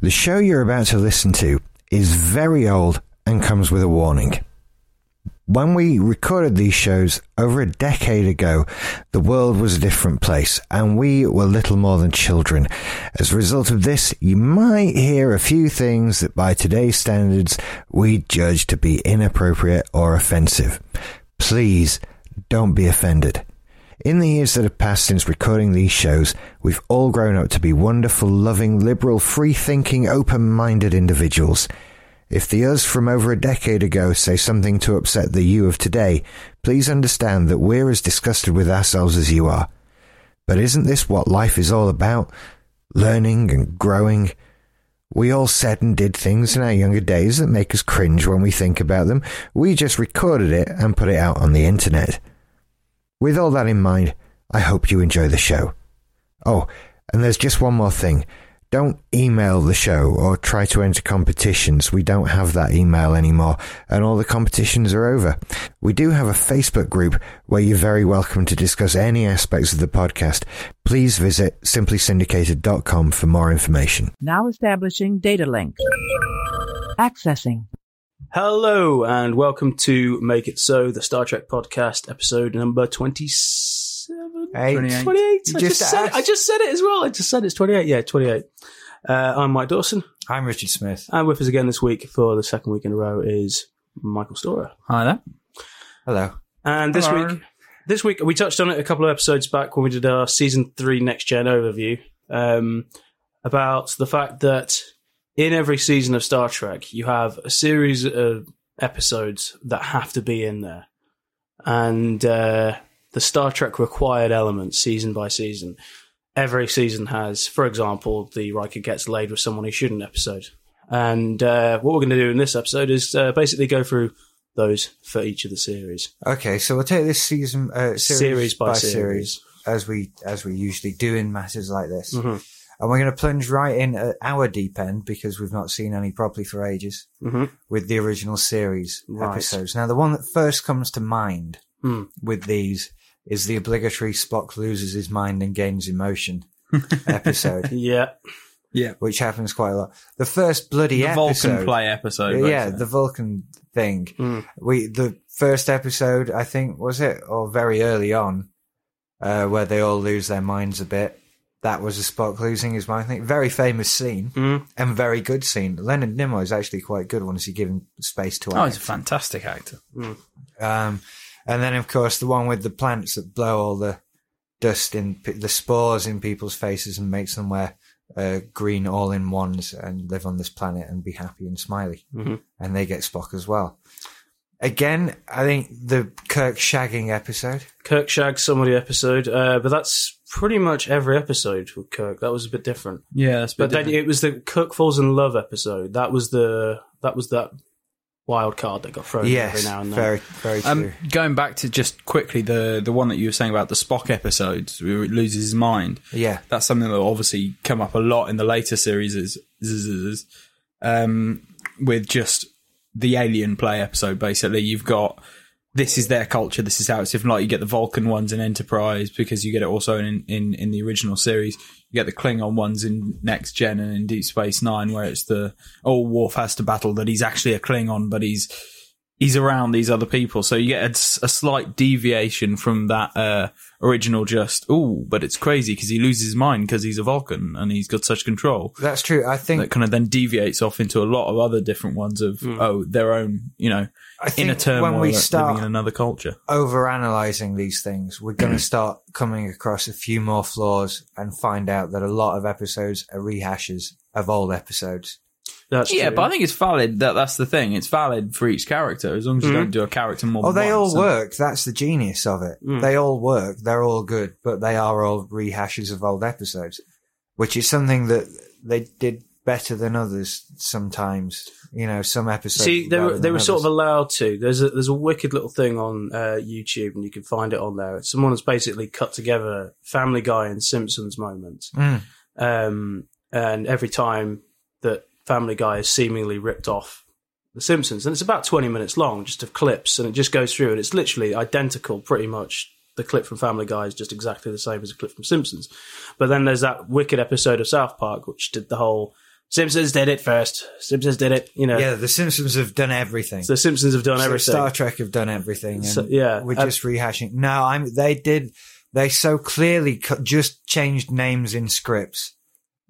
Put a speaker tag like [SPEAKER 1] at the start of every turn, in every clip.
[SPEAKER 1] The show you're about to listen to is very old and comes with a warning. When we recorded these shows over a decade ago, the world was a different place and we were little more than children. As a result of this, you might hear a few things that by today's standards we judge to be inappropriate or offensive. Please don't be offended. In the years that have passed since recording these shows, we've all grown up to be wonderful, loving, liberal, free thinking, open minded individuals. If the us from over a decade ago say something to upset the you of today, please understand that we're as disgusted with ourselves as you are. But isn't this what life is all about? Learning and growing. We all said and did things in our younger days that make us cringe when we think about them. We just recorded it and put it out on the internet. With all that in mind, I hope you enjoy the show. Oh, and there's just one more thing. Don't email the show or try to enter competitions. We don't have that email anymore, and all the competitions are over. We do have a Facebook group where you're very welcome to discuss any aspects of the podcast. Please visit simplysyndicated.com for more information.
[SPEAKER 2] Now establishing data link. Accessing.
[SPEAKER 3] Hello and welcome to Make It So, the Star Trek podcast, episode number 27?
[SPEAKER 1] Eight.
[SPEAKER 3] 28.
[SPEAKER 1] You
[SPEAKER 3] I,
[SPEAKER 1] just
[SPEAKER 3] just said it.
[SPEAKER 1] asked.
[SPEAKER 3] I just said it as well. I just said it's 28. Yeah, 28. Uh, I'm Mike Dawson.
[SPEAKER 4] I'm Richard Smith.
[SPEAKER 3] And with us again this week for the second week in a row is Michael Storer.
[SPEAKER 4] Hi there.
[SPEAKER 1] Hello.
[SPEAKER 3] And this
[SPEAKER 4] Hello.
[SPEAKER 3] week, this week we touched on it a couple of episodes back when we did our season three next gen overview um, about the fact that in every season of Star Trek, you have a series of episodes that have to be in there, and uh, the Star Trek required elements season by season. Every season has, for example, the Riker gets laid with someone he shouldn't episode. And uh, what we're going to do in this episode is uh, basically go through those for each of the series.
[SPEAKER 1] Okay, so we'll take this season uh, series,
[SPEAKER 3] Series by
[SPEAKER 1] by,
[SPEAKER 3] series.
[SPEAKER 1] series. as we as we usually do in matters like this,
[SPEAKER 3] Mm-hmm.
[SPEAKER 1] and we're going to plunge right in at our deep end because we've not seen any properly for ages
[SPEAKER 3] Mhm.
[SPEAKER 1] with the original series
[SPEAKER 3] Right.
[SPEAKER 1] episodes. Now, the one that first comes to mind
[SPEAKER 3] Hmm.
[SPEAKER 1] with these is the obligatory Spock loses his mind and gains emotion episode,
[SPEAKER 3] Yeah.
[SPEAKER 1] which happens quite a lot. The first bloody
[SPEAKER 4] The
[SPEAKER 1] episode,
[SPEAKER 4] Vulcan play episode.
[SPEAKER 1] yeah,
[SPEAKER 4] basically.
[SPEAKER 1] the Vulcan thing.
[SPEAKER 3] Mm.
[SPEAKER 1] We the first episode, I think, was it, or very early on, uh, where they all lose their minds a bit. That was a Spock losing his mind thing. Very famous scene
[SPEAKER 3] Mm.
[SPEAKER 1] and very good scene. Leonard Nimoy is actually quite good once you give him space to
[SPEAKER 4] oh, he's
[SPEAKER 1] act.
[SPEAKER 4] a fantastic actor.
[SPEAKER 1] um, and then, of course, the one with the plants that blow all the dust in pe- the spores in people's faces and makes them wear uh, green all in ones and live on this planet and be happy and smiley
[SPEAKER 3] Mhm.
[SPEAKER 1] and they get Spock as well. Again, I think the Kirk shagging episode.
[SPEAKER 3] Kirk shags somebody episode, uh, but that's pretty much every episode with Kirk. That was a bit different.
[SPEAKER 4] Yeah, that's a bit
[SPEAKER 3] But then
[SPEAKER 4] different.
[SPEAKER 3] it was the Kirk falls in love episode. That was the that was that wild card that got thrown
[SPEAKER 1] yes,
[SPEAKER 3] every now and then.
[SPEAKER 1] very, very true.
[SPEAKER 4] um, going back to just quickly the the one that you were saying about the Spock episode, where it loses his mind.
[SPEAKER 1] yeah,
[SPEAKER 4] That's something that will obviously come up a lot in the later series, is, is, is, is, um, with just the alien play episode. Basically, you've got this is their culture, this is how it's different. Like you get the Vulcan ones in Enterprise because you get it also in in, in the original series. You get the Klingon ones in Next Gen and in Deep Space Nine, where it's the oh Worf has to battle that he's actually a Klingon, but he's he's around these other people. So you get a, s- a slight deviation from that uh, original. Just oh, but it's crazy because he loses his mind because he's a Vulcan and he's got such control
[SPEAKER 1] that's true. I
[SPEAKER 4] that
[SPEAKER 1] think,
[SPEAKER 4] kind of then deviates off into a lot of other different ones of oh their own you know
[SPEAKER 1] I
[SPEAKER 4] inner
[SPEAKER 1] think
[SPEAKER 4] turmoil
[SPEAKER 1] when we
[SPEAKER 4] that's
[SPEAKER 1] start
[SPEAKER 4] living in another culture.
[SPEAKER 1] overanalyzing these things, we're
[SPEAKER 3] Mm.
[SPEAKER 1] going to start coming across a few more flaws and find out that a lot of episodes are rehashes of old episodes.
[SPEAKER 3] That's
[SPEAKER 4] Yeah,
[SPEAKER 3] true.
[SPEAKER 4] but I think it's valid. That that's the thing. It's valid for each character as long as you don't do a character more.
[SPEAKER 1] Oh,
[SPEAKER 4] than
[SPEAKER 1] they
[SPEAKER 4] once.
[SPEAKER 1] all work. That's the genius of it.
[SPEAKER 3] Mm.
[SPEAKER 1] They all work. They're all good, but they are all rehashes of old episodes, which is something that they did better than others sometimes. You know, some episodes.
[SPEAKER 3] See, they
[SPEAKER 1] rather
[SPEAKER 3] were
[SPEAKER 1] than
[SPEAKER 3] they were
[SPEAKER 1] others.
[SPEAKER 3] sort of allowed to. There's a there's a wicked little thing on uh, YouTube, and you can find it on there. It's someone has basically cut together Family Guy and Simpsons moments,
[SPEAKER 1] Mm.
[SPEAKER 3] um, and every time that Family Guy is seemingly ripped off The Simpsons, and it's about twenty minutes long, just of clips, and it just goes through, and it's literally identical, pretty much. The clip from Family Guy is just exactly the same as a clip from Simpsons, but then there's that wicked episode of South Park, which did the whole Simpsons did it first. Simpsons did it. You know,
[SPEAKER 5] Yeah, the Simpsons have done everything.
[SPEAKER 3] so the Simpsons have done
[SPEAKER 5] So
[SPEAKER 3] everything.
[SPEAKER 5] Star Trek have done everything. And
[SPEAKER 3] So- yeah.
[SPEAKER 5] we're
[SPEAKER 3] Uh,
[SPEAKER 5] just rehashing. No, I'm. They did. They so clearly cu- just changed names in scripts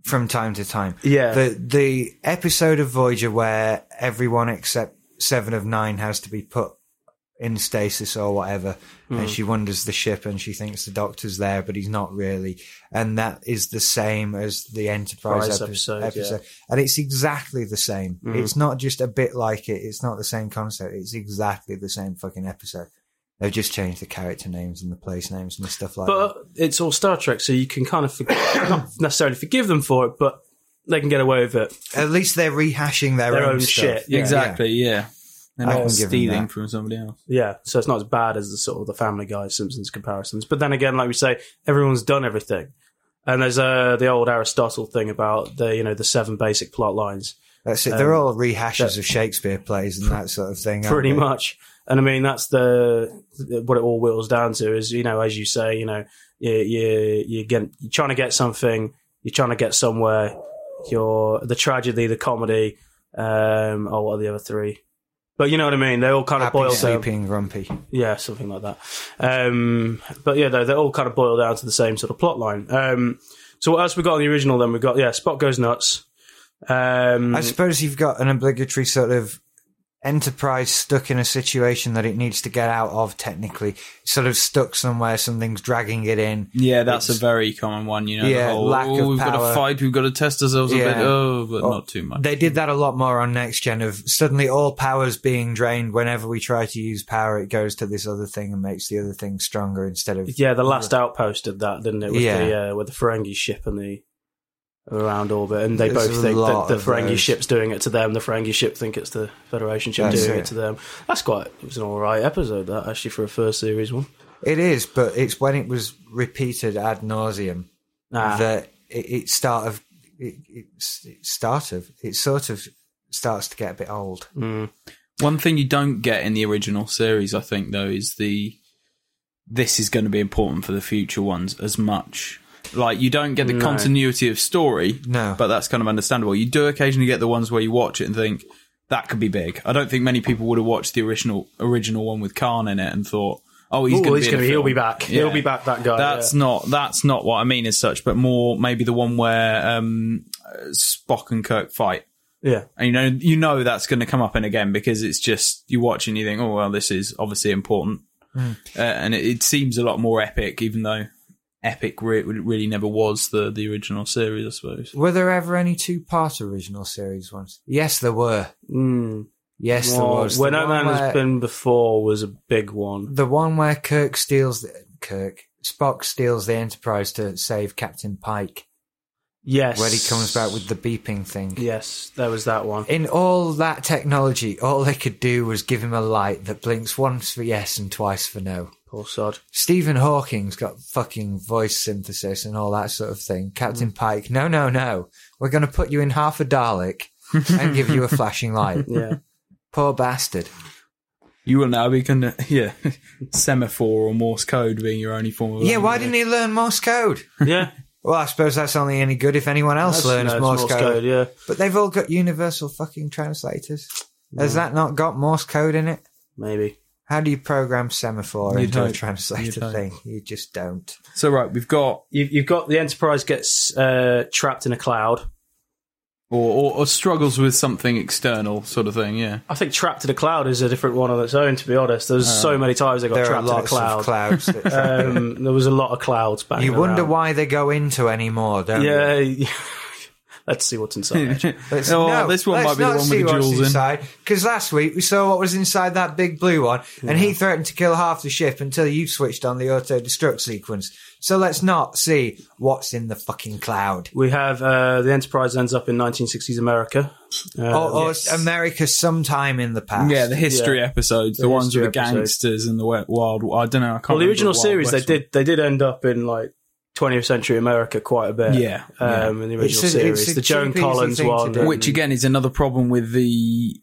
[SPEAKER 5] from time to time.
[SPEAKER 3] Yeah.
[SPEAKER 5] The the episode of Voyager where everyone except Seven of Nine has to be put in stasis or whatever,
[SPEAKER 3] Hmm.
[SPEAKER 5] and she wanders the ship and she thinks the Doctor's there, but he's not really, and that is the same as the Enterprise
[SPEAKER 3] Enterprise
[SPEAKER 5] epi-
[SPEAKER 3] episode,
[SPEAKER 5] episode,
[SPEAKER 3] yeah. Hmm.
[SPEAKER 5] and it's exactly the same. It's not just a bit like it. It's not the same concept. It's exactly the same fucking episode. They've just changed the character names and the place names and the stuff like that.
[SPEAKER 3] but it's all Star Trek, so you can kind of forg not necessarily forgive them for it, but they can get away with it.
[SPEAKER 5] At least they're rehashing their,
[SPEAKER 3] Their
[SPEAKER 5] own,
[SPEAKER 3] own
[SPEAKER 5] stuff.
[SPEAKER 3] shit. Yeah.
[SPEAKER 4] exactly, yeah. And
[SPEAKER 5] I
[SPEAKER 4] not
[SPEAKER 5] can give 'em
[SPEAKER 4] stealing
[SPEAKER 5] that.
[SPEAKER 4] from somebody else.
[SPEAKER 3] Yeah, so it's not as bad as the sort of the Family Guy Simpsons comparisons. But then again, like we say, everyone's done everything, and there's uh, the old Aristotle thing about the you know the seven basic plot lines,
[SPEAKER 5] That's it. They're all rehashes of Shakespeare plays and that sort of thing. aren't
[SPEAKER 3] Um, pretty
[SPEAKER 5] they?
[SPEAKER 3] much. And I mean that's the what it all whittles down to is you know as you say you know you you you get, you're trying to get something, you're trying to get somewhere. Your the tragedy, the comedy, um, oh what are the other three? But you know what I mean. They all kind of
[SPEAKER 5] Happy,
[SPEAKER 3] boil down.
[SPEAKER 5] sleepy, and grumpy.
[SPEAKER 3] Yeah, something like that. Um, but yeah, though they all kind of boil down to the same sort of plot line. Um, so what else we got on the original? Then we got yeah, Spot goes nuts. Um,
[SPEAKER 5] I suppose you've got an obligatory sort of enterprise stuck in a situation that it needs to get out of technically sort of stuck somewhere something's dragging it in
[SPEAKER 4] Yeah, that's
[SPEAKER 5] It's-
[SPEAKER 4] a very common one, you know.
[SPEAKER 5] Yeah,
[SPEAKER 4] the whole,
[SPEAKER 5] lack
[SPEAKER 4] oh,
[SPEAKER 5] of
[SPEAKER 4] we've got
[SPEAKER 5] power.
[SPEAKER 4] to fight, we've got to test ourselves a
[SPEAKER 5] Yeah.
[SPEAKER 4] bit. Oh, but
[SPEAKER 5] Oh,
[SPEAKER 4] not too much.
[SPEAKER 5] they did that a lot more on next gen of suddenly all power's being drained whenever we try to use power it goes to this other thing and makes the other thing stronger instead of
[SPEAKER 3] yeah, the last outpost did that, didn't it? With
[SPEAKER 5] Yeah.
[SPEAKER 3] the uh, with the Ferengi ship and the around orbit, and they
[SPEAKER 5] There's
[SPEAKER 3] both
[SPEAKER 5] a
[SPEAKER 3] think that
[SPEAKER 5] lot
[SPEAKER 3] the
[SPEAKER 5] of
[SPEAKER 3] Ferengi
[SPEAKER 5] those.
[SPEAKER 3] ship's doing it to them. The Ferengi ship think it's the Federation ship
[SPEAKER 5] That's
[SPEAKER 3] doing
[SPEAKER 5] it.
[SPEAKER 3] it. to them. That's quite. It was an all right episode that actually for a first series one.
[SPEAKER 5] it is but it's when it was repeated ad nauseum
[SPEAKER 3] Ah,
[SPEAKER 5] that it, it start of it, it, it start of it sort of starts to get a bit old
[SPEAKER 4] One thing you don't get in the original series, I think, though, is the this is going to be important for the future ones as much. Like you don't get the continuity of story,
[SPEAKER 5] No.
[SPEAKER 4] but that's kind of understandable. You do occasionally get the ones where you watch it and think that could be big. I don't think many people would have watched the original original one with Khan in it and thought, "Oh, he's
[SPEAKER 3] Ooh,
[SPEAKER 4] going to
[SPEAKER 3] he's
[SPEAKER 4] be, in
[SPEAKER 3] gonna
[SPEAKER 4] a
[SPEAKER 3] be- he'll
[SPEAKER 4] film.
[SPEAKER 3] be back. He'll be back, that guy,
[SPEAKER 4] That's not that's not what I mean as such, but more maybe the one where um, uh, Spock and Kirk fight.
[SPEAKER 3] yeah,
[SPEAKER 4] And you know, you know that's going to come up in again because it's just you watch and you think, oh well, this is obviously important, uh, and it, it seems a lot more epic, even though epic re- really never was the the original series, I suppose.
[SPEAKER 5] Were there ever any two-part original series ones? Yes, there were.
[SPEAKER 3] mm.
[SPEAKER 5] Yes,
[SPEAKER 3] Well,
[SPEAKER 5] there was. The
[SPEAKER 3] Where No
[SPEAKER 5] one
[SPEAKER 3] Man
[SPEAKER 5] where-
[SPEAKER 3] Has Been Before was a big one.
[SPEAKER 5] The one where Kirk steals the Kirk Spock steals the Enterprise to save Captain Pike,
[SPEAKER 3] Yes,
[SPEAKER 5] where he comes back with the beeping thing.
[SPEAKER 3] Yes, there was that one.
[SPEAKER 5] In all that technology, all they could do was give him a light that blinks once for yes and twice for no.
[SPEAKER 3] Poor sod.
[SPEAKER 5] Stephen Hawking's got fucking voice synthesis and all that sort of thing.
[SPEAKER 3] Hmm.
[SPEAKER 5] Captain Pike, no, no, no. We're going to put you in half a Dalek and give you a flashing light.
[SPEAKER 3] Yeah.
[SPEAKER 5] Poor bastard.
[SPEAKER 4] You will now be kind of yeah, semaphore or Morse code being your only form of
[SPEAKER 5] Yeah, why didn't he learn Morse code?
[SPEAKER 3] yeah.
[SPEAKER 5] Well, I suppose that's only any good if anyone else
[SPEAKER 3] That's-
[SPEAKER 5] learns
[SPEAKER 3] no, it's
[SPEAKER 5] Morse, code.
[SPEAKER 3] Yeah.
[SPEAKER 5] But they've all got universal fucking translators. Has that not got Morse code in it?
[SPEAKER 3] Maybe.
[SPEAKER 5] How do you program semaphore
[SPEAKER 4] You
[SPEAKER 5] into a
[SPEAKER 4] don't. You
[SPEAKER 5] translator
[SPEAKER 4] don't.
[SPEAKER 5] thing? You just don't.
[SPEAKER 4] So right, we've got
[SPEAKER 3] You've, you've got the Enterprise gets uh, trapped in a cloud.
[SPEAKER 4] or, or or struggles with something external sort of thing. Yeah,
[SPEAKER 3] I think trapped in a cloud is a different one on its own. To be honest, there's so many times I got
[SPEAKER 5] Uh, There are
[SPEAKER 3] trapped in a
[SPEAKER 5] lots
[SPEAKER 3] cloud.
[SPEAKER 5] of clouds. That
[SPEAKER 3] um, there was a lot of clouds back.
[SPEAKER 5] you wonder why they go into any more, don't you?
[SPEAKER 3] Yeah. Let's see what's inside.
[SPEAKER 5] Let's-
[SPEAKER 4] oh,
[SPEAKER 5] no,
[SPEAKER 4] this one
[SPEAKER 5] let's
[SPEAKER 4] might be
[SPEAKER 5] not
[SPEAKER 4] the one with
[SPEAKER 5] see
[SPEAKER 4] the
[SPEAKER 5] what's
[SPEAKER 4] jewels in.
[SPEAKER 5] inside. Because last week we saw what was inside that big blue one, and he threatened to kill half the ship until you switched on the auto destruct sequence. So let's not see what's in the fucking cloud.
[SPEAKER 3] we have uh, the Enterprise ends up in 1960s America. Uh,
[SPEAKER 5] Or, or
[SPEAKER 3] yes.
[SPEAKER 5] America sometime in the past.
[SPEAKER 4] Yeah, the history episodes, the,
[SPEAKER 3] The
[SPEAKER 4] ones with
[SPEAKER 3] history
[SPEAKER 4] the
[SPEAKER 3] episodes.
[SPEAKER 4] gangsters and the wi- wild. I don't know. I can't.
[SPEAKER 3] well, the
[SPEAKER 4] remember
[SPEAKER 3] original
[SPEAKER 4] Wild
[SPEAKER 3] series they
[SPEAKER 4] West one.
[SPEAKER 3] did they did end up in like 20th century America quite a bit.
[SPEAKER 4] Yeah,
[SPEAKER 3] um,
[SPEAKER 4] yeah.
[SPEAKER 3] in the original
[SPEAKER 5] It's a-
[SPEAKER 3] series,
[SPEAKER 5] it's a
[SPEAKER 3] the Joan
[SPEAKER 5] cheap, easy
[SPEAKER 3] Collins
[SPEAKER 5] thing to
[SPEAKER 3] one,
[SPEAKER 5] do.
[SPEAKER 4] which again is another problem with the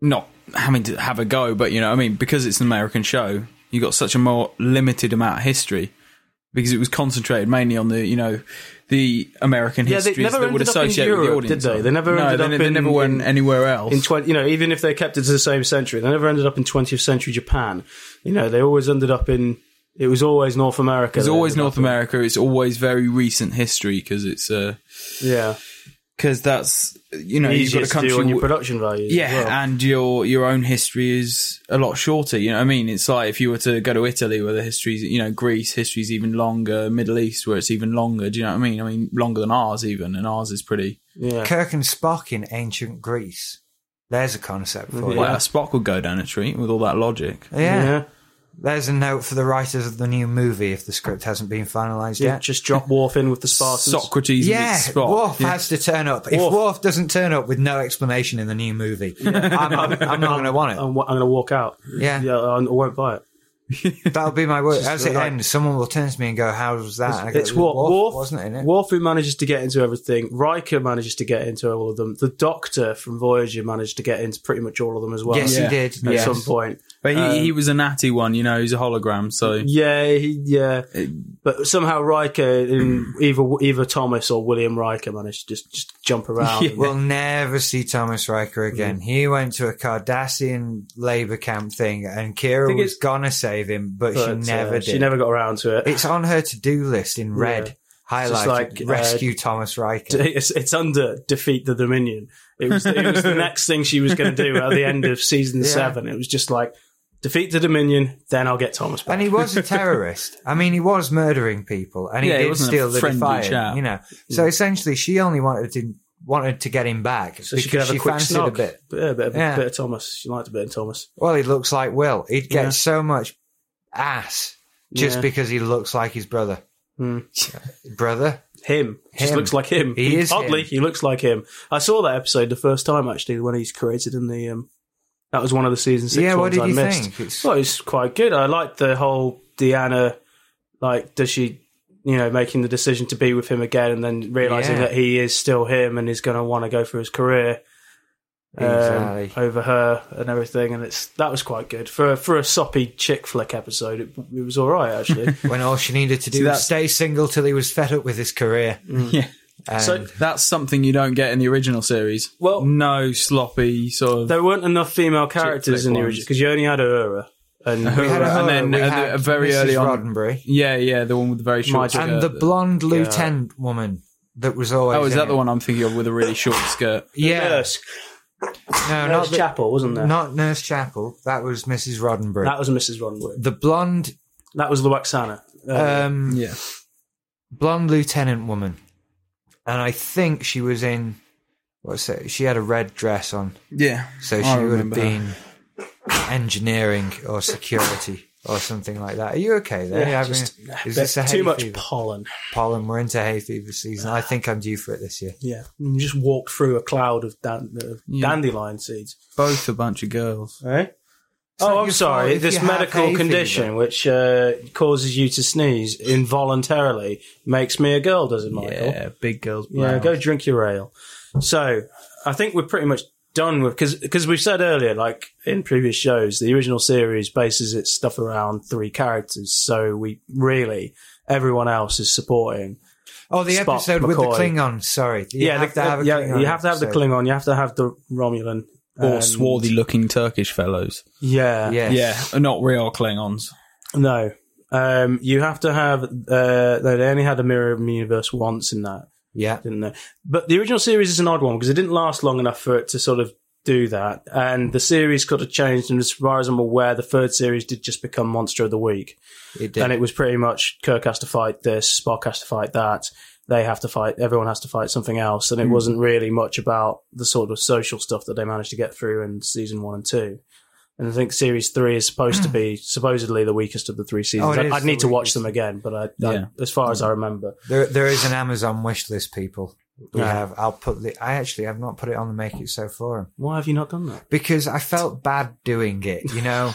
[SPEAKER 4] not having to have a go, but you know, what I mean, because it's an American show, you got such a more limited amount of history. because it was concentrated mainly on the you know the American
[SPEAKER 3] Yeah, they
[SPEAKER 4] histories
[SPEAKER 3] never
[SPEAKER 4] that would
[SPEAKER 3] ended up in
[SPEAKER 4] associate
[SPEAKER 3] Europe,
[SPEAKER 4] with the audience.
[SPEAKER 3] did they? They never
[SPEAKER 4] no,
[SPEAKER 3] ended
[SPEAKER 4] they,
[SPEAKER 3] up
[SPEAKER 4] ne- they
[SPEAKER 3] in-
[SPEAKER 4] never went
[SPEAKER 3] in-
[SPEAKER 4] anywhere else.
[SPEAKER 3] in 20 you know even if they kept it to the same century they never ended up in 20th century japan you know they always ended up in it was always north america
[SPEAKER 4] it's
[SPEAKER 3] they
[SPEAKER 4] always
[SPEAKER 3] ended
[SPEAKER 4] North
[SPEAKER 3] up in.
[SPEAKER 4] America. It's always very recent history because it's because
[SPEAKER 3] yeah
[SPEAKER 4] that's you know you've
[SPEAKER 3] easier
[SPEAKER 4] got a
[SPEAKER 3] to do
[SPEAKER 4] country
[SPEAKER 3] on your
[SPEAKER 4] w-
[SPEAKER 3] production values as
[SPEAKER 4] Yeah,
[SPEAKER 3] well.
[SPEAKER 4] and your your own history is a lot shorter. You know what I mean? It's like if you were to go to Italy, where the history's you know Greece history's even longer, Middle East where it's even longer. Do you know what I mean? I mean longer than ours even, and ours is pretty.
[SPEAKER 3] yeah
[SPEAKER 5] Kirk and Spock in ancient Greece. There's a concept for
[SPEAKER 4] Wow, Spock would go down a treat with all that logic.
[SPEAKER 5] you. Yeah. There's a note for the writers of the new movie if the script hasn't been finalised
[SPEAKER 3] Yeah,
[SPEAKER 5] yet.
[SPEAKER 3] just drop Worf in with the Spartans.
[SPEAKER 4] Socrates,
[SPEAKER 5] Yeah,
[SPEAKER 4] meets Spock.
[SPEAKER 5] Worf
[SPEAKER 4] Yeah.
[SPEAKER 5] has to turn up. If
[SPEAKER 3] Worf-
[SPEAKER 5] Worf doesn't turn up with no explanation in the new movie, I'm, I'm, I'm not going to want it.
[SPEAKER 3] I'm, wa- I'm going to walk out.
[SPEAKER 5] Yeah.
[SPEAKER 3] yeah, I won't buy it.
[SPEAKER 5] That'll be my word. As it
[SPEAKER 3] like-
[SPEAKER 5] ends, someone will turn to me and go, "How was that?" I go,
[SPEAKER 3] It's what
[SPEAKER 5] Worf,
[SPEAKER 3] Worf,
[SPEAKER 5] wasn't it? innit?"
[SPEAKER 3] Worf who manages to get into everything. Riker manages to get into all of them. The Doctor from Voyager managed to get into pretty much all of them as well.
[SPEAKER 5] Yes, he
[SPEAKER 4] Yeah.
[SPEAKER 5] did.
[SPEAKER 3] at
[SPEAKER 4] Yes.
[SPEAKER 3] some point.
[SPEAKER 4] but he,
[SPEAKER 3] Um,
[SPEAKER 4] he was a natty one. You know, he's a hologram. So
[SPEAKER 3] Yeah, he, yeah. But somehow Riker, in either either Thomas or William Riker, managed to just, just jump around.
[SPEAKER 4] Yeah.
[SPEAKER 5] We'll never see Thomas Riker
[SPEAKER 3] Mm-hmm.
[SPEAKER 5] again. He went to a Cardassian labor camp thing, and Kira
[SPEAKER 3] Thing
[SPEAKER 5] was
[SPEAKER 3] is-
[SPEAKER 5] gonna save him, but,
[SPEAKER 3] But, uh,
[SPEAKER 5] she never did.
[SPEAKER 3] She never got around to it.
[SPEAKER 5] It's on her to-do list in red, highlighted.
[SPEAKER 3] like, uh,
[SPEAKER 5] rescue Thomas Riker.
[SPEAKER 3] it's, it's under defeat the Dominion. It was it was the next thing she was going to do at the end of season
[SPEAKER 5] Yeah.
[SPEAKER 3] seven. It was just like defeat the Dominion, then I'll get Thomas back.
[SPEAKER 5] And he was a terrorist. I mean, he was murdering people, and he
[SPEAKER 4] Yeah, he
[SPEAKER 5] did
[SPEAKER 4] wasn't a
[SPEAKER 5] steal the
[SPEAKER 4] friendly
[SPEAKER 5] Defiant.
[SPEAKER 4] chap.
[SPEAKER 5] You know, so essentially, she only wanted to wanted to get him back
[SPEAKER 3] so
[SPEAKER 5] because
[SPEAKER 3] she could have a quick
[SPEAKER 5] fancied
[SPEAKER 3] snog.
[SPEAKER 5] a bit.
[SPEAKER 3] Yeah, a bit of,
[SPEAKER 5] Yeah.
[SPEAKER 3] bit of Thomas. She liked a bit of Thomas.
[SPEAKER 5] Well, he looks like Will. He'd get
[SPEAKER 3] Yeah.
[SPEAKER 5] so much ass just
[SPEAKER 3] Yeah.
[SPEAKER 5] because he looks like his brother.
[SPEAKER 3] Hmm.
[SPEAKER 5] Brother?
[SPEAKER 3] Him. Just
[SPEAKER 5] Him.
[SPEAKER 3] looks like him.
[SPEAKER 5] He is
[SPEAKER 3] Oddly,
[SPEAKER 5] him.
[SPEAKER 3] he looks like him. I saw that episode the first time actually when he's created in the. Um, that was one of the season six
[SPEAKER 5] yeah, what
[SPEAKER 3] ones
[SPEAKER 5] did
[SPEAKER 3] I
[SPEAKER 5] you
[SPEAKER 3] missed.
[SPEAKER 5] think? It's,
[SPEAKER 3] Well, it's quite good. I liked the whole Deanna, like, does she, you know, making the decision to be with him again and then realizing
[SPEAKER 5] Yeah.
[SPEAKER 3] that he is still him and is going to want to go for his career um,
[SPEAKER 5] Exactly.
[SPEAKER 3] over her and everything. And it's that was quite good for for a soppy chick flick episode. It, it was all right actually.
[SPEAKER 5] uh, when all she needed to do was
[SPEAKER 4] that's-
[SPEAKER 5] stay single till he was fed up with his career.
[SPEAKER 4] yeah,
[SPEAKER 5] And
[SPEAKER 3] So-
[SPEAKER 4] that's something you don't get in the original series.
[SPEAKER 3] Well-
[SPEAKER 4] no sloppy sort of.
[SPEAKER 3] there weren't enough female characters
[SPEAKER 4] flick
[SPEAKER 3] in the
[SPEAKER 4] ones.
[SPEAKER 3] original because you only had Uhura and
[SPEAKER 5] we had a
[SPEAKER 4] and
[SPEAKER 5] horror,
[SPEAKER 4] then
[SPEAKER 5] we
[SPEAKER 4] uh, the-
[SPEAKER 5] had
[SPEAKER 4] uh, very
[SPEAKER 5] Mrs.
[SPEAKER 4] early on-
[SPEAKER 5] Roddenberry
[SPEAKER 4] yeah, yeah, the one with the very short
[SPEAKER 3] Magic.
[SPEAKER 4] skirt.
[SPEAKER 5] and the blonde lieutenant woman that was always.
[SPEAKER 4] Oh, is
[SPEAKER 5] in
[SPEAKER 4] that the
[SPEAKER 5] it.
[SPEAKER 4] one I'm thinking of with a really short skirt?
[SPEAKER 5] Yeah,
[SPEAKER 3] Nurse,
[SPEAKER 5] no,
[SPEAKER 3] Nurse
[SPEAKER 5] not the-
[SPEAKER 3] Chapel, wasn't there?
[SPEAKER 5] Not Nurse Chapel. That was Mrs. Roddenberry.
[SPEAKER 3] that was Mrs. Roddenberry.
[SPEAKER 5] the blonde,
[SPEAKER 3] That was Luxana. Uh,
[SPEAKER 5] um,
[SPEAKER 4] Yeah.
[SPEAKER 5] blonde lieutenant woman, and I think she was in. What's it? She had a red dress on.
[SPEAKER 4] Yeah.
[SPEAKER 5] So she would have been engineering or security or something like that. Are you okay there?
[SPEAKER 3] Yeah,
[SPEAKER 5] I mean,
[SPEAKER 3] just
[SPEAKER 5] is this a hay
[SPEAKER 3] too much
[SPEAKER 5] fever?
[SPEAKER 3] pollen.
[SPEAKER 5] pollen? We're into hay fever season. I think I'm due for it this year.
[SPEAKER 3] Yeah, you just walk through a cloud of dan- of
[SPEAKER 4] Yeah.
[SPEAKER 3] dandelion seeds.
[SPEAKER 4] Both a bunch of girls.
[SPEAKER 5] Eh?
[SPEAKER 3] Right?
[SPEAKER 5] not
[SPEAKER 3] oh,
[SPEAKER 5] your
[SPEAKER 3] I'm
[SPEAKER 5] fault
[SPEAKER 3] sorry.
[SPEAKER 5] if
[SPEAKER 3] This
[SPEAKER 5] you have hay
[SPEAKER 3] medical condition,
[SPEAKER 5] fever.
[SPEAKER 3] which uh, causes you to sneeze involuntarily, makes me a girl, does it, Michael?
[SPEAKER 4] oh, Yeah, big girls.
[SPEAKER 3] Yeah,
[SPEAKER 4] brown.
[SPEAKER 3] go drink your ale. So I think we're pretty much done with because because we said earlier, like in previous shows, the original series bases its stuff around three characters. So we really everyone else is supporting.
[SPEAKER 5] Oh, the
[SPEAKER 3] Spock,
[SPEAKER 5] episode with the
[SPEAKER 3] McCoy.
[SPEAKER 5] Klingon. Sorry. You
[SPEAKER 3] yeah, the,
[SPEAKER 5] have to have a
[SPEAKER 3] yeah,
[SPEAKER 5] Klingon
[SPEAKER 3] you have to have the
[SPEAKER 5] episode.
[SPEAKER 3] Klingon. You have to have the Romulan.
[SPEAKER 4] Or
[SPEAKER 3] um,
[SPEAKER 4] swarthy looking Turkish fellows.
[SPEAKER 3] Yeah.
[SPEAKER 5] Yes.
[SPEAKER 4] Yeah, uh, not real Klingons.
[SPEAKER 3] No. Um, you have to have. Uh, no, they only had a mirror universe once in that,
[SPEAKER 5] Yeah.
[SPEAKER 3] didn't they? But the original series is an odd one because it didn't last long enough for it to sort of do that. And the series could have changed. And as far as I'm aware, the third series did just become Monster of the Week,
[SPEAKER 5] It did.
[SPEAKER 3] and it was pretty much Kirk has to fight this, Spock has to fight that. They have to fight. Everyone has to fight something else,
[SPEAKER 5] Hmm.
[SPEAKER 3] and it wasn't really much about the sort of social stuff that they managed to get through in season one and two. And I think series three is supposed to be supposedly the weakest of the three seasons.
[SPEAKER 5] Oh, it
[SPEAKER 3] I,
[SPEAKER 5] is
[SPEAKER 3] would
[SPEAKER 5] the
[SPEAKER 3] need to watch
[SPEAKER 5] weakest. Hmm.
[SPEAKER 3] them again, but I, I-
[SPEAKER 4] Yeah.
[SPEAKER 3] as far as I remember,
[SPEAKER 5] there, there is an Amazon wish list, people. We
[SPEAKER 3] Yeah.
[SPEAKER 5] have. I'll put the. I actually have not put it on the Make It So forum
[SPEAKER 3] why have you not done that?
[SPEAKER 5] because I felt bad doing it. You know.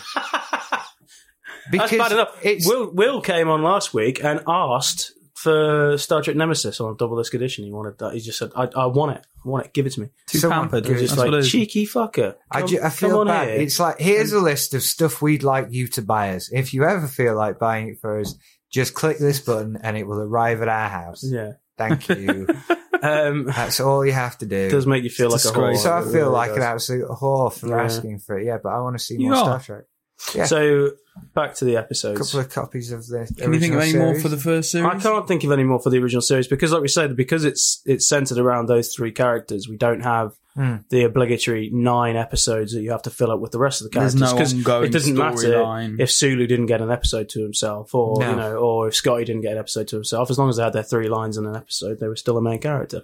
[SPEAKER 5] because
[SPEAKER 3] That's bad enough.
[SPEAKER 5] It's,
[SPEAKER 3] Will Will came on last week and asked for Star Trek Nemesis on a double disc edition. He wanted that. He just said, "I, I want it. I want it. Give it to me."
[SPEAKER 4] Too
[SPEAKER 5] Someone-
[SPEAKER 4] pampered.
[SPEAKER 3] It was just
[SPEAKER 4] That's what it
[SPEAKER 3] like
[SPEAKER 4] is.
[SPEAKER 3] cheeky fucker.
[SPEAKER 5] I,
[SPEAKER 3] Come-
[SPEAKER 5] ju- I
[SPEAKER 3] come
[SPEAKER 5] feel
[SPEAKER 3] on
[SPEAKER 5] bad.
[SPEAKER 3] here." Um,
[SPEAKER 5] It's like here's a list of stuff we'd like you to buy us. If you ever feel like buying it for us, Just click this button and it will arrive at our house.
[SPEAKER 3] Yeah.
[SPEAKER 5] Thank you.
[SPEAKER 3] Um,
[SPEAKER 5] That's all you have to do.
[SPEAKER 3] it does make you feel like a whore.
[SPEAKER 4] disgrace.
[SPEAKER 5] so I
[SPEAKER 3] It
[SPEAKER 5] feel
[SPEAKER 3] really
[SPEAKER 5] like
[SPEAKER 3] does.
[SPEAKER 5] an absolute whore for
[SPEAKER 3] Yeah.
[SPEAKER 5] asking for it. Yeah, but I want to see
[SPEAKER 4] You
[SPEAKER 5] more Star
[SPEAKER 4] are.
[SPEAKER 5] Trek. Yeah.
[SPEAKER 3] So back to the
[SPEAKER 5] A
[SPEAKER 3] episodes.
[SPEAKER 5] couple of copies of the.
[SPEAKER 4] Can you think of any more for the first series?
[SPEAKER 3] I can't think of any more for the original series because, like we said, because it's it's centered around those three characters, we don't have
[SPEAKER 5] Hmm.
[SPEAKER 3] the obligatory nine episodes that you have to fill up with the rest of the
[SPEAKER 4] There's
[SPEAKER 3] characters.
[SPEAKER 4] no
[SPEAKER 3] 'cause
[SPEAKER 4] ongoing
[SPEAKER 3] it doesn't matter
[SPEAKER 4] storyline.
[SPEAKER 3] if Sulu didn't get an episode to himself, or
[SPEAKER 5] No.
[SPEAKER 3] you know, or if Scotty didn't get an episode to himself. As long as they had their three lines in an episode, they were still a main character.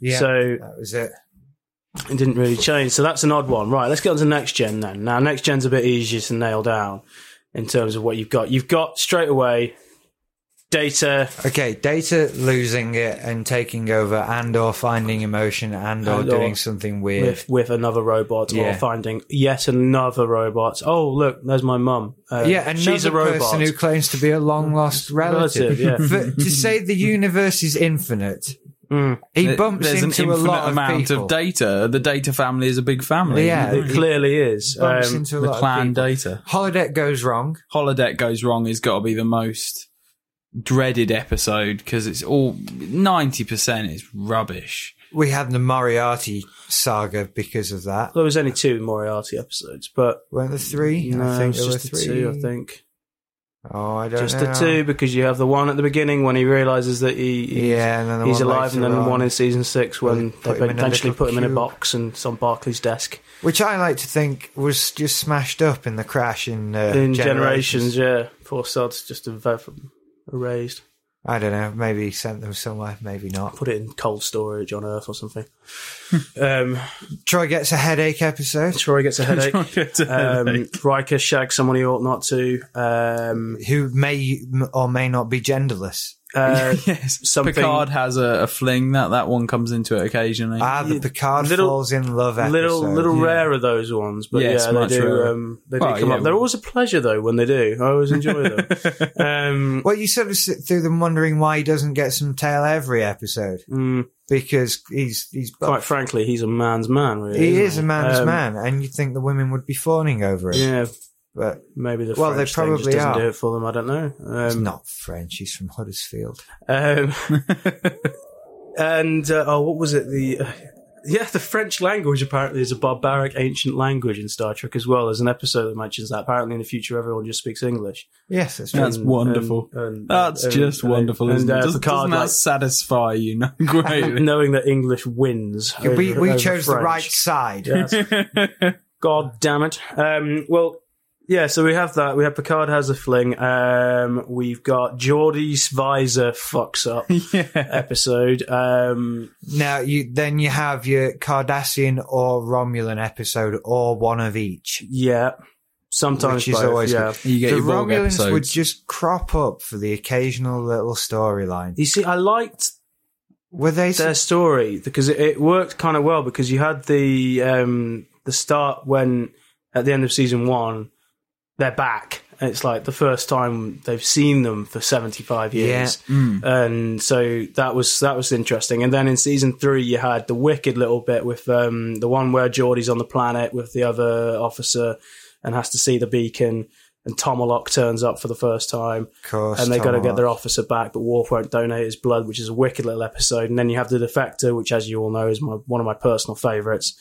[SPEAKER 5] Yeah,
[SPEAKER 3] So
[SPEAKER 5] that was it.
[SPEAKER 3] it didn't really change. So that's an odd one. Right, let's get on to next gen then. Now, next gen's a bit easier to nail down in terms of what you've got. You've got straight away data.
[SPEAKER 5] Okay, data losing it and taking over, and or finding emotion, and or
[SPEAKER 3] And or-
[SPEAKER 5] doing something weird.
[SPEAKER 3] With, with another robot or
[SPEAKER 5] Yeah.
[SPEAKER 3] finding yet another robot. Oh, look, there's my mum. Uh,
[SPEAKER 5] yeah, another
[SPEAKER 3] she's a robot.
[SPEAKER 5] person who claims to be a long lost relative.
[SPEAKER 3] Relative, yeah.
[SPEAKER 5] For- to say the universe is infinite,
[SPEAKER 3] Mm.
[SPEAKER 5] he
[SPEAKER 4] There-
[SPEAKER 5] bumps
[SPEAKER 4] There's
[SPEAKER 5] into
[SPEAKER 4] an
[SPEAKER 5] a
[SPEAKER 4] infinite
[SPEAKER 5] lot of
[SPEAKER 4] amount
[SPEAKER 5] people.
[SPEAKER 4] of data. The data family is a big family.
[SPEAKER 5] Yeah,
[SPEAKER 3] It clearly is.
[SPEAKER 5] Bumps
[SPEAKER 3] Um,
[SPEAKER 5] into a
[SPEAKER 4] the
[SPEAKER 5] lot
[SPEAKER 4] clan
[SPEAKER 5] of people.
[SPEAKER 4] data.
[SPEAKER 5] Holodeck goes wrong.
[SPEAKER 4] Holodeck goes wrong has got to be the most dreaded episode because it's all ninety percent is rubbish.
[SPEAKER 5] We had the Moriarty saga because of that.
[SPEAKER 3] there was only two Moriarty episodes, but
[SPEAKER 5] Weren't there three?
[SPEAKER 3] no,
[SPEAKER 5] I think
[SPEAKER 3] it's
[SPEAKER 5] there were
[SPEAKER 3] just the
[SPEAKER 5] three.
[SPEAKER 3] two. I think
[SPEAKER 5] Oh, I don't
[SPEAKER 3] just
[SPEAKER 5] know.
[SPEAKER 3] the two because you have the one at the beginning when he realizes that he, he
[SPEAKER 5] Yeah, and then the
[SPEAKER 3] he's
[SPEAKER 5] one
[SPEAKER 3] alive, and
[SPEAKER 5] later
[SPEAKER 3] then
[SPEAKER 5] on.
[SPEAKER 3] one in season six
[SPEAKER 5] Where
[SPEAKER 3] when
[SPEAKER 5] they
[SPEAKER 3] they
[SPEAKER 5] put him in a
[SPEAKER 3] eventually
[SPEAKER 5] little
[SPEAKER 3] put him in a
[SPEAKER 5] cube.
[SPEAKER 3] box and it's on Barclay's desk.
[SPEAKER 5] which I like to think was just smashed up in the crash in, uh,
[SPEAKER 3] in
[SPEAKER 5] generations.
[SPEAKER 3] generations, yeah, poor sod's just a ver- erased.
[SPEAKER 5] I don't know. Maybe he sent them somewhere. Maybe not.
[SPEAKER 3] Put it in cold storage on Earth or something. um,
[SPEAKER 5] Troy gets a headache episode.
[SPEAKER 3] Troy gets a headache.
[SPEAKER 4] Gets a
[SPEAKER 3] um,
[SPEAKER 4] headache.
[SPEAKER 3] Riker shags someone he ought not to. Um,
[SPEAKER 5] Who may or may not be genderless.
[SPEAKER 3] uh,
[SPEAKER 4] yes,
[SPEAKER 3] something-
[SPEAKER 4] Picard has a, a fling that that one comes into it occasionally.
[SPEAKER 5] Ah, the
[SPEAKER 3] Yeah,
[SPEAKER 5] Picard
[SPEAKER 3] little-
[SPEAKER 5] falls in love episode.
[SPEAKER 3] little little
[SPEAKER 5] Yeah.
[SPEAKER 3] rare of those ones, but
[SPEAKER 4] Yeah, it's
[SPEAKER 3] yeah, they
[SPEAKER 4] much
[SPEAKER 3] do.
[SPEAKER 4] rarer.
[SPEAKER 3] Um, they do
[SPEAKER 4] Well,
[SPEAKER 3] come
[SPEAKER 4] yeah.
[SPEAKER 3] up. They're always a pleasure though when they do. I always enjoy them. um,
[SPEAKER 5] Well, you sort of sit through them wondering why he doesn't get some tail every episode
[SPEAKER 3] mm,
[SPEAKER 5] because he's he's
[SPEAKER 3] quite frankly, he's a man's man. Really,
[SPEAKER 5] he
[SPEAKER 3] isn't
[SPEAKER 5] is a man's
[SPEAKER 3] Um,
[SPEAKER 5] man, and you'd think the women would be fawning over him,
[SPEAKER 3] Yeah,
[SPEAKER 5] but
[SPEAKER 3] maybe the
[SPEAKER 5] Well,
[SPEAKER 3] French
[SPEAKER 5] they
[SPEAKER 3] thing just
[SPEAKER 5] probably
[SPEAKER 3] doesn't
[SPEAKER 5] are.
[SPEAKER 3] do it for them. I don't know. Um,
[SPEAKER 5] he's not French. He's from Huddersfield.
[SPEAKER 3] Um, and uh, oh, what was it? The uh, yeah, the French language apparently is a barbaric ancient language in Star Trek as well. There's an episode that mentions that. Apparently, in the future, everyone just speaks English.
[SPEAKER 5] Yes, that's
[SPEAKER 4] That's
[SPEAKER 3] And-
[SPEAKER 4] wonderful.
[SPEAKER 3] and- and-
[SPEAKER 4] That's
[SPEAKER 3] and-
[SPEAKER 4] just
[SPEAKER 3] and-
[SPEAKER 4] wonderful,
[SPEAKER 3] and,
[SPEAKER 4] isn't
[SPEAKER 3] uh,
[SPEAKER 4] it? Does,
[SPEAKER 3] Picard,
[SPEAKER 4] doesn't that
[SPEAKER 3] like,
[SPEAKER 4] satisfy you no, greatly?
[SPEAKER 3] knowing that English wins.
[SPEAKER 5] Yeah, we
[SPEAKER 3] over-
[SPEAKER 5] we
[SPEAKER 3] over
[SPEAKER 5] chose the
[SPEAKER 3] French.
[SPEAKER 5] right side.
[SPEAKER 3] God damn it. Um, well, yeah, so we have that. We have Picard has a fling. Um, we've got Geordie's visor fucks up
[SPEAKER 4] yeah.
[SPEAKER 3] episode. Um,
[SPEAKER 5] Now you then you have your Cardassian or Romulan episode or one of each.
[SPEAKER 3] yeah. Sometimes
[SPEAKER 5] Which is
[SPEAKER 3] both,
[SPEAKER 5] always
[SPEAKER 3] yeah.
[SPEAKER 4] You get
[SPEAKER 5] the
[SPEAKER 4] your Borg
[SPEAKER 5] Romulans
[SPEAKER 4] episodes.
[SPEAKER 5] would just crop up for the occasional little storyline.
[SPEAKER 3] You see, I liked
[SPEAKER 5] Were they?
[SPEAKER 3] their story because it, it worked kind of well because you had the um, the start when at the end of season one they're back. And it's like the first time they've seen them for seventy five years, and so that was that was interesting. And then in season three, you had the wicked little bit with um, the one where Geordie's on the planet with the other officer and has to see the beacon, and Tomalock turns up for the first time
[SPEAKER 5] of course,
[SPEAKER 3] and they got to
[SPEAKER 5] Tom
[SPEAKER 3] get their
[SPEAKER 5] Lodge.
[SPEAKER 3] officer back, but Worf won't donate his blood, which is a wicked little episode. And then you have the defector, which, as you all know, is my, one of my personal favourites,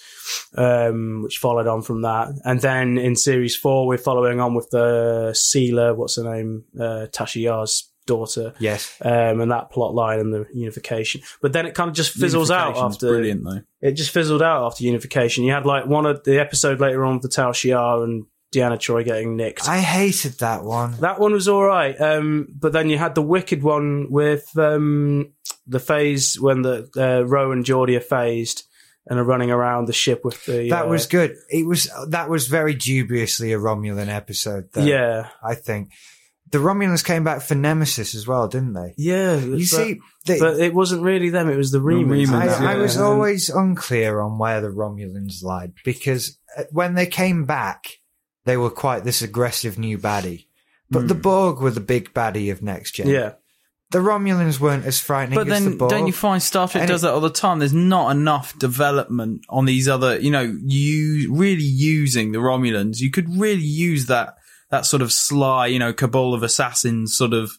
[SPEAKER 3] um, which followed on from that. And then in series four, we're following on with the sealer, what's her name, uh, Tasha Yar's daughter,
[SPEAKER 5] Yes,
[SPEAKER 3] um, and that plot line and the unification. But then it kind of just fizzles out
[SPEAKER 4] Unification's
[SPEAKER 3] after
[SPEAKER 4] Brilliant though.
[SPEAKER 3] it just fizzled out after unification. You had like one of the episode later on with the Tao Shiar and Deanna Troy getting nicked.
[SPEAKER 5] I hated that one.
[SPEAKER 3] That one was all right, um, but then you had the wicked one with um, the phase when the uh, Roe and Geordie are phased and are running around the ship with the.
[SPEAKER 5] That
[SPEAKER 3] uh,
[SPEAKER 5] was good. It was that was very dubiously a Romulan episode. Though,
[SPEAKER 3] yeah,
[SPEAKER 5] I think the Romulans came back for Nemesis as well, didn't they?
[SPEAKER 3] yeah.
[SPEAKER 5] You
[SPEAKER 3] but,
[SPEAKER 5] see, they,
[SPEAKER 3] but it wasn't really them; it was the Remans.
[SPEAKER 4] Remans,
[SPEAKER 5] I, I
[SPEAKER 4] Yeah.
[SPEAKER 5] was always unclear on where the Romulans lied because uh, when they came back, they were quite this aggressive new baddie. But
[SPEAKER 4] Hmm.
[SPEAKER 5] the Borg were the big baddie of next gen.
[SPEAKER 3] yeah.
[SPEAKER 5] The Romulans weren't as frightening
[SPEAKER 4] But
[SPEAKER 5] as the
[SPEAKER 4] then,
[SPEAKER 5] Borg.
[SPEAKER 4] don't you find Star Trek
[SPEAKER 5] And
[SPEAKER 4] does
[SPEAKER 5] it-
[SPEAKER 4] that all the time? There's not enough development on these other, you know, you really using the Romulans. You could really use that that sort of sly, you know, cabal of assassins sort of.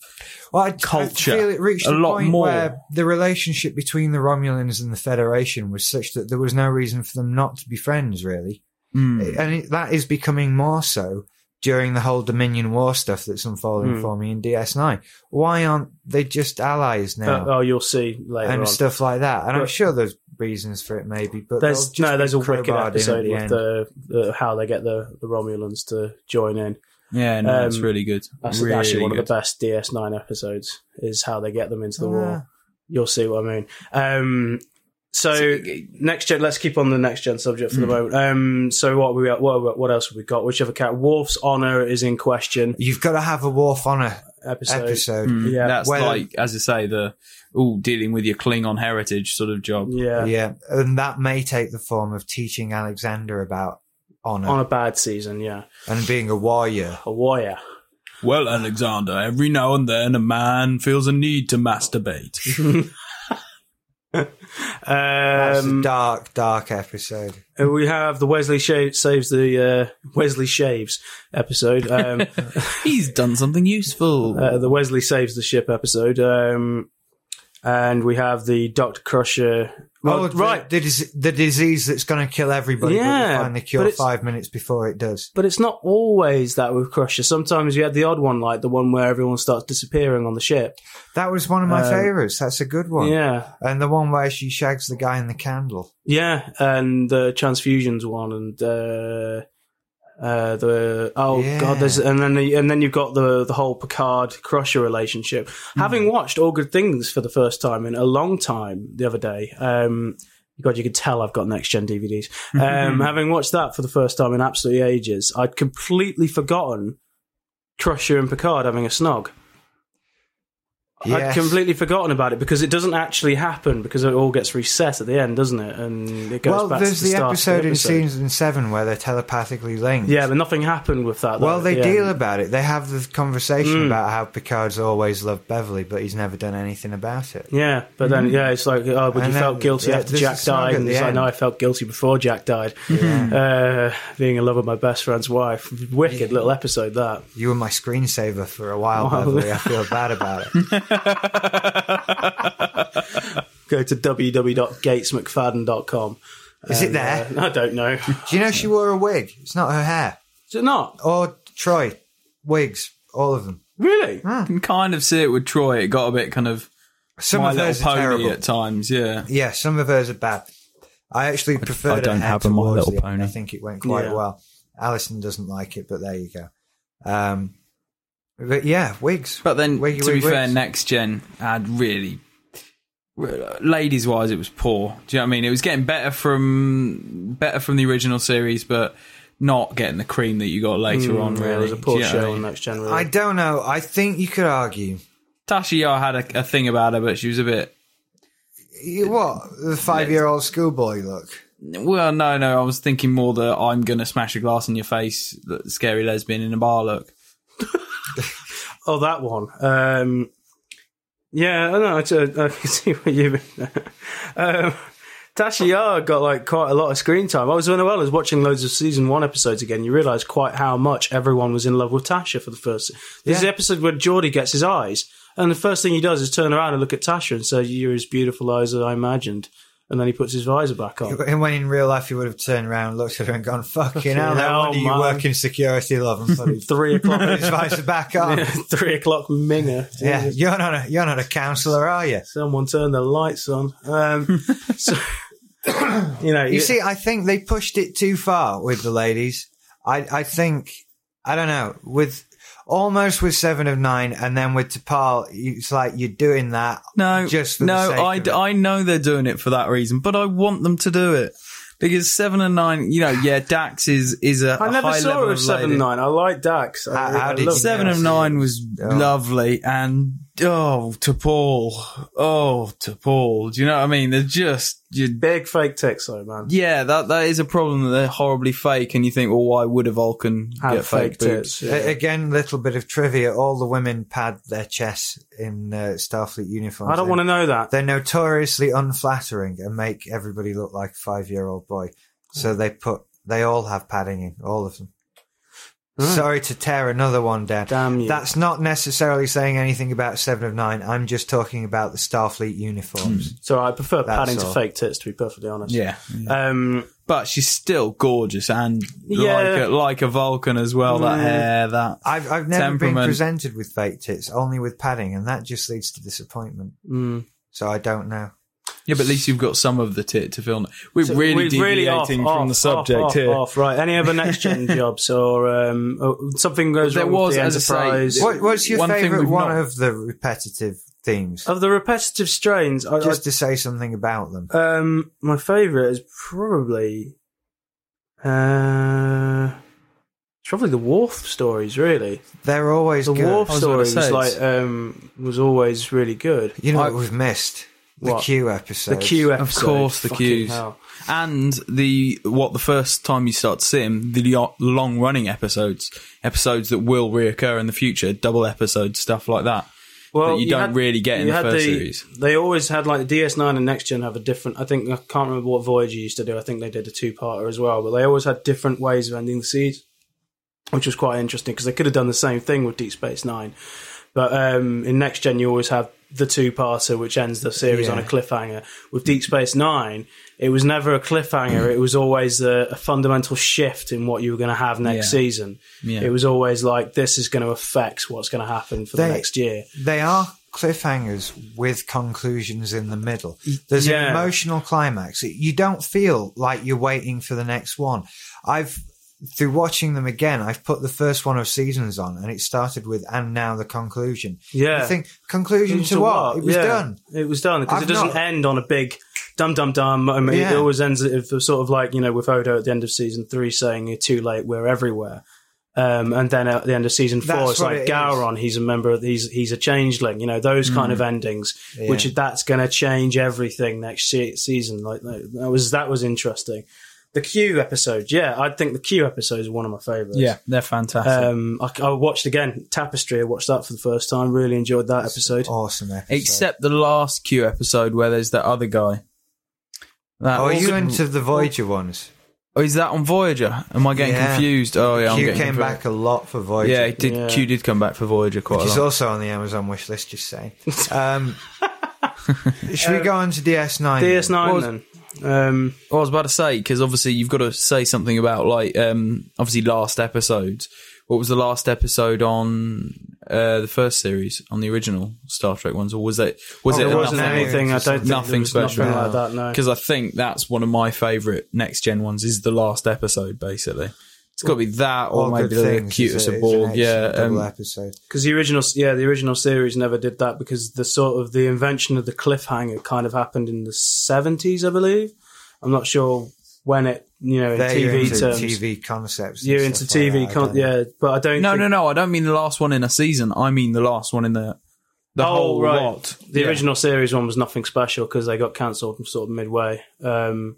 [SPEAKER 5] Well, I,
[SPEAKER 4] culture
[SPEAKER 5] I feel it reached
[SPEAKER 4] a
[SPEAKER 5] the
[SPEAKER 4] lot
[SPEAKER 5] point
[SPEAKER 4] more.
[SPEAKER 5] where the relationship between the Romulans and the Federation was such that there was no reason for them not to be friends, really.
[SPEAKER 4] Hmm.
[SPEAKER 3] Hmm.
[SPEAKER 5] And it, that is becoming more so during the whole Dominion War stuff that's unfolding
[SPEAKER 3] Hmm.
[SPEAKER 5] for me in DS9. Why aren't they just allies now?
[SPEAKER 3] Uh, oh, you'll see later
[SPEAKER 5] and
[SPEAKER 3] on.
[SPEAKER 5] stuff like that. And I'm
[SPEAKER 3] But-
[SPEAKER 5] sure there's reasons for it, maybe. But
[SPEAKER 3] There's
[SPEAKER 5] they'll just
[SPEAKER 3] no,
[SPEAKER 5] be
[SPEAKER 3] there's a wicked
[SPEAKER 5] crowbarred in at
[SPEAKER 3] episode
[SPEAKER 5] the
[SPEAKER 3] with
[SPEAKER 5] end.
[SPEAKER 3] the, the how they get the, the Romulans to join in.
[SPEAKER 4] Yeah, no, that's
[SPEAKER 3] Um,
[SPEAKER 4] really good.
[SPEAKER 3] That's
[SPEAKER 4] really
[SPEAKER 3] actually one
[SPEAKER 4] good.
[SPEAKER 3] of the best DS9 episodes. Is how they get them into the
[SPEAKER 5] Ah.
[SPEAKER 3] war. You'll see what I mean. Um, so, next gen. Let's keep on the next gen subject for the moment. Um, so what we what what else have we got? Whichever cat Wolf's honor is in question.
[SPEAKER 5] You've got to have a Wharf Honor
[SPEAKER 3] Episode. Hmm.
[SPEAKER 5] episode.
[SPEAKER 4] Mm,
[SPEAKER 3] Yeah.
[SPEAKER 4] that's
[SPEAKER 5] Well-
[SPEAKER 4] like, as I say, the all dealing with your Klingon heritage sort of job.
[SPEAKER 3] Yeah.
[SPEAKER 5] Yeah, and that may take the form of teaching Alexander about honor
[SPEAKER 3] On a bad season, yeah.
[SPEAKER 5] and being a warrior.
[SPEAKER 3] A warrior.
[SPEAKER 4] Well, Alexander, every now and then a man feels a need to masturbate.
[SPEAKER 5] That's a
[SPEAKER 3] Um,
[SPEAKER 5] dark, dark episode.
[SPEAKER 3] and we have the Wesley Sha- saves the uh, Wesley shaves episode. Um,
[SPEAKER 4] He's done something useful.
[SPEAKER 3] uh, the Wesley saves the ship episode. Um, and we have the Doctor Crusher. Oh,
[SPEAKER 5] the-
[SPEAKER 3] right,
[SPEAKER 5] the, dis- the disease that's going to kill everybody. but
[SPEAKER 3] Yeah,
[SPEAKER 5] we find the
[SPEAKER 3] but
[SPEAKER 5] cure
[SPEAKER 3] it's-
[SPEAKER 5] five minutes before it does.
[SPEAKER 3] But it's not always that with Crusher. Sometimes you had the odd one, like the one where everyone starts disappearing on the ship.
[SPEAKER 5] That was one of my
[SPEAKER 3] Um,
[SPEAKER 5] favorites. That's a good one.
[SPEAKER 3] Yeah,
[SPEAKER 5] And the one where she shags the guy in the candle.
[SPEAKER 3] yeah, and the transfusions one, and uh, uh, the oh
[SPEAKER 5] Yeah.
[SPEAKER 3] god, there's and then the, and then you've got the the whole Picard Crusher relationship. Having watched All Good Things for the first time in a long time the other day, um, God, you could tell I've got next gen DVDs. Um, having watched that for the first time in absolutely ages, I'd completely forgotten Crusher and Picard having a snog. I'd
[SPEAKER 5] Yes.
[SPEAKER 3] completely forgotten about it because it doesn't actually happen because it all gets reset at the end, doesn't it? And it goes
[SPEAKER 5] well,
[SPEAKER 3] back to the,
[SPEAKER 5] there's the,
[SPEAKER 3] start
[SPEAKER 5] episode,
[SPEAKER 3] of the
[SPEAKER 5] in
[SPEAKER 3] episode.
[SPEAKER 5] season seven where they're telepathically linked.
[SPEAKER 3] yeah, but nothing happened with that. though,
[SPEAKER 5] Well,
[SPEAKER 3] at
[SPEAKER 5] they
[SPEAKER 3] the
[SPEAKER 5] deal
[SPEAKER 3] end.
[SPEAKER 5] about it. They have the conversation
[SPEAKER 3] Mm.
[SPEAKER 5] about how Picard's always loved Beverly, but he's never done anything about it.
[SPEAKER 3] Yeah, but then yeah, it's like oh, but
[SPEAKER 5] Mm. And
[SPEAKER 3] you
[SPEAKER 5] then-
[SPEAKER 3] felt guilty
[SPEAKER 5] yeah,
[SPEAKER 3] after
[SPEAKER 5] there's
[SPEAKER 3] Jack
[SPEAKER 5] the snog
[SPEAKER 3] died,
[SPEAKER 5] at
[SPEAKER 3] and
[SPEAKER 5] the
[SPEAKER 3] it's like
[SPEAKER 5] end.
[SPEAKER 3] no, I felt guilty before Jack died. Uh, being in love with my best friend's wife, wicked little episode that.
[SPEAKER 5] You were my screensaver for a while,
[SPEAKER 3] Wow.
[SPEAKER 5] Beverly. I feel bad about it.
[SPEAKER 3] Go to www.gatesmcfadden.com.
[SPEAKER 5] Is it there?
[SPEAKER 3] Uh, I don't know.
[SPEAKER 5] Do you know she wore a wig? It's not her hair.
[SPEAKER 3] Is it not
[SPEAKER 5] Or Oh, Troy. Wigs. All of them.
[SPEAKER 3] really?
[SPEAKER 5] Hmm.
[SPEAKER 4] I can kind of see it with Troy. It got a bit kind of
[SPEAKER 5] Some
[SPEAKER 4] my
[SPEAKER 5] of
[SPEAKER 4] little
[SPEAKER 5] those are
[SPEAKER 4] pony
[SPEAKER 5] terrible.
[SPEAKER 4] at times. Yeah.
[SPEAKER 5] Yeah, some of hers are bad. I actually prefer
[SPEAKER 4] I don't
[SPEAKER 5] her hair
[SPEAKER 4] have a My
[SPEAKER 5] towards
[SPEAKER 4] Little
[SPEAKER 5] the end. I
[SPEAKER 4] Pony.
[SPEAKER 5] think it went quite
[SPEAKER 3] Yeah.
[SPEAKER 5] well. Alison doesn't like it, but there you go. Um, but yeah, wigs.
[SPEAKER 4] But then,
[SPEAKER 5] Wiggy
[SPEAKER 4] to be
[SPEAKER 5] wig
[SPEAKER 4] fair,
[SPEAKER 5] wigs.
[SPEAKER 4] next gen had really, ladies wise, it was poor. Do you know what I mean? It was getting better from better from the original series, but not getting the cream that you got later on.
[SPEAKER 3] Mm, Yeah,
[SPEAKER 4] Really,
[SPEAKER 3] it was a
[SPEAKER 4] Do
[SPEAKER 3] poor
[SPEAKER 4] you know what I
[SPEAKER 3] show
[SPEAKER 4] mean?
[SPEAKER 3] on Next Gen. Really.
[SPEAKER 5] I don't know. I think you could argue.
[SPEAKER 4] Tasha Yar had a, a thing about her, but she was a bit.
[SPEAKER 5] You- What? The five year old schoolboy look.
[SPEAKER 4] Well, no, no. I was thinking more the "I'm gonna smash a glass in your face," the scary lesbian in a bar look.
[SPEAKER 3] Oh, that one. Um, yeah, I know. I, I can see what you mean. um, Tasha Yar got like quite a lot of screen time. I was when I was watching loads of season one episodes again. You realise quite how much everyone was in love with Tasha for the first. This is the
[SPEAKER 5] Yeah.
[SPEAKER 3] episode where Geordie gets his eyes, and the first thing he does is turn around and look at Tasha and say, "You're as beautiful eyes as I imagined." And then he puts his visor back on.
[SPEAKER 5] And when in real life you would have turned around, looked at her, and gone, "Fucking hell, no
[SPEAKER 3] hell,
[SPEAKER 5] wonder you
[SPEAKER 3] man."
[SPEAKER 5] work in security, love." And bloody
[SPEAKER 3] Three o'clock.
[SPEAKER 5] his visor back on. Yeah.
[SPEAKER 3] three o'clock minger.
[SPEAKER 5] you're not a you're not a counsellor, are you?
[SPEAKER 3] Someone turn the lights on. Um, so, you know,
[SPEAKER 5] You see, I think they pushed it too far with the ladies. I I think I don't know with almost with seven of nine, and then with Tapal, it's like you're doing that.
[SPEAKER 4] No,
[SPEAKER 5] just for The
[SPEAKER 4] no.
[SPEAKER 5] sake
[SPEAKER 4] I,
[SPEAKER 5] of it.
[SPEAKER 4] I know they're doing it for that reason, but I want them to do it because seven and nine. You know, yeah, Dax is is a
[SPEAKER 3] I
[SPEAKER 4] a
[SPEAKER 3] never
[SPEAKER 4] high
[SPEAKER 3] saw
[SPEAKER 4] level
[SPEAKER 3] her
[SPEAKER 4] of
[SPEAKER 3] seven
[SPEAKER 4] lady.
[SPEAKER 3] nine. I like Dax. I,
[SPEAKER 5] How- how
[SPEAKER 3] I
[SPEAKER 5] did
[SPEAKER 3] love
[SPEAKER 5] you
[SPEAKER 4] Seven
[SPEAKER 5] Yes.
[SPEAKER 4] of nine was
[SPEAKER 5] Oh.
[SPEAKER 4] lovely, and oh, to Paul, oh, to Paul. Do you know what I mean? They're just you.
[SPEAKER 3] big fake ticks though, man.
[SPEAKER 4] Yeah, that that is a problem. That they're horribly fake, and you think, well, why would a Vulcan
[SPEAKER 3] Had
[SPEAKER 4] get
[SPEAKER 3] fake
[SPEAKER 4] fake, boobs?
[SPEAKER 3] tits.
[SPEAKER 5] A-
[SPEAKER 3] yeah.
[SPEAKER 5] Again, little bit of trivia: all the women pad their chests in uh, Starfleet uniforms.
[SPEAKER 3] I don't want to know that.
[SPEAKER 5] They're notoriously unflattering and make everybody look like a five year old boy. So they put, they all have padding in, all of them. Sorry to tear another one down.
[SPEAKER 3] Damn you.
[SPEAKER 5] That's not necessarily saying anything about Seven of Nine. I'm just talking about the Starfleet
[SPEAKER 4] Hmm.
[SPEAKER 5] uniforms.
[SPEAKER 3] So I prefer padding to
[SPEAKER 5] all.
[SPEAKER 3] fake tits, to be perfectly honest.
[SPEAKER 4] Yeah.
[SPEAKER 3] Um,
[SPEAKER 4] But she's still gorgeous and
[SPEAKER 3] Yeah. Mm.
[SPEAKER 4] like, a, like a Vulcan as well. That hair, that.
[SPEAKER 5] I've, I've never been
[SPEAKER 4] Temperament.
[SPEAKER 5] presented with fake tits, only with padding, and that just leads to disappointment.
[SPEAKER 3] mm.
[SPEAKER 5] So I don't know.
[SPEAKER 4] yeah, but at least you've got some of the tit to film. We're
[SPEAKER 3] so
[SPEAKER 4] really deviating
[SPEAKER 3] we're really off,
[SPEAKER 4] from
[SPEAKER 3] off,
[SPEAKER 4] the
[SPEAKER 3] off,
[SPEAKER 4] subject
[SPEAKER 3] off,
[SPEAKER 4] here.
[SPEAKER 3] off. right? Any other next gen jobs or um, oh, something goes
[SPEAKER 4] There
[SPEAKER 3] wrong with
[SPEAKER 4] was,
[SPEAKER 3] the
[SPEAKER 4] as I say,
[SPEAKER 3] Enterprise?
[SPEAKER 4] Yeah.
[SPEAKER 5] What, what's your
[SPEAKER 4] One thing
[SPEAKER 5] favourite
[SPEAKER 4] we've
[SPEAKER 5] one
[SPEAKER 4] not- Uh,
[SPEAKER 5] of the repetitive themes?
[SPEAKER 3] Of the repetitive strains, I,
[SPEAKER 5] just to say something about them.
[SPEAKER 3] I, um, my favourite is probably, uh, it's probably the Wharf stories. Really,
[SPEAKER 5] They're always
[SPEAKER 3] the
[SPEAKER 5] good.
[SPEAKER 3] Wharf
[SPEAKER 4] I was about to
[SPEAKER 3] stories
[SPEAKER 4] say, it's-
[SPEAKER 3] like um, was always really good.
[SPEAKER 5] You know
[SPEAKER 4] I-
[SPEAKER 5] what we've missed? The
[SPEAKER 3] What?
[SPEAKER 5] Q episode.
[SPEAKER 3] The Q
[SPEAKER 4] Of
[SPEAKER 3] episode,
[SPEAKER 4] course, the
[SPEAKER 3] fucking
[SPEAKER 4] Qs.
[SPEAKER 3] hell.
[SPEAKER 4] And the what the first time you start to see him, the long running episodes, episodes that will reoccur in the future, double episode stuff like that. that you don't really get in
[SPEAKER 3] you
[SPEAKER 4] the
[SPEAKER 3] had
[SPEAKER 4] first series.
[SPEAKER 3] They always had like DS9 and Next Gen have a different. I think I can't remember what Voyager used to do. I think they did a two-parter as well, but they always had different ways of ending the series, which was quite interesting because they could have done the same thing with Deep Space Nine. But um, in Next Gen, you always have the two-parter which ends the series on a
[SPEAKER 5] Yeah.
[SPEAKER 3] cliffhanger. With Deep Space Nine, it was never a cliffhanger. it was always a, a fundamental shift in what you were going to have next
[SPEAKER 4] Yeah.
[SPEAKER 3] season.
[SPEAKER 4] Yeah.
[SPEAKER 3] It was always like this is going to affect what's going to happen for the
[SPEAKER 5] They-
[SPEAKER 3] next year.
[SPEAKER 5] They are cliffhangers with conclusions in the middle. There's
[SPEAKER 3] yeah.
[SPEAKER 5] an emotional climax. You don't feel like you're waiting for the next one. I've through watching them again, I've put the first one of seasons on, and it started with "and now the conclusion."
[SPEAKER 3] Yeah.
[SPEAKER 5] I think conclusion
[SPEAKER 3] It
[SPEAKER 5] to what? It was
[SPEAKER 3] Yeah.
[SPEAKER 5] done.
[SPEAKER 3] It was done because it
[SPEAKER 5] I've
[SPEAKER 3] doesn't
[SPEAKER 5] not-
[SPEAKER 3] end on a big dum dum dum. I mean, It
[SPEAKER 5] Yeah.
[SPEAKER 3] always ends if sort of like you know with Odo at the end of season three saying you're too late, we're everywhere. Um, and then at the end of season four,
[SPEAKER 5] That's
[SPEAKER 3] it's
[SPEAKER 5] what
[SPEAKER 3] like
[SPEAKER 5] it is.
[SPEAKER 3] Gowron, he's a member of he's he's a changeling. You know those
[SPEAKER 5] Mm.
[SPEAKER 3] kind of endings, which that's going to change everything next se- season. Like that that was that was interesting. The Q episode, yeah, I think the Q episode is one of my favorites.
[SPEAKER 4] Yeah, they're fantastic.
[SPEAKER 3] Um, I, I watched again Tapestry. I watched that for the first time. Really enjoyed that episode.
[SPEAKER 5] Awesome episode.
[SPEAKER 4] Except the last Q episode where there's that other guy. That
[SPEAKER 5] Oh, are you into the Voyager ones?
[SPEAKER 4] Oh, is that on Voyager? Am I getting
[SPEAKER 5] Yeah.
[SPEAKER 4] confused? Oh, yeah, I'm
[SPEAKER 5] Q
[SPEAKER 4] getting
[SPEAKER 5] came
[SPEAKER 4] confused.
[SPEAKER 5] back a lot for Voyager.
[SPEAKER 4] Yeah, it did,
[SPEAKER 3] Yeah.
[SPEAKER 4] Q did come back for Voyager quite
[SPEAKER 5] which
[SPEAKER 4] a
[SPEAKER 5] is
[SPEAKER 4] lot.
[SPEAKER 5] also on the Amazon wish list. Just saying. Um, should we go on to DS9? then?
[SPEAKER 3] DS9
[SPEAKER 4] What
[SPEAKER 3] then. Um,
[SPEAKER 4] Well, I was about to say because obviously you've got to say something about like um, obviously last episodes. What was the last episode on uh, the first series on the original Star Trek ones, or was it was
[SPEAKER 5] Oh,
[SPEAKER 4] it
[SPEAKER 3] there
[SPEAKER 5] Nothing
[SPEAKER 3] wasn't
[SPEAKER 5] really
[SPEAKER 3] anything. I don't think
[SPEAKER 5] interesting.
[SPEAKER 3] there
[SPEAKER 4] Nothing
[SPEAKER 3] was
[SPEAKER 4] special.
[SPEAKER 3] Nothing like that. No.
[SPEAKER 4] Because I think that's one of my favourite next gen ones is the last episode. Basically, it's got to be that or
[SPEAKER 5] All
[SPEAKER 4] maybe
[SPEAKER 5] Oh, Good
[SPEAKER 4] the
[SPEAKER 5] Things
[SPEAKER 4] cutest
[SPEAKER 5] is a-
[SPEAKER 4] of
[SPEAKER 5] is an
[SPEAKER 4] all.
[SPEAKER 5] excellent
[SPEAKER 4] Yeah, um,
[SPEAKER 5] double episode.
[SPEAKER 3] Because the original, yeah, the original series never did that because the sort of the invention of the cliffhanger kind of happened in the seventies, I believe. I'm not sure when it, you know, in
[SPEAKER 5] There you're
[SPEAKER 3] TV
[SPEAKER 5] into
[SPEAKER 3] terms.
[SPEAKER 5] TV concepts. and
[SPEAKER 3] You're into
[SPEAKER 5] stuff like
[SPEAKER 3] TV,
[SPEAKER 5] that,
[SPEAKER 3] con-
[SPEAKER 5] aren't you?
[SPEAKER 3] yeah, but I don't.
[SPEAKER 4] no,
[SPEAKER 3] think-
[SPEAKER 4] no, no. I don't mean the last one in a season. I mean the last one in the the
[SPEAKER 3] oh,
[SPEAKER 4] whole
[SPEAKER 3] right.
[SPEAKER 4] lot.
[SPEAKER 3] The
[SPEAKER 4] Yeah.
[SPEAKER 3] original series one was nothing special because they got cancelled sort of midway. Um,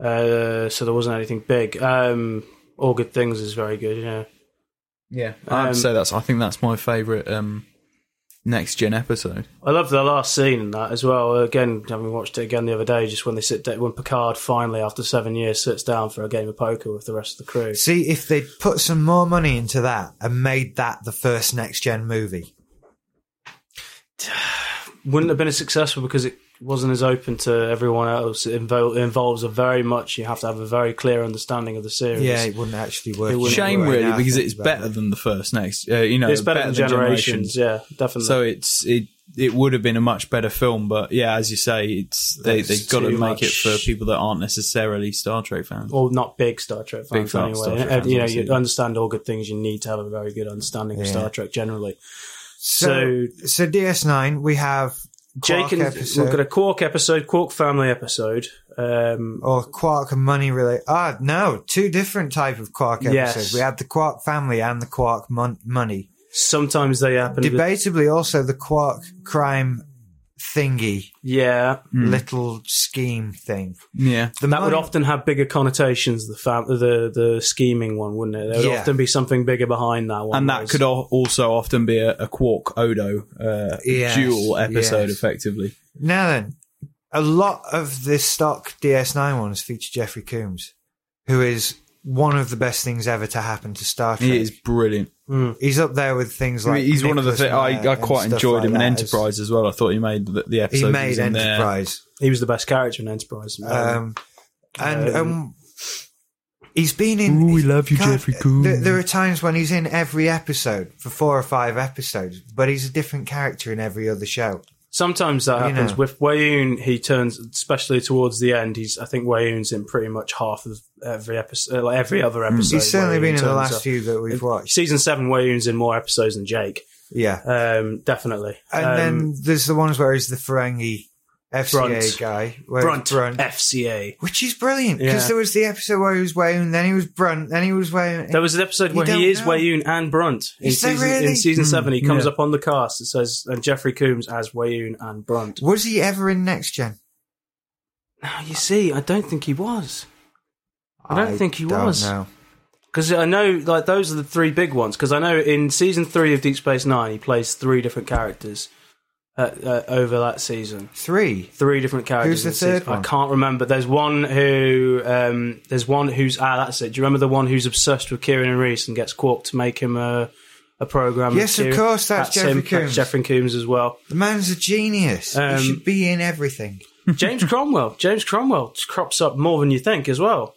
[SPEAKER 3] uh, so there wasn't anything big. Um, All Good Things is very good. Yeah.
[SPEAKER 4] Yeah, I'd
[SPEAKER 3] Um,
[SPEAKER 4] say that's. I think that's my favourite um, next gen episode.
[SPEAKER 3] I love the last scene in that as well. Again, having watched it again the other day, just when they sit down, when Picard finally, after seven years, sits down for a game of poker with the rest of the crew.
[SPEAKER 5] See if they'd put some more money into that and made that the first next gen movie.
[SPEAKER 3] Wouldn't have been as successful because it wasn't as open to everyone else. It, invol- it involves a very much, you have to have a very clear understanding of the series.
[SPEAKER 5] Yeah, it wouldn't actually work.
[SPEAKER 3] It wouldn't
[SPEAKER 4] Shame,
[SPEAKER 5] Right
[SPEAKER 4] really,
[SPEAKER 5] now,
[SPEAKER 4] because
[SPEAKER 5] think
[SPEAKER 4] it's
[SPEAKER 5] about
[SPEAKER 4] better
[SPEAKER 5] it.
[SPEAKER 4] than the first next. Uh, you know,
[SPEAKER 3] It's better, than, generations. Yeah, definitely.
[SPEAKER 4] So it's it it would have been a much better film, but yeah, as you say, it's they
[SPEAKER 3] That's
[SPEAKER 4] they've got to
[SPEAKER 3] too
[SPEAKER 4] make it
[SPEAKER 3] much.
[SPEAKER 4] for people that aren't necessarily Star Trek fans.
[SPEAKER 3] or not big Star Trek
[SPEAKER 4] Big
[SPEAKER 3] fans
[SPEAKER 4] fan-
[SPEAKER 3] anyway.
[SPEAKER 4] Star Trek
[SPEAKER 3] And,
[SPEAKER 4] fans,
[SPEAKER 3] you know,
[SPEAKER 4] obviously.
[SPEAKER 3] you understand all good things. You need to have a very good understanding of
[SPEAKER 5] Yeah.
[SPEAKER 3] Star Trek generally.
[SPEAKER 5] So, so DS9, we have Quark
[SPEAKER 3] Jake and
[SPEAKER 5] episode
[SPEAKER 3] we've got a Quark episode, Quark family episode. Um,
[SPEAKER 5] or Quark and money related. Ah, no, two different type of Quark episodes.
[SPEAKER 3] Yes.
[SPEAKER 5] We had the Quark family and the Quark mon- money.
[SPEAKER 3] sometimes they happen.
[SPEAKER 5] Debatably, also the Quark crime thingy,
[SPEAKER 3] yeah,
[SPEAKER 4] Hmm.
[SPEAKER 5] little scheme thing.
[SPEAKER 4] Yeah,
[SPEAKER 5] The
[SPEAKER 3] That would
[SPEAKER 5] money-
[SPEAKER 3] often have bigger connotations the fam- the the scheming one, wouldn't it? There would
[SPEAKER 5] Yeah.
[SPEAKER 3] often be something bigger behind that one.
[SPEAKER 4] and that
[SPEAKER 3] whereas-
[SPEAKER 4] could al- also often be a, a Quark Odo uh,
[SPEAKER 5] Yes,
[SPEAKER 4] dual episode,
[SPEAKER 5] yes.
[SPEAKER 4] effectively.
[SPEAKER 5] Now then, a lot of the stock DS9 ones feature Jeffrey Coombs, who is one of the best things ever to happen to Star Trek.
[SPEAKER 4] He is brilliant.
[SPEAKER 5] he's up there with things like
[SPEAKER 4] he's one of the
[SPEAKER 5] Nicholas
[SPEAKER 4] things I,
[SPEAKER 5] Meyer
[SPEAKER 4] I
[SPEAKER 5] and
[SPEAKER 4] quite
[SPEAKER 5] stuff
[SPEAKER 4] enjoyed
[SPEAKER 5] like
[SPEAKER 4] him in
[SPEAKER 5] that.
[SPEAKER 4] Enterprise as well. I thought he made the, the
[SPEAKER 5] He
[SPEAKER 4] episode.
[SPEAKER 5] made
[SPEAKER 4] was in there.
[SPEAKER 5] Enterprise.
[SPEAKER 3] He was the best character in Enterprise.
[SPEAKER 5] Um, and um,
[SPEAKER 3] Um,
[SPEAKER 5] he's been in.
[SPEAKER 4] Ooh, we love you,
[SPEAKER 5] God,
[SPEAKER 4] Jeffrey Combs.
[SPEAKER 5] There, there are times when he's in every episode for four or five episodes, but he's a different character in every other show.
[SPEAKER 3] Sometimes that
[SPEAKER 5] You
[SPEAKER 3] happens
[SPEAKER 5] know.
[SPEAKER 3] with Wayoon. He turns, especially towards the end. He's, I think, Wayoon's in pretty much half of every episode, uh, like every other episode.
[SPEAKER 5] he's certainly
[SPEAKER 3] Wayoon
[SPEAKER 5] been in the
[SPEAKER 3] turns
[SPEAKER 5] last
[SPEAKER 3] up.
[SPEAKER 5] few that we've watched.
[SPEAKER 3] Season seven, Wayoon's in more episodes than Jake.
[SPEAKER 5] Yeah,
[SPEAKER 3] Um, definitely.
[SPEAKER 5] and
[SPEAKER 3] Um,
[SPEAKER 5] then there's the ones where he's the Ferengi FCA
[SPEAKER 3] Brunt.
[SPEAKER 5] guy, where it's
[SPEAKER 3] Brunt, FCA.
[SPEAKER 5] which is brilliant because
[SPEAKER 3] Yeah.
[SPEAKER 5] there was the episode where he was Wayoon, then he was Brunt, then he was Wayoon.
[SPEAKER 3] There was an episode
[SPEAKER 5] Eh, You
[SPEAKER 3] where
[SPEAKER 5] don't
[SPEAKER 3] he is
[SPEAKER 5] know.
[SPEAKER 3] Wayoon and Brunt in
[SPEAKER 5] Is there
[SPEAKER 3] season
[SPEAKER 5] really? Hmm,
[SPEAKER 3] in season seven. He comes
[SPEAKER 4] yeah.
[SPEAKER 3] up on the cast. It says and Jeffrey Coombs as Wayoon and Brunt.
[SPEAKER 5] was he ever in Next Gen?
[SPEAKER 3] Now you see, I don't think he was I don't think he was.
[SPEAKER 5] know.
[SPEAKER 3] because I know like those are the three big ones. Because I know in season three of Deep Space Nine, he plays three different characters uh, uh, over that season.
[SPEAKER 5] Three.
[SPEAKER 3] Three different characters.
[SPEAKER 5] Who's the
[SPEAKER 3] in season-
[SPEAKER 5] third one?
[SPEAKER 3] I can't remember. There's one who, um, there's one who's ah, that's it. Do you remember the one who's obsessed with Kieran and Reese and gets Quark to make him a a program?
[SPEAKER 5] Yes, of
[SPEAKER 3] Kieran-
[SPEAKER 5] course, that's Jeffrey Coombs.
[SPEAKER 3] That's Jeffrey Coombs as well.
[SPEAKER 5] The man's a genius.
[SPEAKER 3] Um,
[SPEAKER 5] he should be in everything.
[SPEAKER 3] James Cromwell. James Cromwell crops up more than you think as well.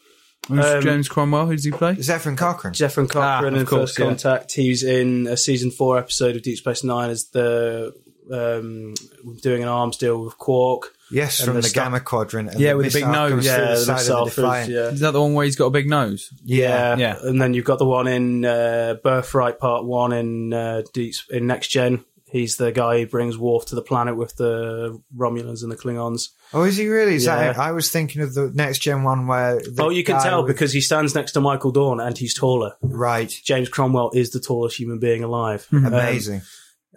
[SPEAKER 4] Who's
[SPEAKER 3] Um,
[SPEAKER 4] James Cromwell? Who does he play?
[SPEAKER 5] Zephyrin Cochrane.
[SPEAKER 3] Jeffrey Cochran
[SPEAKER 4] Ah, of
[SPEAKER 3] in
[SPEAKER 4] course,
[SPEAKER 3] First
[SPEAKER 4] yeah.
[SPEAKER 3] Contact. He's in a season four episode of Deep Space Nine as the um, doing an arms deal with Quark.
[SPEAKER 5] yes,
[SPEAKER 3] and
[SPEAKER 5] from the,
[SPEAKER 3] the stuff-
[SPEAKER 5] Gamma Quadrant. And
[SPEAKER 4] Yeah, with the big
[SPEAKER 5] missile
[SPEAKER 4] nose.
[SPEAKER 5] comes through
[SPEAKER 3] Yeah,
[SPEAKER 5] the
[SPEAKER 3] the
[SPEAKER 5] side of
[SPEAKER 3] missile
[SPEAKER 5] the
[SPEAKER 3] through-
[SPEAKER 5] Defiant.
[SPEAKER 3] yeah.
[SPEAKER 4] Is that the one where he's got a big nose?
[SPEAKER 3] Yeah.
[SPEAKER 4] Yeah.
[SPEAKER 3] And then you've got the one in uh, Birthright Part One in uh, Deep, in Next Gen. He's the guy who brings Worf to the planet with the Romulans and the Klingons.
[SPEAKER 5] Oh, is he really? Is that
[SPEAKER 3] Yeah.
[SPEAKER 5] it? I was thinking of the Next Gen one where. the
[SPEAKER 3] oh, you can
[SPEAKER 5] guy
[SPEAKER 3] tell
[SPEAKER 5] with-
[SPEAKER 3] because he stands next to Michael Dorn and he's taller.
[SPEAKER 5] Right.
[SPEAKER 3] James Cromwell is the tallest human being alive. Um,
[SPEAKER 5] Mm-hmm. Amazing.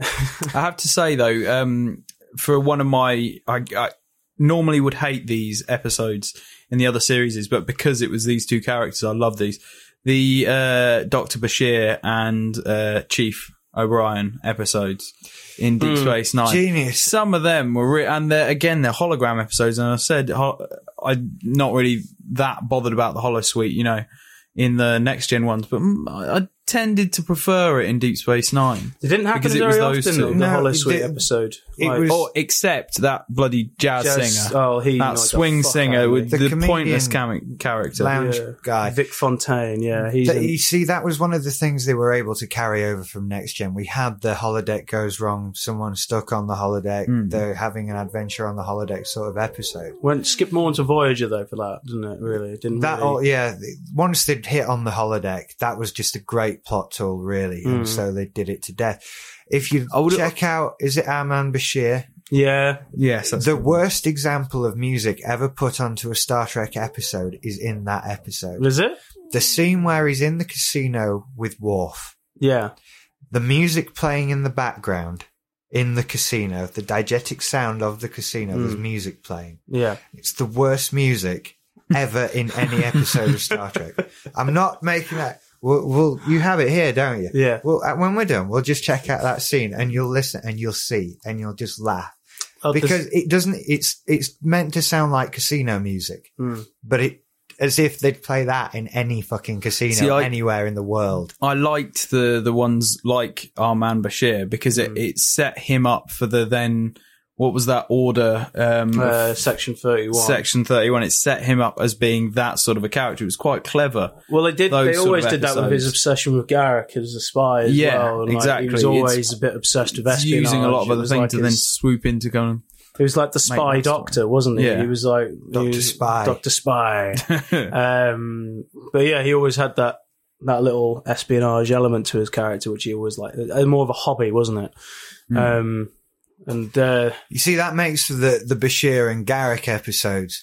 [SPEAKER 4] I have to say though, um, for one of my, I, I normally would hate these episodes in the other series, but because it was these two characters, I love these. The uh, Doctor Bashir and uh, Chief O'Brien episodes in Deep Space Nine.
[SPEAKER 5] Genius.
[SPEAKER 4] Some of them were, re- and they're, again, they're hologram episodes. And I said ho- I'm not really that bothered about the holo suite, you know, in the next gen ones, but mm, I I tended to prefer it in Deep Space Nine.
[SPEAKER 3] It didn't happen
[SPEAKER 4] Because it
[SPEAKER 3] very
[SPEAKER 4] was those
[SPEAKER 3] often.
[SPEAKER 4] two.
[SPEAKER 3] The
[SPEAKER 5] No,
[SPEAKER 3] Hollow
[SPEAKER 5] it
[SPEAKER 3] Suite
[SPEAKER 5] didn't.
[SPEAKER 3] episode.
[SPEAKER 5] It
[SPEAKER 3] Like,
[SPEAKER 5] was-
[SPEAKER 3] oh,
[SPEAKER 4] Oh, except that bloody jazz,
[SPEAKER 3] Jazz-
[SPEAKER 4] singer.
[SPEAKER 3] oh, he
[SPEAKER 4] that
[SPEAKER 3] annoyed the
[SPEAKER 4] swing
[SPEAKER 3] fuck
[SPEAKER 4] singer
[SPEAKER 3] out of
[SPEAKER 4] with
[SPEAKER 5] me.
[SPEAKER 4] the,
[SPEAKER 5] The
[SPEAKER 4] pointless
[SPEAKER 5] comedian
[SPEAKER 4] cam- character.
[SPEAKER 5] Lounge guy.
[SPEAKER 3] Vic Fontaine. Yeah, he's
[SPEAKER 5] That-
[SPEAKER 3] in-
[SPEAKER 5] you see, that was one of the things they were able to carry over from next gen. We had the holodeck goes wrong, someone stuck on the holodeck, they're having an adventure on the holodeck sort of episode.
[SPEAKER 3] went skip more into Voyager though for that, didn't it? Really, it didn't
[SPEAKER 5] That
[SPEAKER 3] really-
[SPEAKER 5] all, yeah. th- Once they'd hit on the holodeck, that was just a great plot tool, really, and so they did it to death. If you
[SPEAKER 4] would-
[SPEAKER 5] check out, is it Arman Bashir?
[SPEAKER 3] yeah,
[SPEAKER 4] Yes, that's
[SPEAKER 5] the worst example of music ever put onto a Star Trek episode is in that episode.
[SPEAKER 3] was it?
[SPEAKER 5] The scene where he's in the casino with Worf.
[SPEAKER 3] Yeah,
[SPEAKER 5] the music playing in the background in the casino, the diegetic sound of the casino, there's
[SPEAKER 4] Hmm.
[SPEAKER 5] music playing.
[SPEAKER 3] yeah.
[SPEAKER 5] It's the worst music ever in any episode of Star Trek. I'm not making that. Well, well, you have it here, don't you?
[SPEAKER 3] Yeah.
[SPEAKER 5] Well, uh, when we're done, we'll just check out that scene and you'll listen and you'll see and you'll just laugh
[SPEAKER 3] Oh, this-
[SPEAKER 5] because it doesn't. It's it's meant to sound like casino music,
[SPEAKER 4] Hmm.
[SPEAKER 3] Mm.
[SPEAKER 5] but it as if they'd play that in any fucking casino
[SPEAKER 4] See, I-
[SPEAKER 5] anywhere in the world.
[SPEAKER 4] I liked the the ones like Arman Bashir because it,
[SPEAKER 3] Mm.
[SPEAKER 4] it set him up for the then what was that order um
[SPEAKER 3] uh, section thirty-one.
[SPEAKER 4] section 31 it set him up as being that sort of a character it was quite clever
[SPEAKER 3] well, they did.
[SPEAKER 4] those
[SPEAKER 3] They
[SPEAKER 4] sort of
[SPEAKER 3] always did that with his
[SPEAKER 4] episodes.
[SPEAKER 3] obsession with Garrick as a spy. As
[SPEAKER 4] Yeah,
[SPEAKER 3] well. and, like, he was
[SPEAKER 4] exactly.
[SPEAKER 3] always
[SPEAKER 4] It's
[SPEAKER 3] a bit obsessed with
[SPEAKER 4] It's
[SPEAKER 3] espionage.
[SPEAKER 4] using a lot of
[SPEAKER 3] It
[SPEAKER 4] other
[SPEAKER 3] was
[SPEAKER 4] things
[SPEAKER 3] like
[SPEAKER 4] to then
[SPEAKER 3] his-
[SPEAKER 4] swoop into going
[SPEAKER 3] He was like the spy
[SPEAKER 4] love story.
[SPEAKER 3] doctor, wasn't he?
[SPEAKER 4] Yeah.
[SPEAKER 3] He was like
[SPEAKER 5] Dr.
[SPEAKER 3] he was
[SPEAKER 5] Spy.
[SPEAKER 3] Doctor Spy. um, but yeah, he always had that that little espionage element to his character, which he always like uh, more of a hobby, wasn't it? Um, and uh,
[SPEAKER 5] You see, that makes for the the Bashir and Garrick episodes.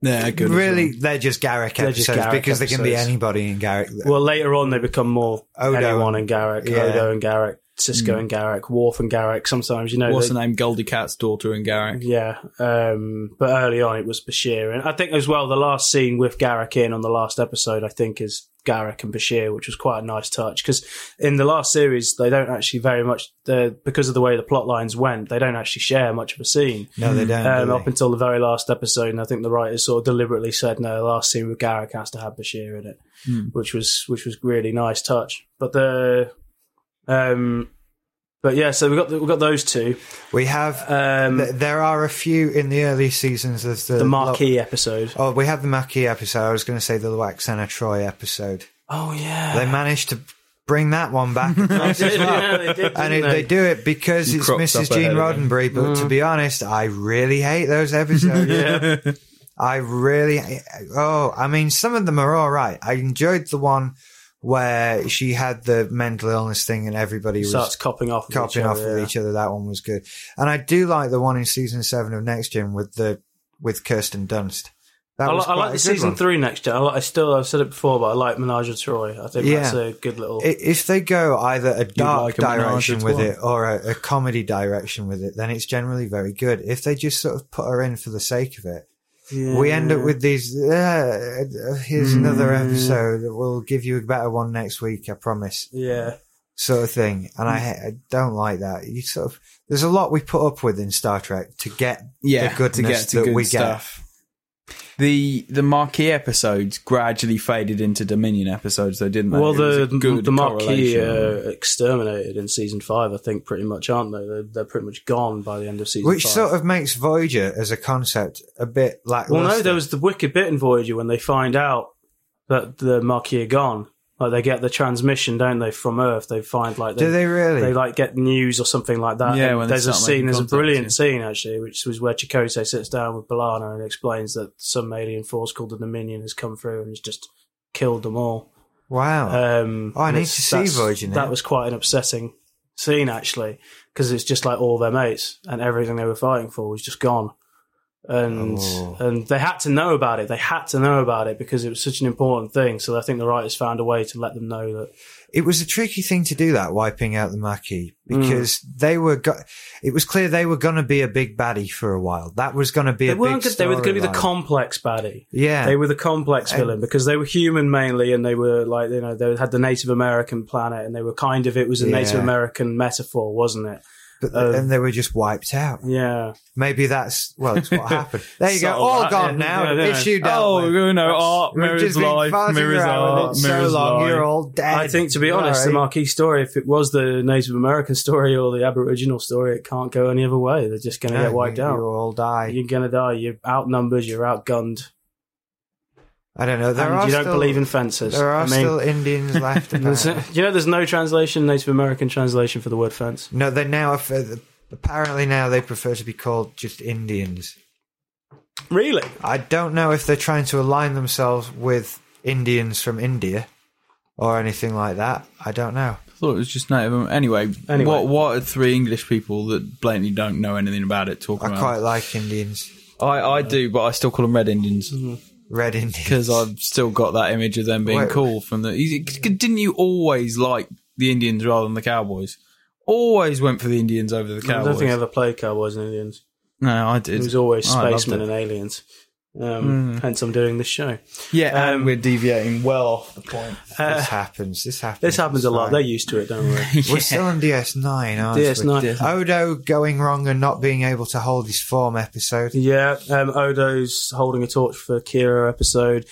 [SPEAKER 4] yeah good as
[SPEAKER 5] really, they're just Garrick
[SPEAKER 3] They're
[SPEAKER 5] episodes
[SPEAKER 3] just Garrick
[SPEAKER 5] because they can be
[SPEAKER 3] episodes.
[SPEAKER 5] anybody in Garrick.
[SPEAKER 3] well, later on they become more
[SPEAKER 5] Odo
[SPEAKER 3] anyone
[SPEAKER 5] and-
[SPEAKER 3] and Garrick,
[SPEAKER 5] yeah.
[SPEAKER 3] Odo and Garrick, Cisco and Garrick, Worf and Garrick. Sometimes you know,
[SPEAKER 4] well. what's
[SPEAKER 3] they-
[SPEAKER 4] the name Goldie Cat's daughter and Garrick
[SPEAKER 3] Yeah, um, but early on it was Bashir, and I think as well the last scene with Garrick in on the last episode, I think is Garak and Bashir, which was quite a nice touch because in the last series they don't actually very much uh, because of the way the plot lines went, they don't actually share much of a scene.
[SPEAKER 5] No, they don't.
[SPEAKER 3] Um,
[SPEAKER 5] do
[SPEAKER 3] up
[SPEAKER 5] they?
[SPEAKER 3] until the very last episode, and I think the writers sort of deliberately said, "No, the last scene with Garak has to have Bashir in it,"
[SPEAKER 5] Hmm.
[SPEAKER 3] which was which was really nice touch. But the, um, but yeah, so we got the, we got those two.
[SPEAKER 5] we have.
[SPEAKER 3] Um,
[SPEAKER 5] th- there are a few in the early seasons of the,
[SPEAKER 3] the marquee episode.
[SPEAKER 5] Oh, we had the marquee episode. I was going to say the Waxana Troy episode.
[SPEAKER 3] Oh yeah,
[SPEAKER 5] They managed to bring that one back. across as well.
[SPEAKER 3] yeah, they did,
[SPEAKER 5] And
[SPEAKER 3] didn't
[SPEAKER 5] it, they do it because
[SPEAKER 4] You
[SPEAKER 5] it's
[SPEAKER 4] cropped up
[SPEAKER 5] Mrs. Gene
[SPEAKER 4] ahead of them.
[SPEAKER 5] Roddenberry. But to be honest, I really hate those episodes. I really. Oh, I mean, some of them are all right. I enjoyed the one where she had the mental illness thing and everybody was
[SPEAKER 3] starts copping off, with
[SPEAKER 5] copying
[SPEAKER 3] each
[SPEAKER 5] off
[SPEAKER 3] other,
[SPEAKER 5] with each other. That one was good, and I do like the one in season seven of Next Gen with the with Kirsten Dunst. That
[SPEAKER 3] I, li-
[SPEAKER 5] was
[SPEAKER 3] I
[SPEAKER 5] quite
[SPEAKER 3] like
[SPEAKER 5] a
[SPEAKER 3] the
[SPEAKER 5] good
[SPEAKER 3] season
[SPEAKER 5] one.
[SPEAKER 3] three next year. I, like, I still, I've said it before, but I like Menage a Troy. I think
[SPEAKER 5] Yeah.
[SPEAKER 3] that's a good little.
[SPEAKER 5] I- If they go either a dark
[SPEAKER 4] like a menage
[SPEAKER 5] direction
[SPEAKER 4] as
[SPEAKER 5] with
[SPEAKER 4] well.
[SPEAKER 5] it or a, a comedy direction with it, then it's generally very good. If they just sort of put her in for the sake of it, we end up with these. Uh, here's
[SPEAKER 4] Hmm.
[SPEAKER 5] another episode. We'll give you a better one next week, I promise,
[SPEAKER 3] yeah,
[SPEAKER 5] sort of thing. And I,
[SPEAKER 4] Hmm.
[SPEAKER 5] I don't like that. You sort of there's a lot we put up with in Star Trek to get
[SPEAKER 4] yeah,
[SPEAKER 5] the goodness
[SPEAKER 4] to get to
[SPEAKER 5] that
[SPEAKER 4] good
[SPEAKER 5] we get.
[SPEAKER 4] stuff. The the marquee episodes gradually faded into Dominion episodes, though, didn't they?
[SPEAKER 3] well,
[SPEAKER 4] It was
[SPEAKER 3] the
[SPEAKER 4] a good
[SPEAKER 3] the marquee
[SPEAKER 4] correlation.
[SPEAKER 3] uh, exterminated in season five. I think pretty much, aren't they? They're, they're pretty much gone by the end of season.
[SPEAKER 5] Which
[SPEAKER 3] five.
[SPEAKER 5] sort of makes Voyager as a concept a bit like.
[SPEAKER 3] Well, no, there was the wicked bit in Voyager when they find out that the Marquis are gone. Like they get the transmission, don't they, from Earth? They find like
[SPEAKER 5] Do they really?
[SPEAKER 3] they like get news or something like that.
[SPEAKER 4] Yeah,
[SPEAKER 3] And
[SPEAKER 4] when they
[SPEAKER 3] there's a
[SPEAKER 4] start
[SPEAKER 3] scene,
[SPEAKER 4] making
[SPEAKER 3] there's a
[SPEAKER 4] contact,
[SPEAKER 3] brilliant
[SPEAKER 4] yeah.
[SPEAKER 3] scene actually, which was where Chakotay sits down with Balana and explains that some alien force called the Dominion has come through and has just killed them all.
[SPEAKER 5] wow.
[SPEAKER 3] Um,
[SPEAKER 5] Oh, I
[SPEAKER 3] and
[SPEAKER 5] need
[SPEAKER 3] it's-
[SPEAKER 5] to see
[SPEAKER 3] that's-
[SPEAKER 5] Voyager now.
[SPEAKER 3] That was quite an upsetting scene actually, because it's just like all their mates and everything they were fighting for was just gone, and
[SPEAKER 5] Oh.
[SPEAKER 3] and they had to know about it. They had to know about it because it was such an important thing. So I think the writers found a way to let them know that.
[SPEAKER 5] it was a tricky thing to do that wiping out the Maquis because they were go- it was clear they were going to be a big baddie for a while that was going to be
[SPEAKER 3] They
[SPEAKER 5] a
[SPEAKER 3] weren't.
[SPEAKER 5] big
[SPEAKER 3] good- They were going to be the
[SPEAKER 5] storyline.
[SPEAKER 3] complex baddie.
[SPEAKER 5] yeah
[SPEAKER 3] They were the complex
[SPEAKER 5] And-
[SPEAKER 3] villain because they were human mainly, and they were like you know they had the Native American planet, and they were kind of it was a Native
[SPEAKER 5] Yeah.
[SPEAKER 3] American metaphor, wasn't it?
[SPEAKER 5] but,
[SPEAKER 3] um,
[SPEAKER 5] and they were just wiped out
[SPEAKER 3] Yeah,
[SPEAKER 5] maybe that's well it's what happened there you go
[SPEAKER 4] Subtle,
[SPEAKER 5] all
[SPEAKER 4] that,
[SPEAKER 5] gone
[SPEAKER 3] yeah.
[SPEAKER 5] now
[SPEAKER 3] Yeah, yeah.
[SPEAKER 5] issue down
[SPEAKER 4] Oh, you know, art mirrors life, mirrors art,
[SPEAKER 5] so
[SPEAKER 4] mirrors
[SPEAKER 5] long
[SPEAKER 4] life.
[SPEAKER 5] you're all dead
[SPEAKER 3] I think to be honest, the
[SPEAKER 5] Sorry.
[SPEAKER 3] marquee story, if it was the Native American story or the Aboriginal story, it can't go any other way. They're just going to
[SPEAKER 5] Yeah,
[SPEAKER 3] get wiped
[SPEAKER 5] you, you
[SPEAKER 3] out.
[SPEAKER 5] all die
[SPEAKER 3] You're going to die. You're outnumbered. You're outgunned.
[SPEAKER 5] I don't know there
[SPEAKER 3] and
[SPEAKER 5] are
[SPEAKER 3] you don't
[SPEAKER 5] still,
[SPEAKER 3] believe in fences.
[SPEAKER 5] there
[SPEAKER 3] I
[SPEAKER 5] are
[SPEAKER 3] mean,
[SPEAKER 5] still Indians left
[SPEAKER 3] there's-
[SPEAKER 5] apparently.
[SPEAKER 3] you know, there's no translation, Native American translation for the word fence.
[SPEAKER 5] no they now uh, apparently now they prefer to be called just Indians
[SPEAKER 3] Really?
[SPEAKER 5] I don't know if they're trying to align themselves with Indians from India or anything like that. I don't know.
[SPEAKER 4] thought it was just native. Am- Anyway,
[SPEAKER 3] Anyway.
[SPEAKER 4] what what are three English people that blatantly don't know anything about it talking
[SPEAKER 5] I
[SPEAKER 4] about?
[SPEAKER 5] quite like Indians,
[SPEAKER 4] I, I do, but I still call them Red Indians
[SPEAKER 3] Mm.
[SPEAKER 5] red Indians.
[SPEAKER 4] because I've still got that image of them being
[SPEAKER 5] Wait.
[SPEAKER 4] cool from the. you- Didn't you always like the Indians rather than the Cowboys? Always went for the Indians over the
[SPEAKER 3] I
[SPEAKER 4] Cowboys.
[SPEAKER 3] don't think I ever played Cowboys and Indians.
[SPEAKER 4] no, I did.
[SPEAKER 3] It was always
[SPEAKER 4] Oh, I loved
[SPEAKER 3] spacemen
[SPEAKER 4] it. Hmm.
[SPEAKER 3] and aliens. Um, Hence, I'm doing this show.
[SPEAKER 4] Yeah,
[SPEAKER 3] Um,
[SPEAKER 4] and we're deviating well off the point.
[SPEAKER 5] this happens. This happens.
[SPEAKER 3] This happens a lot.
[SPEAKER 5] Sorry.
[SPEAKER 3] They're used to it. Don't worry.
[SPEAKER 5] We're still on DS9, aren't
[SPEAKER 3] DS9.
[SPEAKER 5] we? Odo going wrong and not being able to hold his form episode.
[SPEAKER 3] Yeah, um, Odo's holding a torch for Kira episode.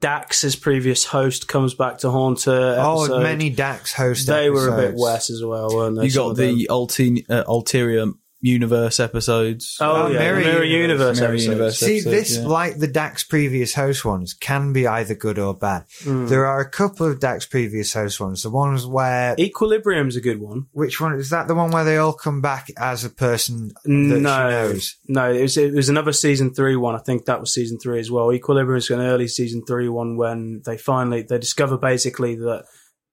[SPEAKER 3] Dax, his previous host, comes back to haunt her.
[SPEAKER 5] Oh,
[SPEAKER 3] episode.
[SPEAKER 5] and many Dax host
[SPEAKER 3] They were a bit
[SPEAKER 5] episodes.
[SPEAKER 3] wet as well, weren't they?
[SPEAKER 4] you
[SPEAKER 3] some
[SPEAKER 4] got
[SPEAKER 3] of um,
[SPEAKER 4] the altern- uh, ulterior universe episodes.
[SPEAKER 3] them? oh,
[SPEAKER 5] Oh,
[SPEAKER 3] yeah,
[SPEAKER 5] Mirror
[SPEAKER 3] Mirror, Mirror Universe.
[SPEAKER 4] Universe. uh, Mirror
[SPEAKER 3] episode.
[SPEAKER 4] Universe.
[SPEAKER 5] See,
[SPEAKER 4] episode,
[SPEAKER 5] this,
[SPEAKER 4] yeah.
[SPEAKER 5] like the Dax previous host ones, can be either good or bad.
[SPEAKER 3] Hmm.
[SPEAKER 5] There are a couple of Dax previous host ones. The ones where
[SPEAKER 3] E- Equilibrium's a good one.
[SPEAKER 5] Which one is that? The one where they all come back as a person that she
[SPEAKER 3] No,
[SPEAKER 5] knows.
[SPEAKER 3] no, it was it was another season three one. I think that was season three as well. Equilibrium's an early season three one when they finally they discover basically that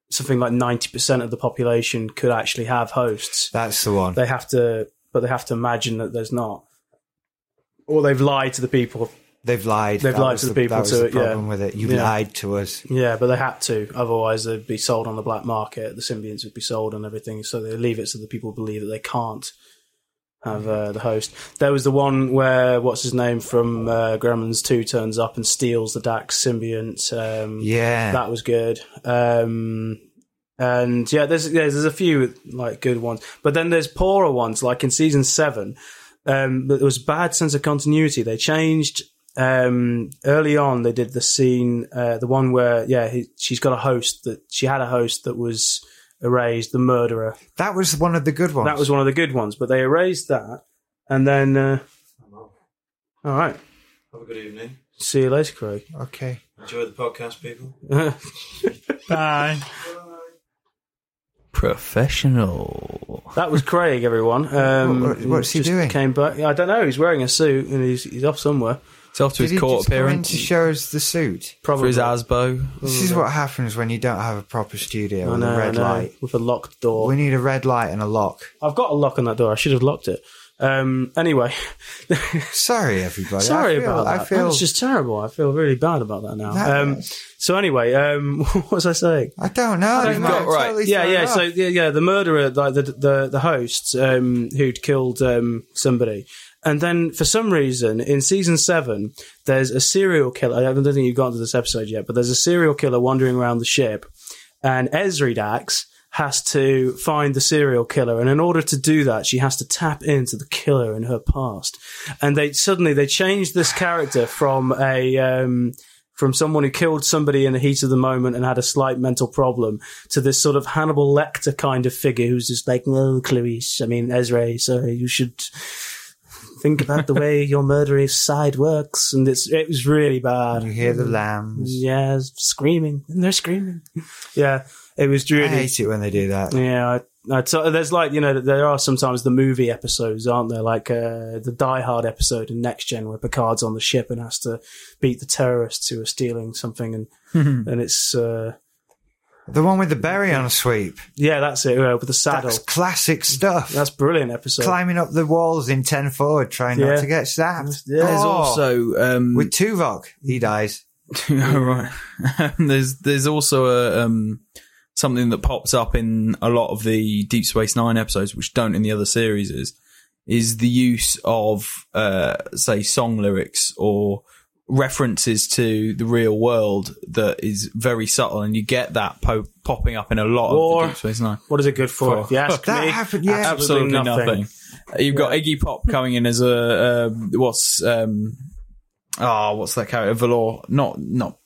[SPEAKER 3] something like ninety percent of the population could actually have hosts.
[SPEAKER 5] That's the one.
[SPEAKER 3] they have to but they have to imagine that there's not or they've lied to the people
[SPEAKER 5] They've lied.
[SPEAKER 3] They've
[SPEAKER 5] That
[SPEAKER 3] lied
[SPEAKER 5] was
[SPEAKER 3] to the people
[SPEAKER 5] That was
[SPEAKER 3] to
[SPEAKER 5] the
[SPEAKER 3] it, yeah.
[SPEAKER 5] problem with it. You
[SPEAKER 3] Yeah.
[SPEAKER 5] lied to us.
[SPEAKER 3] yeah but they had to otherwise they'd be sold on the black market the symbionts would be sold and everything so they leave it so that people believe that they can't have uh, the host. There was the one where what's his name from uh, Gremlins Two turns up and steals the Dax symbiont. Um,
[SPEAKER 5] Yeah.
[SPEAKER 3] that was good. Um, and yeah, there's yeah, there's a few like good ones, but then there's poorer ones. Like in season seven, um, there was bad sense of continuity. They changed um, early on. They did the scene, uh, the one where yeah, he, she's got a host that she had a host that was erased, the murderer.
[SPEAKER 5] That was one of the good ones.
[SPEAKER 3] That was one of the good ones, but they erased that, and then uh, all right,
[SPEAKER 6] Have a good evening.
[SPEAKER 3] see you later, Craig.
[SPEAKER 5] okay.
[SPEAKER 6] Enjoy the podcast, people.
[SPEAKER 4] Bye. Professional.
[SPEAKER 3] That was Craig, everyone. Um,
[SPEAKER 5] What- what's he
[SPEAKER 3] just
[SPEAKER 5] doing?
[SPEAKER 3] Came back. I don't know. He's wearing a suit and he's, he's off somewhere.
[SPEAKER 4] It's off to
[SPEAKER 5] Did he
[SPEAKER 4] his court
[SPEAKER 5] just come in
[SPEAKER 4] appearance
[SPEAKER 5] to show us the suit?
[SPEAKER 3] Probably
[SPEAKER 4] for his Asbo.
[SPEAKER 5] This is what happens when you don't have a proper studio
[SPEAKER 3] Hmm. I
[SPEAKER 5] with
[SPEAKER 3] know,
[SPEAKER 5] a
[SPEAKER 3] I
[SPEAKER 5] red
[SPEAKER 3] know,
[SPEAKER 5] light.
[SPEAKER 3] with a locked door.
[SPEAKER 5] We need a red light and a lock.
[SPEAKER 3] I've got a lock on that door. I should have locked it. Um, anyway,
[SPEAKER 5] Sorry, everybody.
[SPEAKER 3] sorry
[SPEAKER 5] I feel,
[SPEAKER 3] about that.
[SPEAKER 5] I feel
[SPEAKER 3] That's just terrible. I feel really bad about that now.
[SPEAKER 5] That-
[SPEAKER 3] um, so anyway, um, what was I saying?
[SPEAKER 5] I don't know.
[SPEAKER 4] You've
[SPEAKER 5] you might
[SPEAKER 4] got-
[SPEAKER 5] have
[SPEAKER 4] right.
[SPEAKER 5] totally
[SPEAKER 3] yeah,
[SPEAKER 5] thrown
[SPEAKER 3] yeah.
[SPEAKER 5] it
[SPEAKER 3] So
[SPEAKER 5] off.
[SPEAKER 3] yeah, yeah, the murderer, like the the the host um, who'd killed um, somebody, and then for some reason in season seven, there's a serial killer. I don't think you've gotten to this episode yet, but there's a serial killer wandering around the ship, and Ezri Dax has to find the serial killer and in order to do that she has to tap into the killer in her past and they suddenly they changed this character from a um, from someone who killed somebody in the heat of the moment and had a slight mental problem to this sort of Hannibal Lecter kind of figure who's just like, no, Clarice, I mean, Ezra, so you should think about the way your murderous side works. And it's, it was really bad.
[SPEAKER 5] you hear the lambs.
[SPEAKER 3] Yeah, screaming. And Mm. they're screaming. Yeah, it was really.
[SPEAKER 5] I hate it when they do that.
[SPEAKER 3] Yeah, I, I t- there's like you know there are sometimes the movie episodes, aren't there? Like uh, the Die Hard episode in Next Gen where Picard's on the ship and has to beat the terrorists who are stealing something, and
[SPEAKER 5] Mm-hmm.
[SPEAKER 3] and it's uh,
[SPEAKER 5] The one with the berry on sweep.
[SPEAKER 3] yeah, that's it uh, with the saddle.
[SPEAKER 5] That's
[SPEAKER 3] That's,
[SPEAKER 5] classic stuff.
[SPEAKER 3] brilliant episode.
[SPEAKER 5] climbing up the walls in 10 forward, trying
[SPEAKER 3] Yeah.
[SPEAKER 5] not to get stabbed.
[SPEAKER 3] Yeah.
[SPEAKER 4] There's
[SPEAKER 5] Oh.
[SPEAKER 4] also um,
[SPEAKER 5] With Tuvok, he dies.
[SPEAKER 4] Oh, right. there's there's also a um, something that pops up in a lot of the Deep Space Nine episodes, which don't in the other series, is is the use of uh, say song lyrics or references to the real world that is very subtle, and you get that po- popping up in a lot
[SPEAKER 3] Or-
[SPEAKER 4] of the Deep Space Nine.
[SPEAKER 3] What is it good for?
[SPEAKER 4] Fuck.
[SPEAKER 3] If you ask
[SPEAKER 5] That
[SPEAKER 3] me,
[SPEAKER 5] happened- yeah.
[SPEAKER 3] absolutely, nothing.
[SPEAKER 4] Uh, You've got Iggy Pop coming in as a um what's um ah what's that character Valor? Not not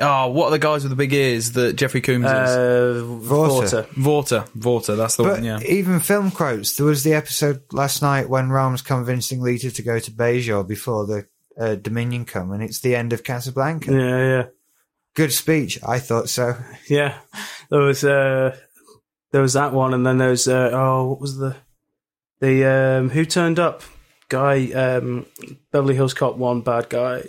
[SPEAKER 4] ah what are the guys with the big ears that Jeffrey Coombs is?
[SPEAKER 3] Uh, Vorta.
[SPEAKER 5] Vorta.
[SPEAKER 4] Vorta, Vorta, that's the
[SPEAKER 5] But
[SPEAKER 4] one. Oh, Yeah,
[SPEAKER 5] even film quotes. There was the episode last night when Ram's convincing Lita to go to Bejor before the uh, Dominion come, and it's the end of Casablanca.
[SPEAKER 3] Yeah, yeah.
[SPEAKER 5] Good speech. I thought so.
[SPEAKER 3] Yeah, there was uh, there was that one, and then there was uh, oh, what was the the um, who turned up guy um, Beverly Hills Cop one bad guy.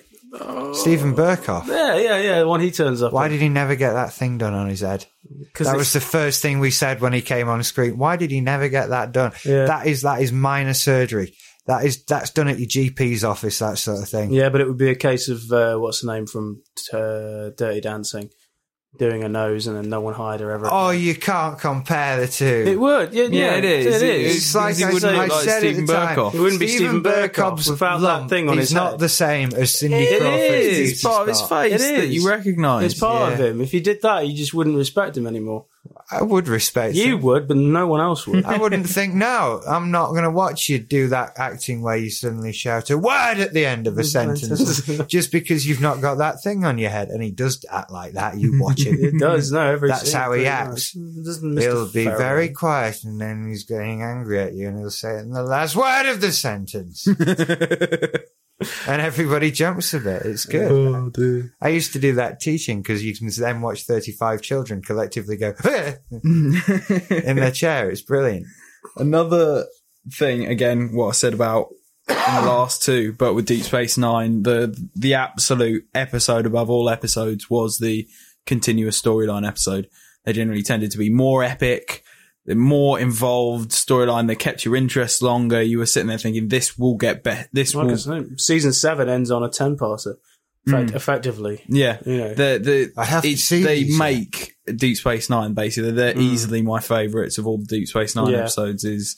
[SPEAKER 5] Stephen Burkoff.
[SPEAKER 3] Yeah, yeah, yeah. The one he turns up.
[SPEAKER 5] Why did he never get that thing done on his head?
[SPEAKER 3] Because
[SPEAKER 5] That was the first thing we said when he came on screen. Why did he never get that done?
[SPEAKER 3] Yeah.
[SPEAKER 5] That is that is minor surgery. That is that's done at your GP's office. That sort of thing.
[SPEAKER 3] yeah, but it would be a case of uh, what's the name from uh, Dirty Dancing doing a nose, and then no one hired her ever.
[SPEAKER 5] Oh, you can't compare the two.
[SPEAKER 3] it would. Yeah, yeah, It is.
[SPEAKER 5] It's like
[SPEAKER 4] He
[SPEAKER 5] I
[SPEAKER 4] wouldn't
[SPEAKER 5] said,
[SPEAKER 4] look
[SPEAKER 5] I
[SPEAKER 4] like
[SPEAKER 5] said at
[SPEAKER 4] Stephen
[SPEAKER 5] the time,
[SPEAKER 4] Burkoff.
[SPEAKER 3] It wouldn't be Stephen Burkoff
[SPEAKER 5] Burkoff's
[SPEAKER 3] without that
[SPEAKER 5] lump
[SPEAKER 3] thing on
[SPEAKER 5] is
[SPEAKER 3] his
[SPEAKER 5] not
[SPEAKER 3] head.
[SPEAKER 5] the same as Cindy
[SPEAKER 3] It
[SPEAKER 5] Crawford's.
[SPEAKER 3] is.
[SPEAKER 5] It's
[SPEAKER 4] It's part of his face
[SPEAKER 3] It
[SPEAKER 4] that
[SPEAKER 3] is.
[SPEAKER 4] you recognise.
[SPEAKER 3] It's part
[SPEAKER 5] yeah.
[SPEAKER 3] of him. If you did that, you just wouldn't respect him anymore.
[SPEAKER 5] I would respect
[SPEAKER 3] You
[SPEAKER 5] him.
[SPEAKER 3] would, but no one else would.
[SPEAKER 5] I wouldn't think, no, I'm not going to watch you do that acting where you suddenly shout a word at the end of a sentence just because you've not got that thing on your head. And he does act like that. You watch
[SPEAKER 3] It
[SPEAKER 5] it.
[SPEAKER 3] does. No, every
[SPEAKER 5] Hmm. That's
[SPEAKER 3] scene,
[SPEAKER 5] how he
[SPEAKER 3] pretty
[SPEAKER 5] acts.
[SPEAKER 3] much. Doesn't Mr.
[SPEAKER 5] He'll be
[SPEAKER 3] Farrelly.
[SPEAKER 5] very quiet and then he's getting angry at you and he'll say it in the last word of the sentence. and everybody jumps a bit. It's good.
[SPEAKER 4] Oh, dude.
[SPEAKER 5] I used to do that teaching because you can then watch 35 children collectively go in their chair. It's brilliant.
[SPEAKER 4] Another thing, again, what I said about in the last two, but with Deep Space Nine, the the absolute episode above all episodes was the continuous storyline episode. They generally tended to be more epic, the more involved storyline. They kept your interest longer. You were sitting there thinking, "This will get better. This
[SPEAKER 3] Like I
[SPEAKER 4] will."
[SPEAKER 3] say, season seven ends on a ten passer,
[SPEAKER 5] Hmm.
[SPEAKER 3] effect- effectively.
[SPEAKER 4] Yeah,
[SPEAKER 3] Yeah.
[SPEAKER 4] the the
[SPEAKER 5] I have to
[SPEAKER 4] it's-
[SPEAKER 5] see
[SPEAKER 4] they
[SPEAKER 5] these, yeah.
[SPEAKER 4] make Deep Space Nine basically. They're easily my favourites of all the Deep Space Nine
[SPEAKER 3] Mm. Yeah.
[SPEAKER 4] episodes. Is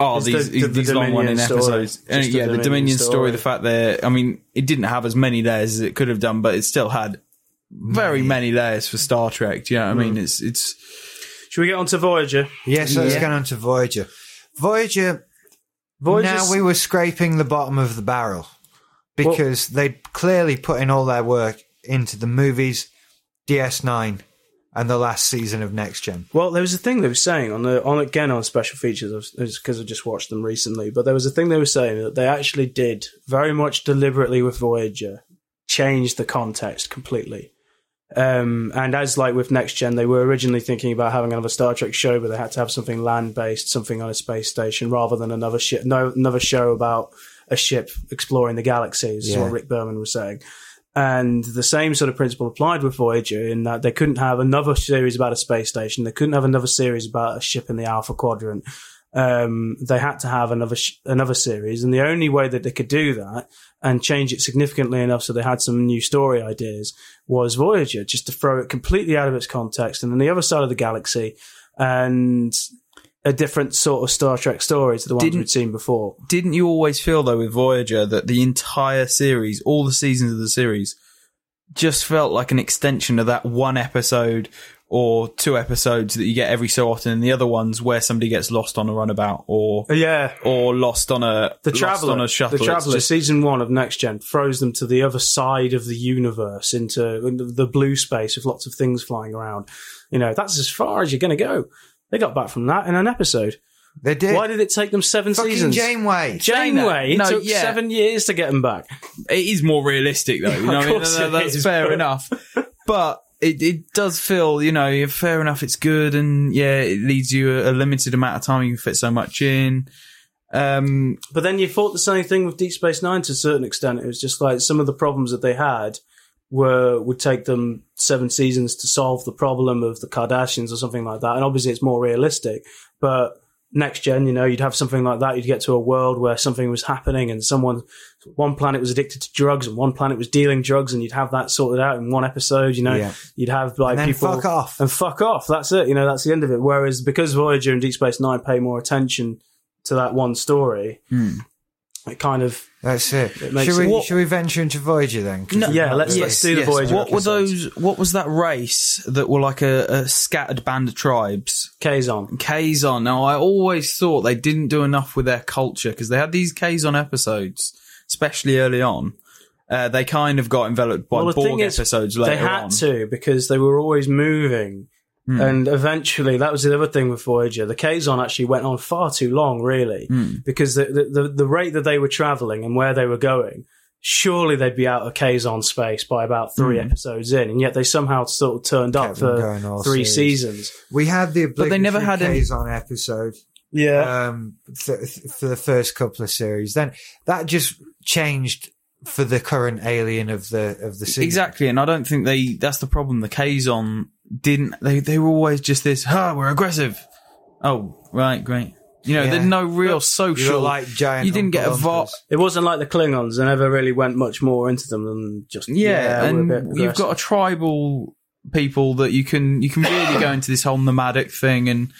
[SPEAKER 4] Oh,
[SPEAKER 3] It's
[SPEAKER 4] these,
[SPEAKER 3] the-
[SPEAKER 4] these,
[SPEAKER 3] the- the
[SPEAKER 4] these long one in
[SPEAKER 3] Dominion story.
[SPEAKER 4] episodes.
[SPEAKER 3] Just the
[SPEAKER 4] yeah, the
[SPEAKER 3] Dominion
[SPEAKER 4] Dominion story,
[SPEAKER 3] story.
[SPEAKER 4] the fact that, I mean, it didn't have as many layers as it could have done, but it still had very many layers for Star Trek. Do you know what I
[SPEAKER 3] Mm.
[SPEAKER 4] mean? It's, it's,
[SPEAKER 3] Should we get on to Voyager?
[SPEAKER 5] Yes, let's
[SPEAKER 4] Yeah.
[SPEAKER 5] get on to Voyager. Voyager.
[SPEAKER 3] Voyager.
[SPEAKER 5] now we were scraping the bottom of the barrel because they'd clearly put in all their work into the movies, DS9, and the last season of Next Gen.
[SPEAKER 3] Well, there was a thing they were saying on the on again on special features because I just watched them recently. But there was a thing they were saying that they actually did very much deliberately with Voyager change the context completely. Um, and as like with Next Gen, they were originally thinking about having another Star Trek show, but they had to have something land based, something on a space station, rather than another ship, no, another show about a ship exploring the galaxies. Is
[SPEAKER 5] Yeah.
[SPEAKER 3] what Rick Berman was saying. And the same sort of principle applied with Voyager in that they couldn't have another series about a space station. They couldn't have another series about a ship in the Alpha Quadrant. Um, they had to have another sh- another series, and the only way that they could do that and change it significantly enough so they had some new story ideas was Voyager, just to throw it completely out of its context and then the other side of the galaxy and a different sort of Star Trek story to the ones
[SPEAKER 4] Didn't-
[SPEAKER 3] we'd seen before.
[SPEAKER 4] didn't you always feel though with Voyager that the entire series, all the seasons of the series, just felt like an extension of that one episode or two episodes that you get every so often, and the other ones where somebody gets lost on a runabout or
[SPEAKER 3] Yeah,
[SPEAKER 4] or lost on a
[SPEAKER 3] The
[SPEAKER 4] lost
[SPEAKER 3] Traveller,
[SPEAKER 4] on a shuttle.
[SPEAKER 3] the
[SPEAKER 4] It's
[SPEAKER 3] Traveller,
[SPEAKER 4] just-
[SPEAKER 3] season one of Next Gen throws them to the other side of the universe, into into the blue space with lots of things flying around. You know, that's as far as you're going to go. They got back from that in an episode.
[SPEAKER 5] They did.
[SPEAKER 3] Why did it take them seven
[SPEAKER 5] Fucking
[SPEAKER 3] seasons?
[SPEAKER 5] Janeway.
[SPEAKER 3] Janeway. It
[SPEAKER 4] No,
[SPEAKER 3] took
[SPEAKER 4] yeah.
[SPEAKER 3] seven years to get them back.
[SPEAKER 4] it is more realistic though. You know, what I mean?
[SPEAKER 3] course it
[SPEAKER 4] that's
[SPEAKER 3] is,
[SPEAKER 4] fair
[SPEAKER 3] but-
[SPEAKER 4] enough. But it, it does feel, you know, fair enough. It's good, and yeah, it leaves you a, a limited amount of time. You can fit so much in. Um,
[SPEAKER 3] But then you thought the same thing with Deep Space Nine to a certain extent. It was just like some of the problems that they had were would take them seven seasons to solve the problem of the Kardashians or something like that. And obviously, it's more realistic. But next gen, you know, you'd have something like that. You'd get to a world where something was happening and someone, one planet was addicted to drugs and one planet was dealing drugs, and you'd have that sorted out in one episode. You know,
[SPEAKER 5] Yeah.
[SPEAKER 3] you'd have like
[SPEAKER 5] And then
[SPEAKER 3] people
[SPEAKER 5] fuck off.
[SPEAKER 3] and fuck off. That's it. You know, that's the end of it. Whereas because Voyager and Deep Space Nine pay more attention to that one story,
[SPEAKER 5] Hmm.
[SPEAKER 3] it kind of
[SPEAKER 5] That's it.
[SPEAKER 3] It makes
[SPEAKER 5] should, we,
[SPEAKER 3] sense.
[SPEAKER 5] should we venture into Voyager then? 'Cause
[SPEAKER 4] No.
[SPEAKER 5] we've
[SPEAKER 3] yeah.
[SPEAKER 5] not
[SPEAKER 3] Let's
[SPEAKER 5] really-
[SPEAKER 3] let's do the Voyager.
[SPEAKER 4] What were
[SPEAKER 3] episodes.
[SPEAKER 4] those? What was that race that were like a, a scattered band of tribes?
[SPEAKER 3] Kazon?
[SPEAKER 4] Kazon. Now I always thought they didn't do enough with their culture because they had these Kazon episodes, especially early on. Uh, they kind of got enveloped by
[SPEAKER 3] Well, the
[SPEAKER 4] Borg
[SPEAKER 3] thing is,
[SPEAKER 4] episodes later
[SPEAKER 3] They had
[SPEAKER 4] on.
[SPEAKER 3] to because they were always moving.
[SPEAKER 5] Hmm.
[SPEAKER 3] And eventually, that was the other thing with Voyager. The Kazon actually went on far too long, really,
[SPEAKER 5] Hmm.
[SPEAKER 3] because the, the, the, the rate that they were traveling and where they were going, surely they'd be out of Kazon space by about three episodes in. And yet they somehow sort of turned up
[SPEAKER 5] Hmm. Kept them going
[SPEAKER 3] for
[SPEAKER 5] all
[SPEAKER 3] three
[SPEAKER 5] series.
[SPEAKER 3] seasons.
[SPEAKER 5] We had the
[SPEAKER 4] But they never had any-
[SPEAKER 5] Kazon episode.
[SPEAKER 3] Yeah.
[SPEAKER 5] um, th- th- for the first couple of series. Then that just changed for the current alien of the of the season.
[SPEAKER 4] Exactly, and I don't think they. That's the problem. The Kazon didn't. They they were always just this. Ah, we're aggressive. Oh, right, great. You know,
[SPEAKER 5] Yeah.
[SPEAKER 4] there's no real
[SPEAKER 5] You
[SPEAKER 4] social.
[SPEAKER 5] were like giant.
[SPEAKER 4] You didn't get a
[SPEAKER 5] Oompa
[SPEAKER 4] va-
[SPEAKER 5] Loompas.
[SPEAKER 3] It wasn't like the Klingons. I never really went much more into them than just
[SPEAKER 4] yeah,
[SPEAKER 3] we're a bit
[SPEAKER 4] and you've
[SPEAKER 3] aggressive.
[SPEAKER 4] got a tribal people that you can you can really go into this whole nomadic thing and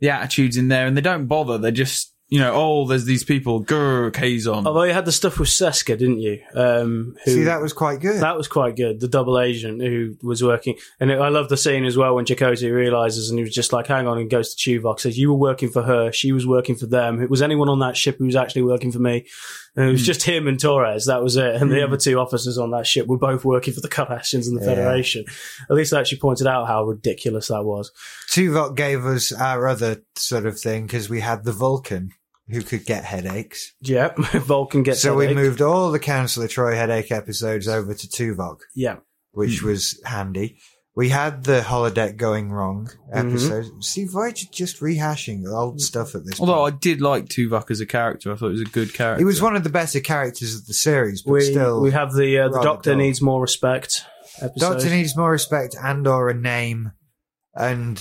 [SPEAKER 4] the attitudes in there, and they don't bother. They're just you know, oh, there's these people, grr, Kazon.
[SPEAKER 3] Although you had the stuff with Seska, didn't you? Um, who,
[SPEAKER 5] See, that was quite good.
[SPEAKER 3] that was quite good. The double agent who was working, and I love the scene as well when Chakotay realizes, and he was just like, "Hang on," and goes to Tuvok, says, "You were working for her. She was working for them. It was anyone on that ship who was actually working for me. And it
[SPEAKER 5] Hmm.
[SPEAKER 3] was just him and Torres. That was it. And the other two officers on that ship were both working for the Kardashians and the
[SPEAKER 5] Yeah.
[SPEAKER 3] Federation. At least they actually pointed out how ridiculous that was.
[SPEAKER 5] Tuvok gave us our other sort of thing because we had the Vulcan who could get headaches.
[SPEAKER 3] Yep, Vulcan gets
[SPEAKER 5] so we
[SPEAKER 3] headache.
[SPEAKER 5] moved all the Council of Troy headache episodes over to Tuvok,
[SPEAKER 3] Yeah,
[SPEAKER 4] Hmm.
[SPEAKER 5] which was handy. We had the holodeck going wrong
[SPEAKER 4] Mm-hmm.
[SPEAKER 5] episode. See, Voyager just rehashing old stuff at this
[SPEAKER 4] Although
[SPEAKER 5] point.
[SPEAKER 4] I did like Tuvok as a character, I thought he was a good character.
[SPEAKER 5] He was one of the better characters of the series, but
[SPEAKER 3] we
[SPEAKER 5] still,
[SPEAKER 3] we have the uh, the
[SPEAKER 5] rather
[SPEAKER 3] Doctor
[SPEAKER 5] dull.
[SPEAKER 3] needs more respect. Episode.
[SPEAKER 5] Doctor needs more respect and or a name, and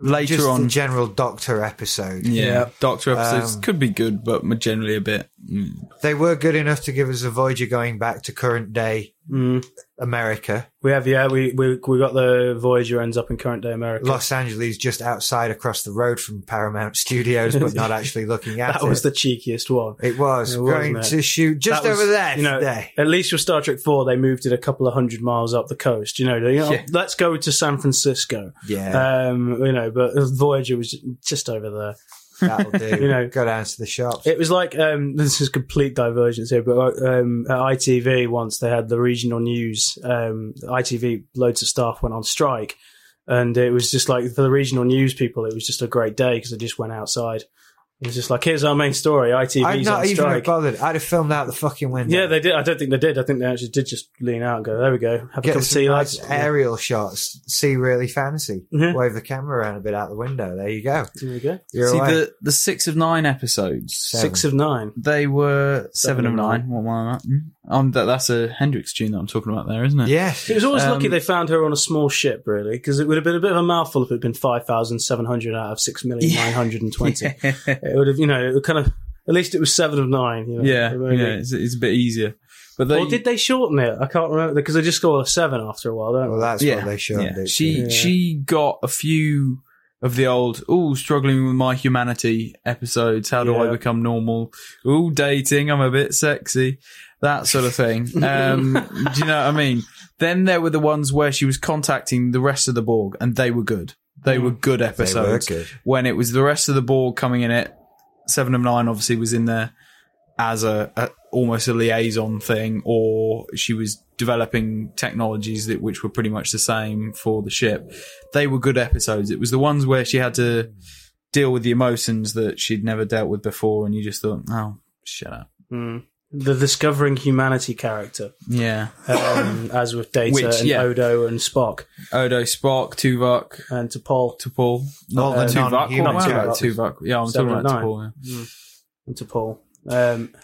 [SPEAKER 4] later
[SPEAKER 5] just the
[SPEAKER 4] on.
[SPEAKER 5] general Doctor episode.
[SPEAKER 4] yeah, Doctor episodes
[SPEAKER 5] Um,
[SPEAKER 4] could be good, but generally a bit mm.
[SPEAKER 5] They were good enough to give us a Voyager going back to current day
[SPEAKER 3] Mm.
[SPEAKER 5] America.
[SPEAKER 3] We have, yeah, we, we we got the Voyager ends up in current day America.
[SPEAKER 5] Los Angeles, just outside across the road from Paramount Studios, but not actually looking at
[SPEAKER 3] that
[SPEAKER 5] it.
[SPEAKER 3] was the cheekiest one.
[SPEAKER 5] it was
[SPEAKER 3] It was,
[SPEAKER 5] going
[SPEAKER 3] mate.
[SPEAKER 5] to shoot just
[SPEAKER 3] That was-
[SPEAKER 5] over there
[SPEAKER 3] you know,
[SPEAKER 5] today.
[SPEAKER 3] At least with Star Trek Four, they moved it a couple of hundred miles up the coast. You know, they, oh,
[SPEAKER 4] Yeah.
[SPEAKER 3] let's go to San Francisco.
[SPEAKER 5] Yeah,
[SPEAKER 3] Um, you know, but Voyager was just over there.
[SPEAKER 5] that'll do.
[SPEAKER 3] you know.
[SPEAKER 5] go down to the shops.
[SPEAKER 3] It was like um, this is complete divergence here, but um, at ITV once they had the regional news. Um, ITV loads of staff went on strike, and it was just like for the regional news people, it was just a great day because they just went outside. It was just like here's our main story.
[SPEAKER 5] I'd
[SPEAKER 3] ITV's
[SPEAKER 5] not
[SPEAKER 3] on
[SPEAKER 5] even have
[SPEAKER 3] strike.
[SPEAKER 5] bothered. I'd have filmed out the fucking window.
[SPEAKER 3] Yeah, they did. I don't think they did. I think they actually did just lean out and go, "There we go, have a
[SPEAKER 5] get
[SPEAKER 3] cup of
[SPEAKER 5] some
[SPEAKER 3] tea,
[SPEAKER 5] nice
[SPEAKER 3] lads."
[SPEAKER 5] aerial shots. See really fancy.
[SPEAKER 3] Yeah.
[SPEAKER 5] Wave the camera around a bit out the window. There you go.
[SPEAKER 3] There we go.
[SPEAKER 5] You're
[SPEAKER 4] See
[SPEAKER 5] away.
[SPEAKER 4] the the six of nine episodes.
[SPEAKER 5] Seven.
[SPEAKER 3] Six of nine.
[SPEAKER 4] They were seven,
[SPEAKER 3] Seven
[SPEAKER 4] of
[SPEAKER 3] of
[SPEAKER 4] nine. What am I on that? Hmm? Um, that? That's a Hendrix tune that I'm talking about there, isn't it?
[SPEAKER 5] yes.
[SPEAKER 3] It was always lucky
[SPEAKER 4] Um,
[SPEAKER 3] they found her on a small ship, really, because it would have been a bit of a mouthful if it had been five thousand seven hundred out of six million nine hundred and twenty.
[SPEAKER 4] yeah,
[SPEAKER 3] It would have, you know, it would kind of. At least it was seven of nine. You know,
[SPEAKER 4] yeah.
[SPEAKER 3] Maybe.
[SPEAKER 4] It's, it's a bit easier. But they,
[SPEAKER 3] or did they shorten it? I can't remember because they just scored a seven after a while, don't
[SPEAKER 5] Well,
[SPEAKER 3] they?
[SPEAKER 5] that's
[SPEAKER 4] yeah,
[SPEAKER 5] what they showed.
[SPEAKER 4] yeah.
[SPEAKER 5] it.
[SPEAKER 4] She
[SPEAKER 3] Yeah.
[SPEAKER 4] she got a few of the old "oh, struggling with my humanity" episodes. How do I
[SPEAKER 3] Yeah.
[SPEAKER 4] become normal? Ooh, dating. I'm a bit sexy. That sort of thing. Um, do you know what I mean? Then there were the ones where she was contacting the rest of the Borg, and they were good. They were good
[SPEAKER 5] they were
[SPEAKER 4] episodes.
[SPEAKER 5] good.
[SPEAKER 4] When it was the rest of the Borg coming in it, Seven of Nine obviously was in there as a, a almost a liaison thing, or she was developing technologies that which were pretty much the same for the ship. They were good episodes. It was the ones where she had to deal with the emotions that she'd never dealt with before, and you just thought, oh, shut up.
[SPEAKER 3] Mm. The discovering humanity character,
[SPEAKER 4] Yeah,
[SPEAKER 3] um, as with Data
[SPEAKER 4] Which,
[SPEAKER 3] and
[SPEAKER 4] yeah.
[SPEAKER 3] Odo and Spock
[SPEAKER 4] Odo, Spock, Tuvok,
[SPEAKER 3] and T'Pol
[SPEAKER 4] T'Pol, Uh,
[SPEAKER 5] All the
[SPEAKER 4] Tuvok. What am I
[SPEAKER 5] non-human
[SPEAKER 4] talking about?
[SPEAKER 5] characters.
[SPEAKER 4] Tuvok. Yeah, I'm
[SPEAKER 3] Seven
[SPEAKER 4] talking
[SPEAKER 3] of
[SPEAKER 4] about
[SPEAKER 3] nine.
[SPEAKER 4] T'Pol. yeah.
[SPEAKER 3] and T'Pol. Um,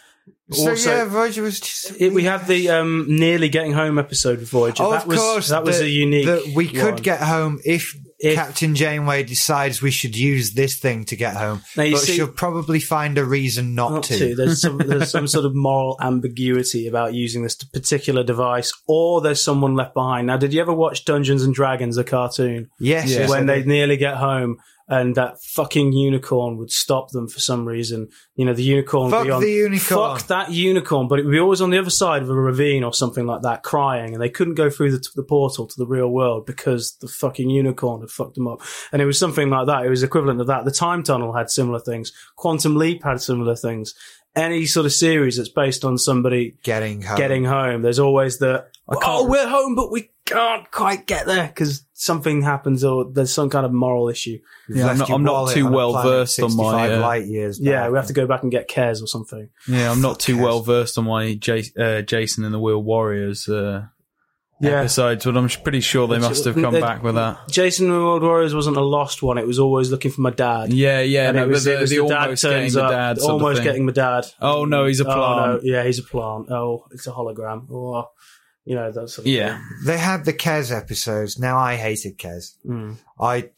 [SPEAKER 5] So
[SPEAKER 3] also-
[SPEAKER 5] yeah, Voyager was just.
[SPEAKER 3] It, we have the um, nearly getting home episode of Voyager.
[SPEAKER 5] Oh,
[SPEAKER 3] that
[SPEAKER 5] of
[SPEAKER 3] was,
[SPEAKER 5] course,
[SPEAKER 3] that was
[SPEAKER 5] the-
[SPEAKER 3] a unique.
[SPEAKER 5] the- we could
[SPEAKER 3] one.
[SPEAKER 5] get home if,
[SPEAKER 3] If-
[SPEAKER 5] Captain Janeway decides we should use this thing to get home,
[SPEAKER 3] Now, you
[SPEAKER 5] but
[SPEAKER 3] see-
[SPEAKER 5] she'll probably find a reason not,
[SPEAKER 3] not
[SPEAKER 5] to.
[SPEAKER 3] to. There's some there's some sort of moral ambiguity about using this particular device, or there's someone left behind. Now, did you ever watch Dungeons and Dragons, the cartoon,
[SPEAKER 5] Yes, yes,
[SPEAKER 3] when
[SPEAKER 5] I
[SPEAKER 3] they
[SPEAKER 5] did.
[SPEAKER 3] nearly get home? And that fucking unicorn would stop them for some reason. You know, the unicorn.
[SPEAKER 5] Fuck
[SPEAKER 3] would be on,
[SPEAKER 5] the unicorn.
[SPEAKER 3] Fuck that unicorn. But it would be always on the other side of a ravine or something like that, crying. And they couldn't go through the, the portal to the real world because the fucking unicorn had fucked them up. And it was something like that. It was equivalent to that. The time tunnel had similar things. Quantum Leap had similar things. Any sort of series that's based on somebody
[SPEAKER 5] getting home.
[SPEAKER 3] getting home, there's always the
[SPEAKER 4] can't-
[SPEAKER 3] oh, we're home, but we can't quite get there because something happens or there's some kind of moral issue.
[SPEAKER 5] You've
[SPEAKER 4] Yeah, I'm
[SPEAKER 5] left
[SPEAKER 4] not-
[SPEAKER 5] your
[SPEAKER 4] I'm not
[SPEAKER 5] wallet
[SPEAKER 4] too
[SPEAKER 5] on a
[SPEAKER 4] well
[SPEAKER 5] planet
[SPEAKER 4] versed on my,
[SPEAKER 5] 65
[SPEAKER 4] uh,
[SPEAKER 5] light years.
[SPEAKER 3] Yeah,
[SPEAKER 5] back.
[SPEAKER 3] we have to go back and get cares or something.
[SPEAKER 4] Yeah, I'm not too
[SPEAKER 5] Fuckheads.
[SPEAKER 4] well versed on my J- uh, Jason and the Wheel Warriors uh,
[SPEAKER 3] Yeah.
[SPEAKER 4] episodes, but I'm pretty sure they must have come
[SPEAKER 3] They-
[SPEAKER 4] back with that.
[SPEAKER 3] Jason and the World Warriors wasn't a lost one. It was always looking for my dad.
[SPEAKER 4] Yeah, yeah,
[SPEAKER 3] and
[SPEAKER 4] no,
[SPEAKER 3] it was,
[SPEAKER 4] but the,
[SPEAKER 3] it was
[SPEAKER 4] the
[SPEAKER 3] the, dad
[SPEAKER 4] almost getting
[SPEAKER 3] turns
[SPEAKER 4] the
[SPEAKER 3] up,
[SPEAKER 4] dad, sort of
[SPEAKER 3] almost
[SPEAKER 4] thing.
[SPEAKER 3] getting the dad.
[SPEAKER 4] Oh, no, he's a
[SPEAKER 3] Oh, no,
[SPEAKER 4] plant.
[SPEAKER 3] yeah, he's a plant. Oh, it's a hologram, or you know that sort of
[SPEAKER 4] Yeah,
[SPEAKER 5] They had the Kez episodes. Now I hated Kez.
[SPEAKER 3] Thing. Mm.
[SPEAKER 5] I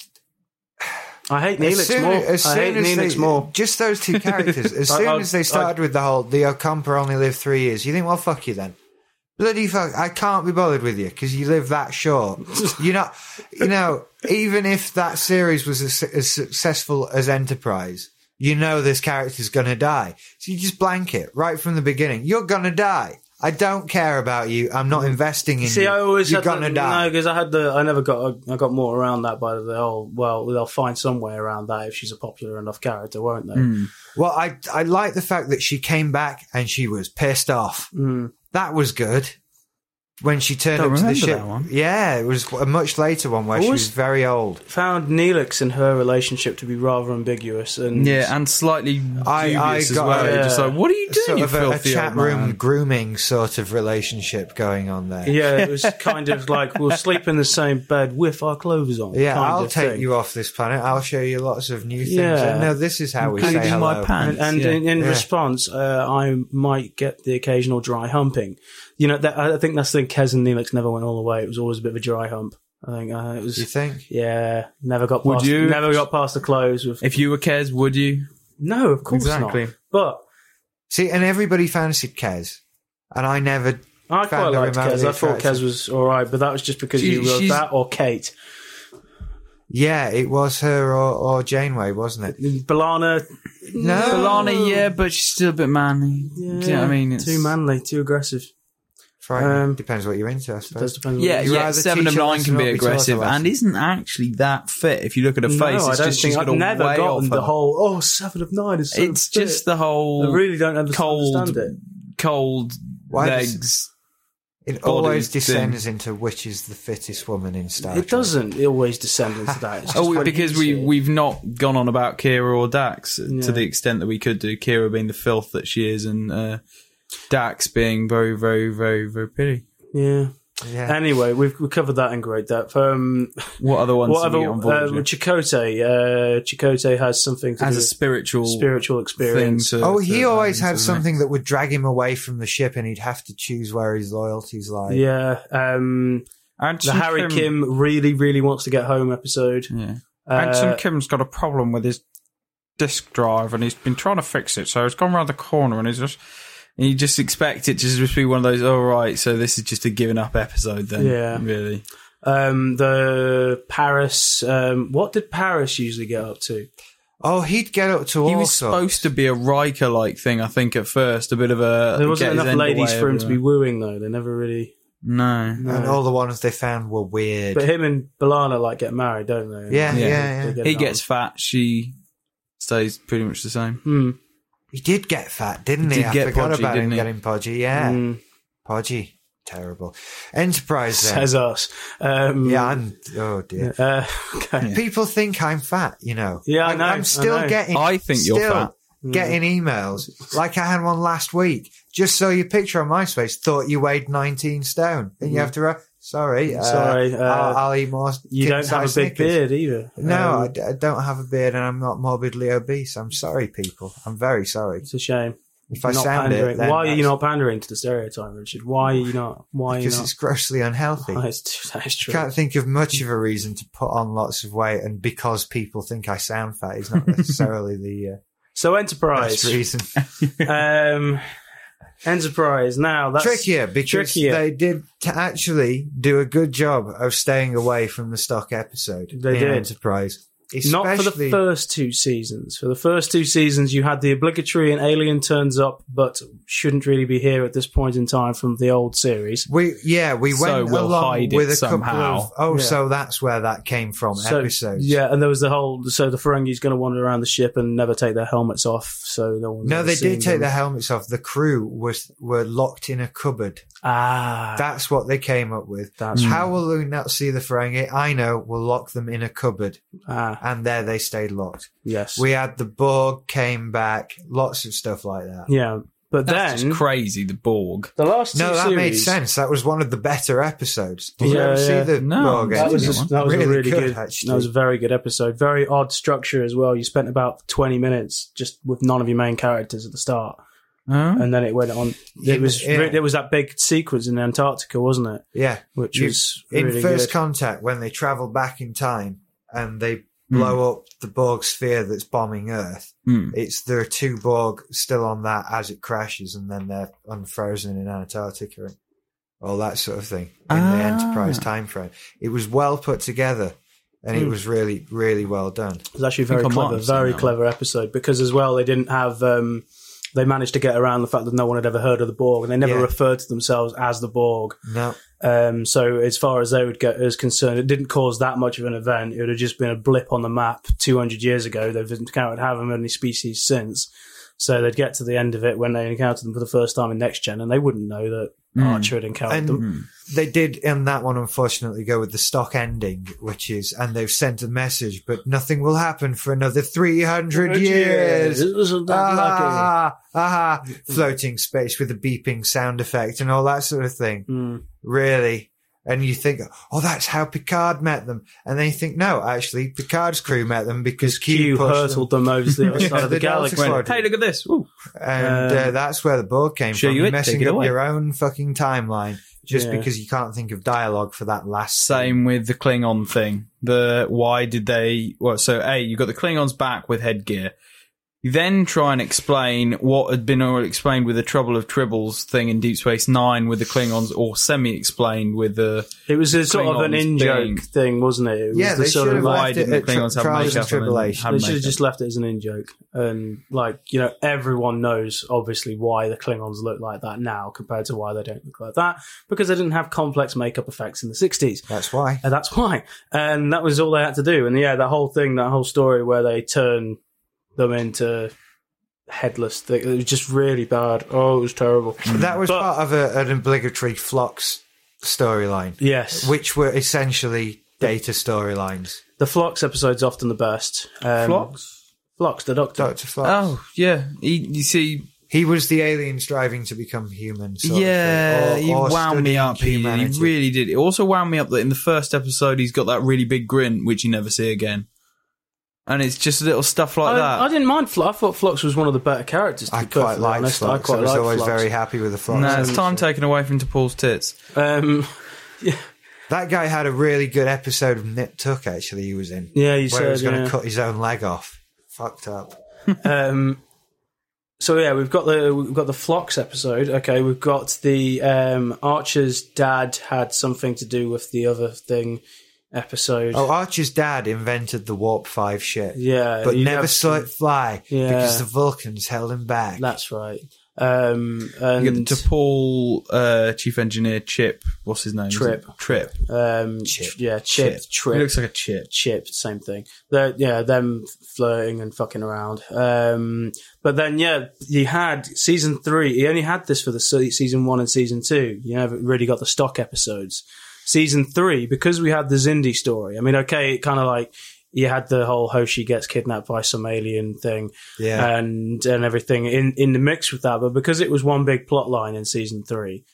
[SPEAKER 3] I hate Neelix more. I hate Neelix
[SPEAKER 5] they,
[SPEAKER 3] more.
[SPEAKER 5] Just those two characters. As
[SPEAKER 3] I-
[SPEAKER 5] soon
[SPEAKER 3] I'd-
[SPEAKER 5] as they started with the whole the Ocampa only lived three years, you think, well, fuck you then. Bloody fuck! I can't be bothered with you because you live that short. You're not, you know. Even if that series was as, as successful as Enterprise, you know this character's gonna die. So you just blank it right from the beginning. You're gonna die. I don't care about you. I'm not investing
[SPEAKER 3] Mm.
[SPEAKER 5] in
[SPEAKER 3] See,
[SPEAKER 5] you.
[SPEAKER 3] I always
[SPEAKER 5] you're
[SPEAKER 3] had
[SPEAKER 5] gonna
[SPEAKER 3] the,
[SPEAKER 5] die.
[SPEAKER 3] because I had the. I never got. I got more around that by the whole. Well, they'll find some way around that if she's a popular enough character, won't they?
[SPEAKER 5] Well, I I like the fact that she came back and she was pissed off.
[SPEAKER 3] Mm.
[SPEAKER 5] That was good. When she turned
[SPEAKER 4] Don't
[SPEAKER 5] up to the
[SPEAKER 4] remember
[SPEAKER 5] ship,
[SPEAKER 4] that one.
[SPEAKER 5] yeah, it was a much later one where
[SPEAKER 3] I
[SPEAKER 5] she
[SPEAKER 3] was-
[SPEAKER 5] was very old.
[SPEAKER 3] Found Neelix and her relationship to be rather ambiguous, and
[SPEAKER 4] yeah, and slightly
[SPEAKER 5] I-
[SPEAKER 4] dubious
[SPEAKER 5] I
[SPEAKER 4] as
[SPEAKER 5] got
[SPEAKER 4] well.
[SPEAKER 5] a-
[SPEAKER 4] just like, what are you doing,
[SPEAKER 5] Sort
[SPEAKER 4] you
[SPEAKER 5] of a, a
[SPEAKER 4] filthy
[SPEAKER 5] chat
[SPEAKER 4] old
[SPEAKER 5] room
[SPEAKER 4] man?
[SPEAKER 5] grooming sort of relationship going on there.
[SPEAKER 3] Yeah, it was kind of like we'll sleep in the same bed with our clothes on.
[SPEAKER 5] Yeah,
[SPEAKER 3] kind
[SPEAKER 5] I'll
[SPEAKER 3] of
[SPEAKER 5] take
[SPEAKER 3] thing.
[SPEAKER 5] you off this planet. I'll show you lots of new things.
[SPEAKER 3] Yeah.
[SPEAKER 5] And no, this is how we say
[SPEAKER 4] Including my
[SPEAKER 5] hello.
[SPEAKER 4] pants.
[SPEAKER 3] and, and in, in
[SPEAKER 5] Yeah.
[SPEAKER 3] response, uh, I might get the occasional dry humping. You know, that, I think that's the thing. Kes and Neelix never went all the way. It was always a bit of a dry hump. I think uh, it
[SPEAKER 5] You
[SPEAKER 3] was.
[SPEAKER 5] think?
[SPEAKER 3] Yeah, never got
[SPEAKER 4] Would
[SPEAKER 3] past.
[SPEAKER 4] you?
[SPEAKER 3] Never got past the clothes. With
[SPEAKER 4] If you were Kez, would you?
[SPEAKER 3] no, of course
[SPEAKER 4] Exactly.
[SPEAKER 3] not. But
[SPEAKER 5] See, and everybody fancied Kez, and I never.
[SPEAKER 3] I quite
[SPEAKER 5] found her
[SPEAKER 3] liked Kez.
[SPEAKER 5] remotely
[SPEAKER 3] I thought
[SPEAKER 5] attractive.
[SPEAKER 3] Kez was all right, but that was just because
[SPEAKER 4] She-
[SPEAKER 3] you wrote
[SPEAKER 4] she's-
[SPEAKER 3] that or Kate.
[SPEAKER 5] Yeah, it was her or, or Janeway, wasn't it?
[SPEAKER 3] Balana,
[SPEAKER 5] No,
[SPEAKER 4] Balana, yeah, but she's still a bit manly.
[SPEAKER 3] Oh. yeah,
[SPEAKER 4] Do you know what I mean? It's-
[SPEAKER 3] too manly, too aggressive.
[SPEAKER 5] Frightening.
[SPEAKER 3] Um,
[SPEAKER 5] Depends what you're into, I suppose.
[SPEAKER 3] does depend. on-
[SPEAKER 4] Yeah,
[SPEAKER 5] You'd
[SPEAKER 4] yeah.
[SPEAKER 5] rather
[SPEAKER 4] Seven of
[SPEAKER 5] teach her
[SPEAKER 4] nine
[SPEAKER 5] lesson
[SPEAKER 4] can be
[SPEAKER 5] or be taught a
[SPEAKER 4] aggressive,
[SPEAKER 5] lesson.
[SPEAKER 4] and isn't actually that fit. If you look at her
[SPEAKER 3] No,
[SPEAKER 4] face,
[SPEAKER 3] I
[SPEAKER 4] it's
[SPEAKER 3] don't
[SPEAKER 4] just
[SPEAKER 3] think
[SPEAKER 4] she's got
[SPEAKER 3] I've
[SPEAKER 4] a
[SPEAKER 3] never
[SPEAKER 4] way off
[SPEAKER 3] gotten
[SPEAKER 4] her.
[SPEAKER 3] the whole. Oh, seven of nine is. So
[SPEAKER 4] It's
[SPEAKER 3] fit."
[SPEAKER 4] just the whole
[SPEAKER 3] I really don't understand
[SPEAKER 4] cold-
[SPEAKER 3] it.
[SPEAKER 4] cold
[SPEAKER 5] Why does-
[SPEAKER 4] legs.
[SPEAKER 5] It
[SPEAKER 4] body
[SPEAKER 5] always
[SPEAKER 4] thing.
[SPEAKER 5] descends into which is the fittest woman in Star Trek.
[SPEAKER 3] It doesn't. It always descend into that. It's just
[SPEAKER 4] Oh,
[SPEAKER 3] how
[SPEAKER 4] because
[SPEAKER 3] you
[SPEAKER 4] we
[SPEAKER 3] see it.
[SPEAKER 4] we've not gone on about Kira or Dax
[SPEAKER 3] Yeah.
[SPEAKER 4] to the extent that we could do. Kira being the filth that she is, and uh, Dax being very, very, very, very pity.
[SPEAKER 3] yeah.
[SPEAKER 5] Yeah.
[SPEAKER 3] Anyway, we've we covered that in great depth. Um,
[SPEAKER 4] What other ones?
[SPEAKER 3] what
[SPEAKER 4] Whatever.
[SPEAKER 3] other
[SPEAKER 4] We get on board
[SPEAKER 3] uh,
[SPEAKER 4] with?
[SPEAKER 3] Chakotay? Uh, Chakotay has something to
[SPEAKER 4] As
[SPEAKER 3] do
[SPEAKER 4] a
[SPEAKER 3] with
[SPEAKER 4] spiritual,
[SPEAKER 3] spiritual
[SPEAKER 4] thing.
[SPEAKER 3] experience.
[SPEAKER 4] To,
[SPEAKER 5] Oh,
[SPEAKER 4] to
[SPEAKER 5] he always
[SPEAKER 4] Owens,
[SPEAKER 5] had
[SPEAKER 4] doesn't he?
[SPEAKER 5] something that would drag him away from the ship, and he'd have to choose where his loyalties lie.
[SPEAKER 3] Yeah. Um, the
[SPEAKER 4] Anderson
[SPEAKER 3] Harry Kim really, really wants to get home episode.
[SPEAKER 4] Yeah.
[SPEAKER 3] Uh,
[SPEAKER 4] Handsome Kim's got a problem with his disk drive and he's been trying to fix it. So he's gone round the corner and he's just. And you just expect it to just be one of those, all right, so this is just a giving up episode then.
[SPEAKER 3] Yeah.
[SPEAKER 4] Really.
[SPEAKER 3] um, the Paris. Um, what did Paris usually get up to?
[SPEAKER 5] Oh, he'd get up to
[SPEAKER 4] He
[SPEAKER 5] all
[SPEAKER 4] was
[SPEAKER 5] sorts.
[SPEAKER 4] supposed to be a Riker like thing, I think, at first. A bit of a.
[SPEAKER 3] There wasn't
[SPEAKER 4] get his
[SPEAKER 3] enough
[SPEAKER 4] end
[SPEAKER 3] ladies
[SPEAKER 4] away
[SPEAKER 3] for him to be
[SPEAKER 4] everywhere.
[SPEAKER 3] wooing though. They never really.
[SPEAKER 4] No.
[SPEAKER 5] and all the ones they found were weird.
[SPEAKER 3] But him and Balana like get married, don't they?
[SPEAKER 5] Yeah,
[SPEAKER 4] Yeah.
[SPEAKER 5] yeah,
[SPEAKER 3] They
[SPEAKER 5] yeah.
[SPEAKER 3] get
[SPEAKER 4] He
[SPEAKER 3] it
[SPEAKER 4] gets
[SPEAKER 3] on.
[SPEAKER 4] fat. She stays pretty much the same.
[SPEAKER 3] Hmm.
[SPEAKER 5] he did get fat, didn't
[SPEAKER 4] He
[SPEAKER 5] he?
[SPEAKER 4] did
[SPEAKER 5] I
[SPEAKER 4] get
[SPEAKER 5] forgot
[SPEAKER 4] podgy,
[SPEAKER 5] about him
[SPEAKER 4] didn't he? Mm.
[SPEAKER 5] getting podgy. Yeah,
[SPEAKER 3] Hmm.
[SPEAKER 5] podgy, terrible. Enterprise. Then.
[SPEAKER 3] Says us. Um,
[SPEAKER 5] yeah, I'm. Oh dear.
[SPEAKER 3] Uh, okay.
[SPEAKER 5] People think I'm fat. You know.
[SPEAKER 3] Yeah, I
[SPEAKER 5] I'm,
[SPEAKER 3] know, I
[SPEAKER 5] I'm still
[SPEAKER 3] know.
[SPEAKER 5] getting.
[SPEAKER 4] I think you're
[SPEAKER 5] still
[SPEAKER 4] fat.
[SPEAKER 5] Getting emails like I had one last week. Just saw your picture on MySpace. Thought you weighed 19 stone. Then you have to. Re- Sorry, uh,
[SPEAKER 3] Mm. Sorry, uh,
[SPEAKER 5] I'll, I'll eat more.
[SPEAKER 3] You don't have a big
[SPEAKER 5] kid-sized Snickers."
[SPEAKER 3] beard either.
[SPEAKER 5] No,
[SPEAKER 3] Um,
[SPEAKER 5] I d- I don't have a beard and I'm not morbidly obese. I'm sorry, people. I'm very sorry.
[SPEAKER 3] it's a shame.
[SPEAKER 5] If I
[SPEAKER 3] Not
[SPEAKER 5] sound
[SPEAKER 3] pandering.
[SPEAKER 5] it, then
[SPEAKER 3] Why are you
[SPEAKER 5] that's-
[SPEAKER 3] not pandering to the stereotype, Richard? Why are you not? Why are you
[SPEAKER 5] Because
[SPEAKER 3] not?
[SPEAKER 5] it's grossly unhealthy.
[SPEAKER 3] Oh,
[SPEAKER 5] I
[SPEAKER 3] it's- that is true.
[SPEAKER 5] can't think of much of a reason to put on lots of weight, and because people think I sound fat is not necessarily the
[SPEAKER 3] So
[SPEAKER 5] uh, best
[SPEAKER 3] Enterprise,
[SPEAKER 5] reason.
[SPEAKER 3] um, Enterprise. Now that's
[SPEAKER 5] trickier because
[SPEAKER 3] trickier.
[SPEAKER 5] they did t- actually do a good job of staying away from the stock episode.
[SPEAKER 3] They
[SPEAKER 5] in
[SPEAKER 3] did.
[SPEAKER 5] Enterprise,
[SPEAKER 3] Not for the
[SPEAKER 5] Especially-
[SPEAKER 3] first two seasons. For the first two seasons, you had the obligatory and alien turns up, but shouldn't really be here at this point in time from the old series.
[SPEAKER 5] We yeah, we
[SPEAKER 4] So
[SPEAKER 5] went
[SPEAKER 4] we'll
[SPEAKER 5] along
[SPEAKER 4] hide it
[SPEAKER 5] with a
[SPEAKER 4] somehow.
[SPEAKER 5] couple of oh,
[SPEAKER 3] Yeah.
[SPEAKER 5] so that's where that came from.
[SPEAKER 3] So,
[SPEAKER 5] episodes.
[SPEAKER 3] yeah, and there was the whole so the Ferengi's going to wander around the ship and never take their helmets off, so no one.
[SPEAKER 5] No, they did take
[SPEAKER 3] their
[SPEAKER 5] their helmets off. The crew was were locked in a cupboard.
[SPEAKER 3] ah.
[SPEAKER 5] That's what they came up with.
[SPEAKER 3] That's
[SPEAKER 5] How will we not see the Ferengi? I know. We'll lock them in a cupboard,
[SPEAKER 3] Ah,
[SPEAKER 5] and there they stayed locked.
[SPEAKER 3] yes.
[SPEAKER 5] We had the Borg came back. Lots of stuff like that.
[SPEAKER 3] yeah, but
[SPEAKER 4] That's
[SPEAKER 3] then
[SPEAKER 4] just crazy, the Borg.
[SPEAKER 3] the last two
[SPEAKER 5] No, that
[SPEAKER 3] series,
[SPEAKER 5] made sense. That was one of the better episodes. Did you
[SPEAKER 3] Yeah,
[SPEAKER 5] ever
[SPEAKER 3] yeah.
[SPEAKER 5] see the
[SPEAKER 4] No,
[SPEAKER 5] Borg?
[SPEAKER 4] that
[SPEAKER 3] That was
[SPEAKER 5] episode?
[SPEAKER 3] just, that was a
[SPEAKER 5] Really
[SPEAKER 3] really
[SPEAKER 5] good,
[SPEAKER 3] good.
[SPEAKER 5] actually.
[SPEAKER 3] that was a very good episode. Very odd structure as well. You spent about twenty minutes just with none of your main characters at the start,
[SPEAKER 4] Oh.
[SPEAKER 3] and then it went on.
[SPEAKER 5] Yeah,
[SPEAKER 3] It was
[SPEAKER 5] yeah.
[SPEAKER 3] re- there was that big sequence in Antarctica, wasn't it?
[SPEAKER 5] yeah.
[SPEAKER 3] Which
[SPEAKER 5] You-
[SPEAKER 3] was
[SPEAKER 5] in
[SPEAKER 3] really
[SPEAKER 5] first
[SPEAKER 3] good.
[SPEAKER 5] contact when they travel back in time and they
[SPEAKER 3] Hmm.
[SPEAKER 5] blow up the Borg sphere that's bombing Earth.
[SPEAKER 4] Mm.
[SPEAKER 5] It's there are two Borg still on that as it crashes, and then they're unfrozen in Antarctica, and all that sort of thing in the
[SPEAKER 4] Ah.
[SPEAKER 5] Enterprise time frame. It was well put together, and it
[SPEAKER 3] Mm.
[SPEAKER 5] was really, really well done.
[SPEAKER 3] It was actually
[SPEAKER 4] think
[SPEAKER 3] very
[SPEAKER 4] I might
[SPEAKER 3] clever,
[SPEAKER 4] have seen
[SPEAKER 3] very
[SPEAKER 4] that
[SPEAKER 3] clever episode because as well they didn't have. Um, they managed to get around the fact that no one had ever heard of the Borg, and they never
[SPEAKER 5] Yeah.
[SPEAKER 3] referred to themselves as the Borg.
[SPEAKER 5] No,
[SPEAKER 3] Um, so as far as they would go is concerned, it didn't cause that much of an event. It would have just been a blip on the map 200 years ago. They've encountered however many species since. So they'd get to the end of it when they encountered them for the first time in Next Gen, and they wouldn't know that Archer had encountered
[SPEAKER 5] And-
[SPEAKER 3] them.
[SPEAKER 5] they did in that one, unfortunately, go with the stock ending, which is, and they've sent a message, but nothing will happen for another 300 years.
[SPEAKER 3] It wasn't that lucky.
[SPEAKER 5] ah, ah, floating space with a beeping sound effect and all that sort of thing.
[SPEAKER 3] Mm.
[SPEAKER 5] Really. And you think, oh, that's how Picard met them. And then you think, no, actually, Picard's crew met them because Q,
[SPEAKER 3] Q
[SPEAKER 5] pushed them.
[SPEAKER 3] hurtled them. over to the other
[SPEAKER 5] Yeah,
[SPEAKER 3] side of the,
[SPEAKER 5] the Delta
[SPEAKER 3] galaxy.
[SPEAKER 5] Squadron.
[SPEAKER 4] Hey, look at this. Ooh.
[SPEAKER 5] And
[SPEAKER 3] Um,
[SPEAKER 5] uh, that's where the Borg came
[SPEAKER 4] sure
[SPEAKER 5] from.
[SPEAKER 4] you
[SPEAKER 5] You're
[SPEAKER 4] would, take
[SPEAKER 5] messing
[SPEAKER 4] it
[SPEAKER 5] up
[SPEAKER 4] away.
[SPEAKER 5] your own fucking timeline just
[SPEAKER 3] Yeah.
[SPEAKER 5] because you can't think of dialogue for that last
[SPEAKER 4] Same with the Klingon thing. The why did they? Well, so a you got the Klingons back with headgear. You then try and explain what had been already explained with the Trouble of Tribbles thing in Deep Space Nine with the Klingons, or semi-explained with the
[SPEAKER 3] It was a sort of an
[SPEAKER 4] Klingons
[SPEAKER 3] in
[SPEAKER 4] being-
[SPEAKER 3] joke thing, wasn't it? it was
[SPEAKER 5] Yeah,
[SPEAKER 3] the
[SPEAKER 5] they
[SPEAKER 3] sort
[SPEAKER 5] should
[SPEAKER 3] of
[SPEAKER 5] have
[SPEAKER 3] like,
[SPEAKER 4] why
[SPEAKER 5] left it
[SPEAKER 4] didn't the
[SPEAKER 5] at tri-
[SPEAKER 4] Klingons have
[SPEAKER 5] trials and
[SPEAKER 4] makeup and
[SPEAKER 5] tribulations.
[SPEAKER 4] had
[SPEAKER 3] they should have
[SPEAKER 4] makeup?
[SPEAKER 3] just left it as an in joke, and like you know, everyone knows obviously why the Klingons look like that now compared to why they don't look like that because they didn't have complex makeup effects in the sixties.
[SPEAKER 5] That's why.
[SPEAKER 3] And that's why. And that was all they had to do. And yeah, that whole thing, that whole story where they turn them into headless thing, it was just really bad. Oh, it was terrible.
[SPEAKER 5] That was
[SPEAKER 3] But-
[SPEAKER 5] part of a, an obligatory Flux storyline,
[SPEAKER 3] Yes.
[SPEAKER 5] which were essentially data storylines.
[SPEAKER 3] the Flox episode's often the best. Um, Flox, the doctor.
[SPEAKER 5] Doctor Flux.
[SPEAKER 4] Oh yeah, he, you see,
[SPEAKER 5] He was the alien striving to become human. Sort of
[SPEAKER 4] yeah,
[SPEAKER 5] thing,
[SPEAKER 4] he
[SPEAKER 5] or- or
[SPEAKER 4] wound me
[SPEAKER 5] studying
[SPEAKER 4] up. He, he
[SPEAKER 5] humanity.
[SPEAKER 4] really did. It also wound me up that in the first episode he's got that really big grin, which you never see again, and it's just little stuff like
[SPEAKER 3] I,
[SPEAKER 4] that.
[SPEAKER 3] I didn't mind Flox. I thought Flox was one of the better characters. To
[SPEAKER 5] I
[SPEAKER 3] be perfectly
[SPEAKER 5] quite liked
[SPEAKER 3] honest.
[SPEAKER 5] Flux. I,
[SPEAKER 3] I quite
[SPEAKER 5] was
[SPEAKER 3] liked
[SPEAKER 5] always
[SPEAKER 3] Phlox.
[SPEAKER 5] very happy with the Flux.
[SPEAKER 4] no, it's time taken away from Paul's tits.
[SPEAKER 3] Um,
[SPEAKER 5] That guy had a really good episode of Nip Tuck, actually, he was in.
[SPEAKER 3] Yeah, you
[SPEAKER 5] Where he was
[SPEAKER 3] said,
[SPEAKER 5] going
[SPEAKER 3] yeah.
[SPEAKER 5] to cut his own leg off. Fucked up.
[SPEAKER 3] um, so yeah, we've got the we've got the Flox episode. Okay, we've got the um, Archer's dad had something to do with the other thing episode.
[SPEAKER 5] Oh, Archer's dad invented the Warp 5 shit.
[SPEAKER 3] yeah,
[SPEAKER 5] But
[SPEAKER 3] Uh, you
[SPEAKER 5] never
[SPEAKER 3] have-
[SPEAKER 5] saw it fly
[SPEAKER 3] Yeah.
[SPEAKER 5] because the Vulcans held him back.
[SPEAKER 3] That's right. Um, and
[SPEAKER 4] You get the Paul uh, chief engineer Chip. What's his name? is
[SPEAKER 3] Trip.
[SPEAKER 4] it? Trip.
[SPEAKER 3] um,
[SPEAKER 5] Chip.
[SPEAKER 3] ch- yeah, chip, trip,
[SPEAKER 4] He looks like a chip.
[SPEAKER 3] chip, same thing. they yeah, them flirting and fucking around. Um, but then, yeah, you had season three. He only had this for the se- season one and season two. You never really got the stock episodes. Season three, because we had the Zindi story. I mean, okay, it kind of like you had the whole Hoshi gets kidnapped by some alien thing
[SPEAKER 5] yeah.
[SPEAKER 3] and and everything in in the mix with that. But because it was one big plot line in season three,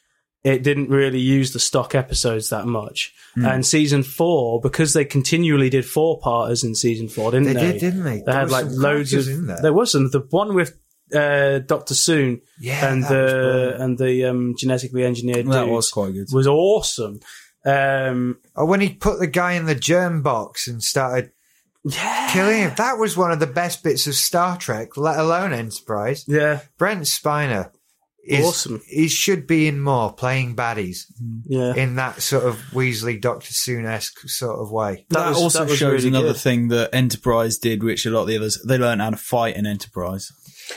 [SPEAKER 3] it didn't really use the stock episodes that much.
[SPEAKER 5] Hmm.
[SPEAKER 3] And season four, because they continually did four parters in season four, didn't
[SPEAKER 5] They
[SPEAKER 3] they?
[SPEAKER 5] did, didn't they?
[SPEAKER 3] They
[SPEAKER 5] There
[SPEAKER 3] had
[SPEAKER 5] was
[SPEAKER 3] like
[SPEAKER 5] some
[SPEAKER 3] loads of.
[SPEAKER 5] crackers in there.
[SPEAKER 3] There wasn't the one with uh, Doctor Soon
[SPEAKER 5] Yeah,
[SPEAKER 3] and uh,
[SPEAKER 5] that was
[SPEAKER 3] the
[SPEAKER 5] brilliant.
[SPEAKER 3] and the um, genetically engineered
[SPEAKER 4] That
[SPEAKER 3] dude
[SPEAKER 4] was quite good.
[SPEAKER 3] was awesome. Um,
[SPEAKER 5] oh, when he put the guy in the germ box and started
[SPEAKER 3] yeah,
[SPEAKER 5] killing him. That was one of the best bits of Star Trek, let alone Enterprise.
[SPEAKER 3] yeah,
[SPEAKER 5] Brent Spiner is
[SPEAKER 3] Awesome.
[SPEAKER 5] He should be in more playing baddies
[SPEAKER 3] yeah.
[SPEAKER 5] in that sort of Weasley, Doctor Soon esque sort of way.
[SPEAKER 4] That,
[SPEAKER 3] was-
[SPEAKER 4] also
[SPEAKER 3] that was
[SPEAKER 4] shows
[SPEAKER 3] really
[SPEAKER 4] another
[SPEAKER 3] good.
[SPEAKER 4] thing that Enterprise did, which a lot of the others they learned how to fight in Enterprise.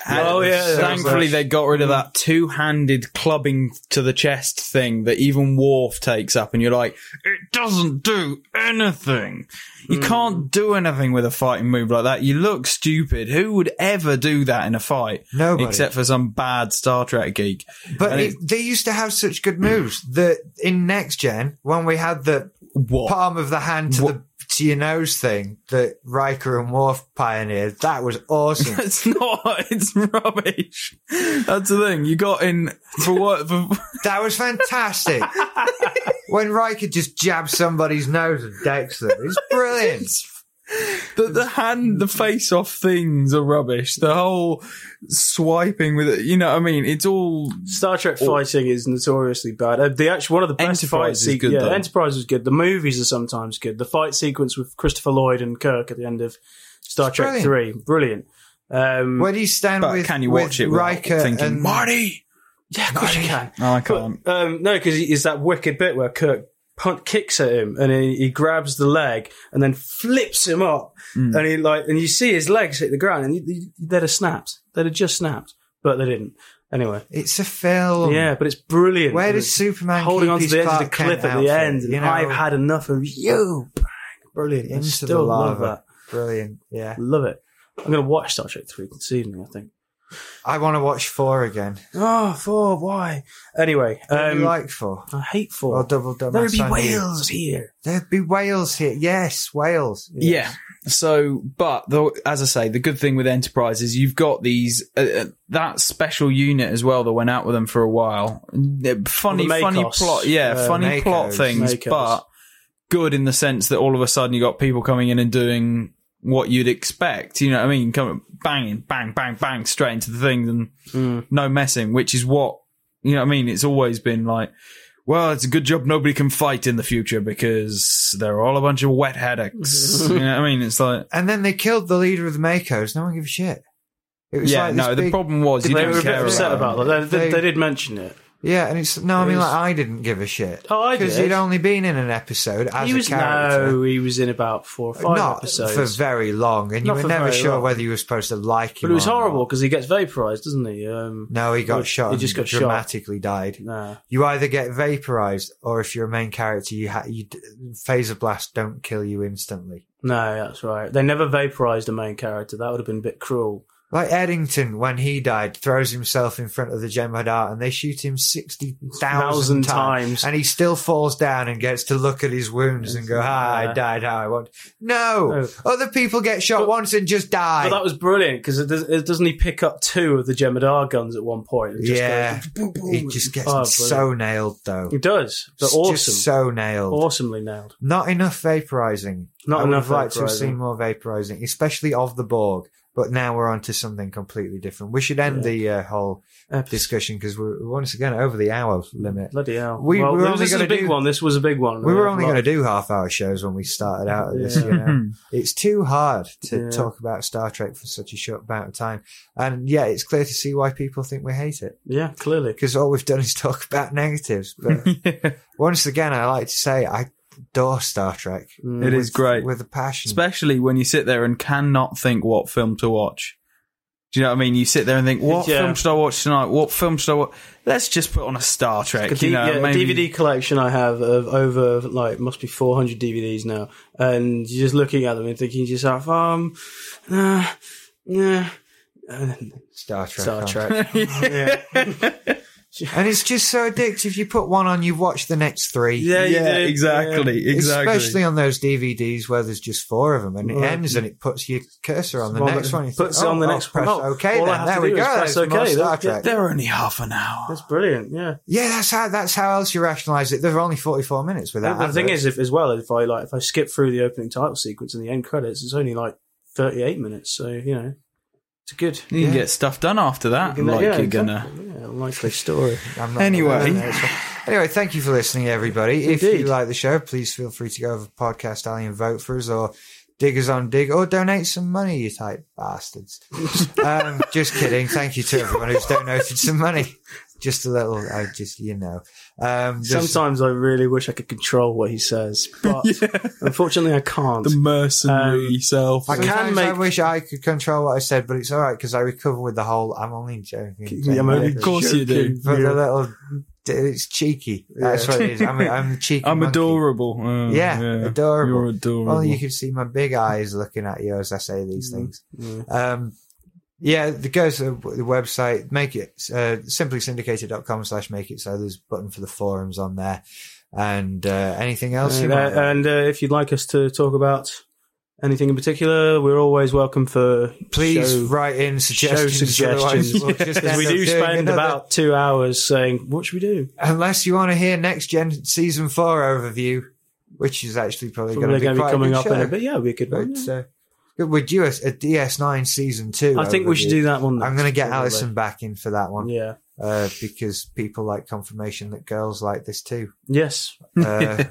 [SPEAKER 3] Oh, yeah, that was
[SPEAKER 4] Thankfully,
[SPEAKER 3] nice.
[SPEAKER 4] they got rid of that two-handed clubbing to the chest thing that even Worf takes up, and you're like, it doesn't do anything.
[SPEAKER 3] Hmm.
[SPEAKER 4] You can't do anything with a fighting move like that. You look stupid. Who would ever do that in a fight?
[SPEAKER 5] Nobody.
[SPEAKER 4] except for some bad Star Trek geek.
[SPEAKER 5] But
[SPEAKER 4] And
[SPEAKER 5] it, they used to have such good moves that in Next Gen, when we had the
[SPEAKER 4] What?
[SPEAKER 5] palm of the hand to the to your nose thing that Riker and Worf pioneered, that was awesome.
[SPEAKER 4] It's not. It's rubbish. That's the thing. You got in for what? For,
[SPEAKER 5] That was fantastic. when Riker just jabs somebody's nose and decks them, it's brilliant.
[SPEAKER 4] the, the hand, the face off things are rubbish. The whole swiping with it. You know what I mean? It's all.
[SPEAKER 3] Star Trek fighting is notoriously bad. Uh, the actual one of the best
[SPEAKER 4] Enterprise
[SPEAKER 3] fight
[SPEAKER 4] is
[SPEAKER 3] sequences.
[SPEAKER 4] good,
[SPEAKER 3] Yeah,
[SPEAKER 4] though.
[SPEAKER 3] Enterprise was good. The movies are sometimes good. The fight sequence with Christopher Lloyd and Kirk at the end of Star
[SPEAKER 5] It's
[SPEAKER 3] Trek Three, brilliant. Um,
[SPEAKER 5] When you stand
[SPEAKER 4] But
[SPEAKER 5] with,
[SPEAKER 4] can you
[SPEAKER 5] with
[SPEAKER 4] watch it without
[SPEAKER 5] Riker
[SPEAKER 4] thinking,
[SPEAKER 5] and
[SPEAKER 4] Marty?
[SPEAKER 3] yeah, of course you can.
[SPEAKER 4] No, I can't.
[SPEAKER 3] But, um, no, because it's that wicked bit where Kirk punt kicks at him and he, he grabs the leg and then flips him up and he like and you see his legs hit the ground and you, you, they'd have snapped. They'd have just snapped, but they didn't. Anyway,
[SPEAKER 5] It's a film.
[SPEAKER 3] yeah, but it's brilliant.
[SPEAKER 5] Where
[SPEAKER 3] And
[SPEAKER 5] does
[SPEAKER 3] it's-
[SPEAKER 5] Superman
[SPEAKER 3] holding
[SPEAKER 5] keep
[SPEAKER 3] on to
[SPEAKER 5] his
[SPEAKER 3] the edge of the
[SPEAKER 5] Clark
[SPEAKER 3] cliff
[SPEAKER 5] Kent
[SPEAKER 3] at the
[SPEAKER 5] outfit,
[SPEAKER 3] end. and
[SPEAKER 5] you know?
[SPEAKER 3] I've had enough of you. Bang. Brilliant. I
[SPEAKER 5] Into the
[SPEAKER 3] still love
[SPEAKER 5] lava.
[SPEAKER 3] that.
[SPEAKER 5] Brilliant. Yeah.
[SPEAKER 3] Love it. I'm going to watch Star Trek 3 this evening, I think.
[SPEAKER 5] I want to watch four again.
[SPEAKER 3] Oh, four. Why? Anyway,
[SPEAKER 5] What do
[SPEAKER 3] um,
[SPEAKER 5] you like four?
[SPEAKER 3] I hate four.
[SPEAKER 5] Well, double dumbass
[SPEAKER 3] there would be
[SPEAKER 5] on you.
[SPEAKER 3] whales here.
[SPEAKER 5] There'd be whales here. Yes, whales.
[SPEAKER 4] Yeah. So, but the, as I say, the good thing with Enterprise is you've got these uh, uh, that special unit as well that went out with them for a while. Uh, Funny,
[SPEAKER 3] Well, the
[SPEAKER 4] funny
[SPEAKER 3] Makos.
[SPEAKER 4] plot, yeah,
[SPEAKER 3] Uh,
[SPEAKER 4] funny
[SPEAKER 5] Makos.
[SPEAKER 4] plot things,
[SPEAKER 3] Makos.
[SPEAKER 4] but good in the sense that all of a sudden you got people coming in and doing what you'd expect. You know what I mean? Come banging, bang, bang, bang, straight into the things and
[SPEAKER 5] Hmm.
[SPEAKER 4] no messing, which is what you know. what I mean, it's always been like. Well, it's a good job nobody can fight in the future because they're all a bunch of wet haddocks. you know what I mean? It's like
[SPEAKER 5] And then they killed the leader of the Makos. No one gives a shit. It was
[SPEAKER 4] Yeah,
[SPEAKER 5] like this
[SPEAKER 4] no, the
[SPEAKER 5] big-
[SPEAKER 4] problem was you
[SPEAKER 3] They
[SPEAKER 4] didn't
[SPEAKER 3] were a bit
[SPEAKER 4] care
[SPEAKER 3] upset
[SPEAKER 4] about
[SPEAKER 3] about that. They, they,
[SPEAKER 5] They-
[SPEAKER 3] they did mention it.
[SPEAKER 5] Yeah, and it's no. I mean,
[SPEAKER 3] was-
[SPEAKER 5] like I didn't give a shit.
[SPEAKER 3] Oh, I
[SPEAKER 5] because
[SPEAKER 3] did.
[SPEAKER 5] he'd only been in an episode as
[SPEAKER 3] He was
[SPEAKER 5] a character,
[SPEAKER 3] no, he was in about four or five
[SPEAKER 5] not
[SPEAKER 3] episodes.
[SPEAKER 5] for very long, and
[SPEAKER 3] Not
[SPEAKER 5] you
[SPEAKER 3] for
[SPEAKER 5] were never
[SPEAKER 3] very
[SPEAKER 5] sure
[SPEAKER 3] long.
[SPEAKER 5] whether you were supposed to like him.
[SPEAKER 3] but it was
[SPEAKER 5] or not.
[SPEAKER 3] horrible because he gets vaporized, doesn't he? Um,
[SPEAKER 5] No, he got
[SPEAKER 3] He-
[SPEAKER 5] shot.
[SPEAKER 3] he
[SPEAKER 5] and
[SPEAKER 3] just got shot.
[SPEAKER 5] dramatically died.
[SPEAKER 3] Nah.
[SPEAKER 5] You either get vaporized, or if you're a main character, you, ha- you d- phaser blast don't kill you instantly.
[SPEAKER 3] No, that's right. They never vaporized the main character. That would have been a bit cruel.
[SPEAKER 5] Like Eddington, when he died, throws himself in front of the Jem'Hadar and they shoot him 60,000
[SPEAKER 3] Thousand
[SPEAKER 5] times,
[SPEAKER 3] times.
[SPEAKER 5] And he still falls down and gets to look at his wounds and go, ah, I
[SPEAKER 3] Yeah.
[SPEAKER 5] died how I want. No! Other people get shot
[SPEAKER 3] But-
[SPEAKER 5] once and just die.
[SPEAKER 3] But that was brilliant because it, does, it doesn't he pick up two of the Jemadar guns at one point? and just
[SPEAKER 5] yeah.
[SPEAKER 3] goes boom, boom,
[SPEAKER 5] He
[SPEAKER 3] boom.
[SPEAKER 5] just gets
[SPEAKER 3] Oh,
[SPEAKER 5] so
[SPEAKER 3] brilliant.
[SPEAKER 5] nailed, though.
[SPEAKER 3] He does, but
[SPEAKER 5] Just
[SPEAKER 3] awesome,
[SPEAKER 5] so nailed.
[SPEAKER 3] awesomely nailed.
[SPEAKER 5] Not enough vaporizing.
[SPEAKER 3] Not
[SPEAKER 5] I would
[SPEAKER 3] enough
[SPEAKER 5] have liked to have
[SPEAKER 3] vaporizing.
[SPEAKER 5] seen more vaporizing, especially of the Borg. But now we're on to something completely different. We should end
[SPEAKER 3] Yeah.
[SPEAKER 5] the uh, whole
[SPEAKER 3] Epic.
[SPEAKER 5] discussion because we're once again over the hour limit.
[SPEAKER 3] Bloody hell!
[SPEAKER 5] We-
[SPEAKER 3] well,
[SPEAKER 5] we were
[SPEAKER 3] this
[SPEAKER 5] only
[SPEAKER 3] is a
[SPEAKER 5] gonna
[SPEAKER 3] big
[SPEAKER 5] do-
[SPEAKER 3] one. This was a big one.
[SPEAKER 5] We were only going
[SPEAKER 3] to
[SPEAKER 5] to do half hour shows when we started out at this,
[SPEAKER 3] Yeah.
[SPEAKER 5] you
[SPEAKER 4] Hmm.
[SPEAKER 5] know. It's too hard to
[SPEAKER 3] Yeah.
[SPEAKER 5] talk about Star Trek for such a short amount of time. And yeah, it's clear to see why people think we hate it
[SPEAKER 3] yeah, clearly.
[SPEAKER 5] because all we've done is talk about negatives. But once again, I like to say I adore Star Trek.
[SPEAKER 3] Mm.
[SPEAKER 4] It is great.
[SPEAKER 5] With a passion.
[SPEAKER 4] especially when you sit there and cannot think what film to watch. Do you know what I mean? You sit there and think, what
[SPEAKER 3] Yeah.
[SPEAKER 4] film should I watch tonight? What film should I watch? Let's just put on a Star Trek.
[SPEAKER 3] A D-
[SPEAKER 4] you know,
[SPEAKER 3] yeah, a
[SPEAKER 4] maybe-
[SPEAKER 3] DVD collection I have of over like must be 400 DVDs now, and you're just looking at them and thinking to yourself, um, nah, nah,
[SPEAKER 5] Star Trek.
[SPEAKER 3] Star
[SPEAKER 5] on.
[SPEAKER 3] Trek.
[SPEAKER 5] And it's just so addictive. You put one on, you watch the next three.
[SPEAKER 3] Yeah, you
[SPEAKER 4] Yeah,
[SPEAKER 3] do,
[SPEAKER 4] exactly, exactly.
[SPEAKER 5] Especially on those DVDs where there's just four of them, and it
[SPEAKER 3] Right.
[SPEAKER 5] ends and it puts your cursor on the
[SPEAKER 3] Well,
[SPEAKER 5] next
[SPEAKER 3] that
[SPEAKER 5] one. You
[SPEAKER 3] puts
[SPEAKER 5] think,
[SPEAKER 3] it on the
[SPEAKER 5] oh,
[SPEAKER 3] next
[SPEAKER 5] I'll press
[SPEAKER 3] one. Oh,
[SPEAKER 5] okay,
[SPEAKER 3] all I
[SPEAKER 5] then
[SPEAKER 3] have
[SPEAKER 5] there
[SPEAKER 3] to
[SPEAKER 5] we
[SPEAKER 3] do
[SPEAKER 5] go.
[SPEAKER 3] is press
[SPEAKER 5] There's more
[SPEAKER 3] okay.
[SPEAKER 5] Star
[SPEAKER 3] That-
[SPEAKER 5] Trek.
[SPEAKER 4] They're only half an hour.
[SPEAKER 3] That's brilliant. Yeah.
[SPEAKER 5] Yeah, that's how that's how else you rationalise it. There are only forty four minutes without.
[SPEAKER 3] the thing
[SPEAKER 5] adverts.
[SPEAKER 3] is, if, as well, if I like, if I skip through the opening title sequence and the end credits, it's only like 38 minutes. So you know, it's good.
[SPEAKER 4] You can
[SPEAKER 5] Yeah.
[SPEAKER 4] get stuff done after that. like
[SPEAKER 3] yeah,
[SPEAKER 4] you're gonna.
[SPEAKER 3] exactly. yeah, likely story.
[SPEAKER 5] I'm not
[SPEAKER 4] Anyway.
[SPEAKER 5] no, it's fine. anyway, thank you for listening, everybody. If you
[SPEAKER 3] Indeed.
[SPEAKER 5] like the show, please feel free to go over to Podcast Alley and vote for us, or dig us on dig, or donate some money, you type bastards. um, just kidding. Thank you to everyone who's donated some money. Just a little, I just you know. Um, just-
[SPEAKER 3] Sometimes I really wish I could control what he says, but unfortunately, I can't.
[SPEAKER 4] The mercenary self.
[SPEAKER 5] Um, I can
[SPEAKER 3] can
[SPEAKER 5] make. I
[SPEAKER 3] make-
[SPEAKER 5] wish I could control what I said, but it's all right because I recover with the whole. I'm only joking.
[SPEAKER 3] Yeah, I'm only
[SPEAKER 4] of course you do.
[SPEAKER 5] But uh, the little, it's cheeky. That's what it is. I'm, a, I'm a cheeky.
[SPEAKER 4] I'm
[SPEAKER 5] monkey.
[SPEAKER 4] adorable. Uh,
[SPEAKER 5] Yeah, adorable.
[SPEAKER 4] You're adorable.
[SPEAKER 5] Well, you can see my big eyes looking at you as I say
[SPEAKER 3] Mm.
[SPEAKER 5] these things. Um, yeah, the, go to the the website, make it uh, simplysyndicated.com slash make it so. There's a button for the forums on there. And uh, anything else you
[SPEAKER 3] And, uh,
[SPEAKER 5] might like?
[SPEAKER 3] and uh, if you'd like us to talk about anything in particular, we're always welcome for
[SPEAKER 5] Please
[SPEAKER 3] show,
[SPEAKER 5] write in suggestions.
[SPEAKER 3] show suggestions.
[SPEAKER 5] otherwise we'll just
[SPEAKER 3] Because we
[SPEAKER 5] end up
[SPEAKER 3] do
[SPEAKER 5] doing
[SPEAKER 3] spend
[SPEAKER 5] another-
[SPEAKER 3] about two hours saying, "What should we do?"
[SPEAKER 5] Unless you want to hear next gen season four overview, which is actually probably going to
[SPEAKER 3] Probably
[SPEAKER 5] be,
[SPEAKER 3] going to be
[SPEAKER 5] quite a
[SPEAKER 3] coming
[SPEAKER 5] good
[SPEAKER 3] up in
[SPEAKER 5] show.
[SPEAKER 3] a bit. Yeah, it'd be a good one.
[SPEAKER 5] But,
[SPEAKER 3] yeah.
[SPEAKER 5] uh, we're due a, a DS9 season two.
[SPEAKER 3] I think we
[SPEAKER 5] overview.
[SPEAKER 3] should do that one.
[SPEAKER 5] I'm
[SPEAKER 3] next,
[SPEAKER 5] going to get
[SPEAKER 3] probably.
[SPEAKER 5] Alison back in for that one
[SPEAKER 3] Yeah.
[SPEAKER 5] uh, because people like confirmation that girls like this too.
[SPEAKER 3] Yes.
[SPEAKER 5] Uh,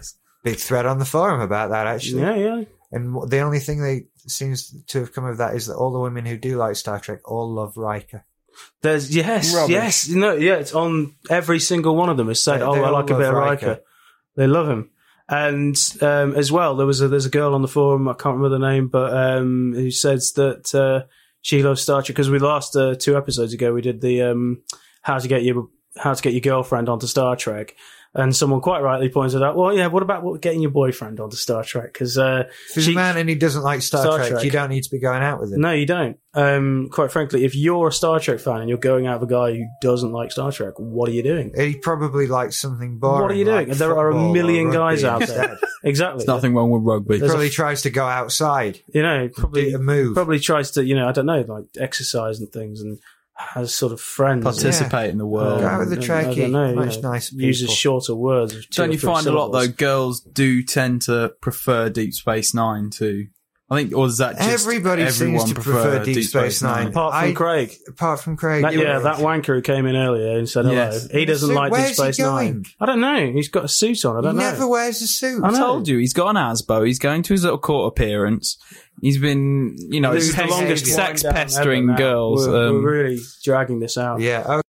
[SPEAKER 5] Big thread on the forum about that actually.
[SPEAKER 3] Yeah. Yeah.
[SPEAKER 5] And wh- the only thing they seems to have come of that is that all the women who do like Star Trek all love Riker.
[SPEAKER 3] There's yes,
[SPEAKER 4] Rubbish.
[SPEAKER 3] yes, no, yeah. It's on every single one of them has said,
[SPEAKER 5] They-
[SPEAKER 3] "Oh,
[SPEAKER 5] they
[SPEAKER 3] I
[SPEAKER 5] all
[SPEAKER 3] like a
[SPEAKER 5] love
[SPEAKER 3] bit of
[SPEAKER 5] Riker."
[SPEAKER 3] Riker. They love him." And um, as well, there was a, there's a girl on the forum. I can't remember the name, but um, who says that uh, she loves Star Trek because we last uh, two episodes ago we did the um, how to get your how to get your girlfriend onto Star Trek. And someone quite rightly pointed out, well, yeah, what about what, getting your boyfriend onto Star Trek? Because uh,
[SPEAKER 5] If there's a
[SPEAKER 3] she-
[SPEAKER 5] man and he doesn't like Star,
[SPEAKER 3] Star
[SPEAKER 5] Trek,
[SPEAKER 3] Trek.
[SPEAKER 5] you don't need to be going out with him.
[SPEAKER 3] no, you don't. Um, quite frankly, if you're a Star Trek fan and you're going out with a guy who doesn't like Star Trek, what are you doing?
[SPEAKER 5] He probably likes something boring.
[SPEAKER 3] What are you doing?
[SPEAKER 5] like
[SPEAKER 3] There are a
[SPEAKER 5] football or
[SPEAKER 3] million guys
[SPEAKER 5] rugby
[SPEAKER 3] out there.
[SPEAKER 5] instead.
[SPEAKER 3] Exactly.
[SPEAKER 4] There's nothing wrong with rugby.
[SPEAKER 3] There's a-
[SPEAKER 5] probably tries to go outside,
[SPEAKER 3] You know, probably
[SPEAKER 5] do a move.
[SPEAKER 3] probably tries to, you know, I don't know, like exercise and things and has sort of friends. and,
[SPEAKER 4] Participate in the world.
[SPEAKER 5] Go out with the
[SPEAKER 3] and-
[SPEAKER 5] trackie.
[SPEAKER 3] I don't know, you
[SPEAKER 5] Much
[SPEAKER 3] know,
[SPEAKER 5] nicer
[SPEAKER 3] Uses
[SPEAKER 5] people.
[SPEAKER 3] shorter words. of two or
[SPEAKER 4] Don't you
[SPEAKER 3] three
[SPEAKER 4] find a lot though?
[SPEAKER 3] syllables.
[SPEAKER 4] Girls do tend to prefer Deep Space Nine to I think, or is that just
[SPEAKER 5] Everybody
[SPEAKER 4] everyone
[SPEAKER 5] seems to prefer Deep Space Nine.
[SPEAKER 3] Apart from
[SPEAKER 5] I-
[SPEAKER 3] Craig.
[SPEAKER 5] Apart from Craig.
[SPEAKER 3] That,
[SPEAKER 5] you're
[SPEAKER 3] yeah,
[SPEAKER 5] right.
[SPEAKER 3] that wanker who came in earlier and said hello.
[SPEAKER 4] Yes.
[SPEAKER 3] He doesn't
[SPEAKER 5] So
[SPEAKER 3] like Deep
[SPEAKER 5] where's he
[SPEAKER 3] Space Nine.
[SPEAKER 5] going?
[SPEAKER 3] I don't know. He's got a suit on. I
[SPEAKER 5] He
[SPEAKER 3] don't know.
[SPEAKER 5] never wears a suit.
[SPEAKER 3] I
[SPEAKER 4] I
[SPEAKER 3] know.
[SPEAKER 4] told you he's got an Asbo. He's going to his little court appearance. He's been, you know,
[SPEAKER 3] This is the
[SPEAKER 4] pest-
[SPEAKER 3] longest wind
[SPEAKER 4] sex
[SPEAKER 3] down ever
[SPEAKER 4] pestering
[SPEAKER 3] now.
[SPEAKER 4] girls.
[SPEAKER 3] We're,
[SPEAKER 4] um,
[SPEAKER 3] we're really dragging this out.
[SPEAKER 5] Yeah.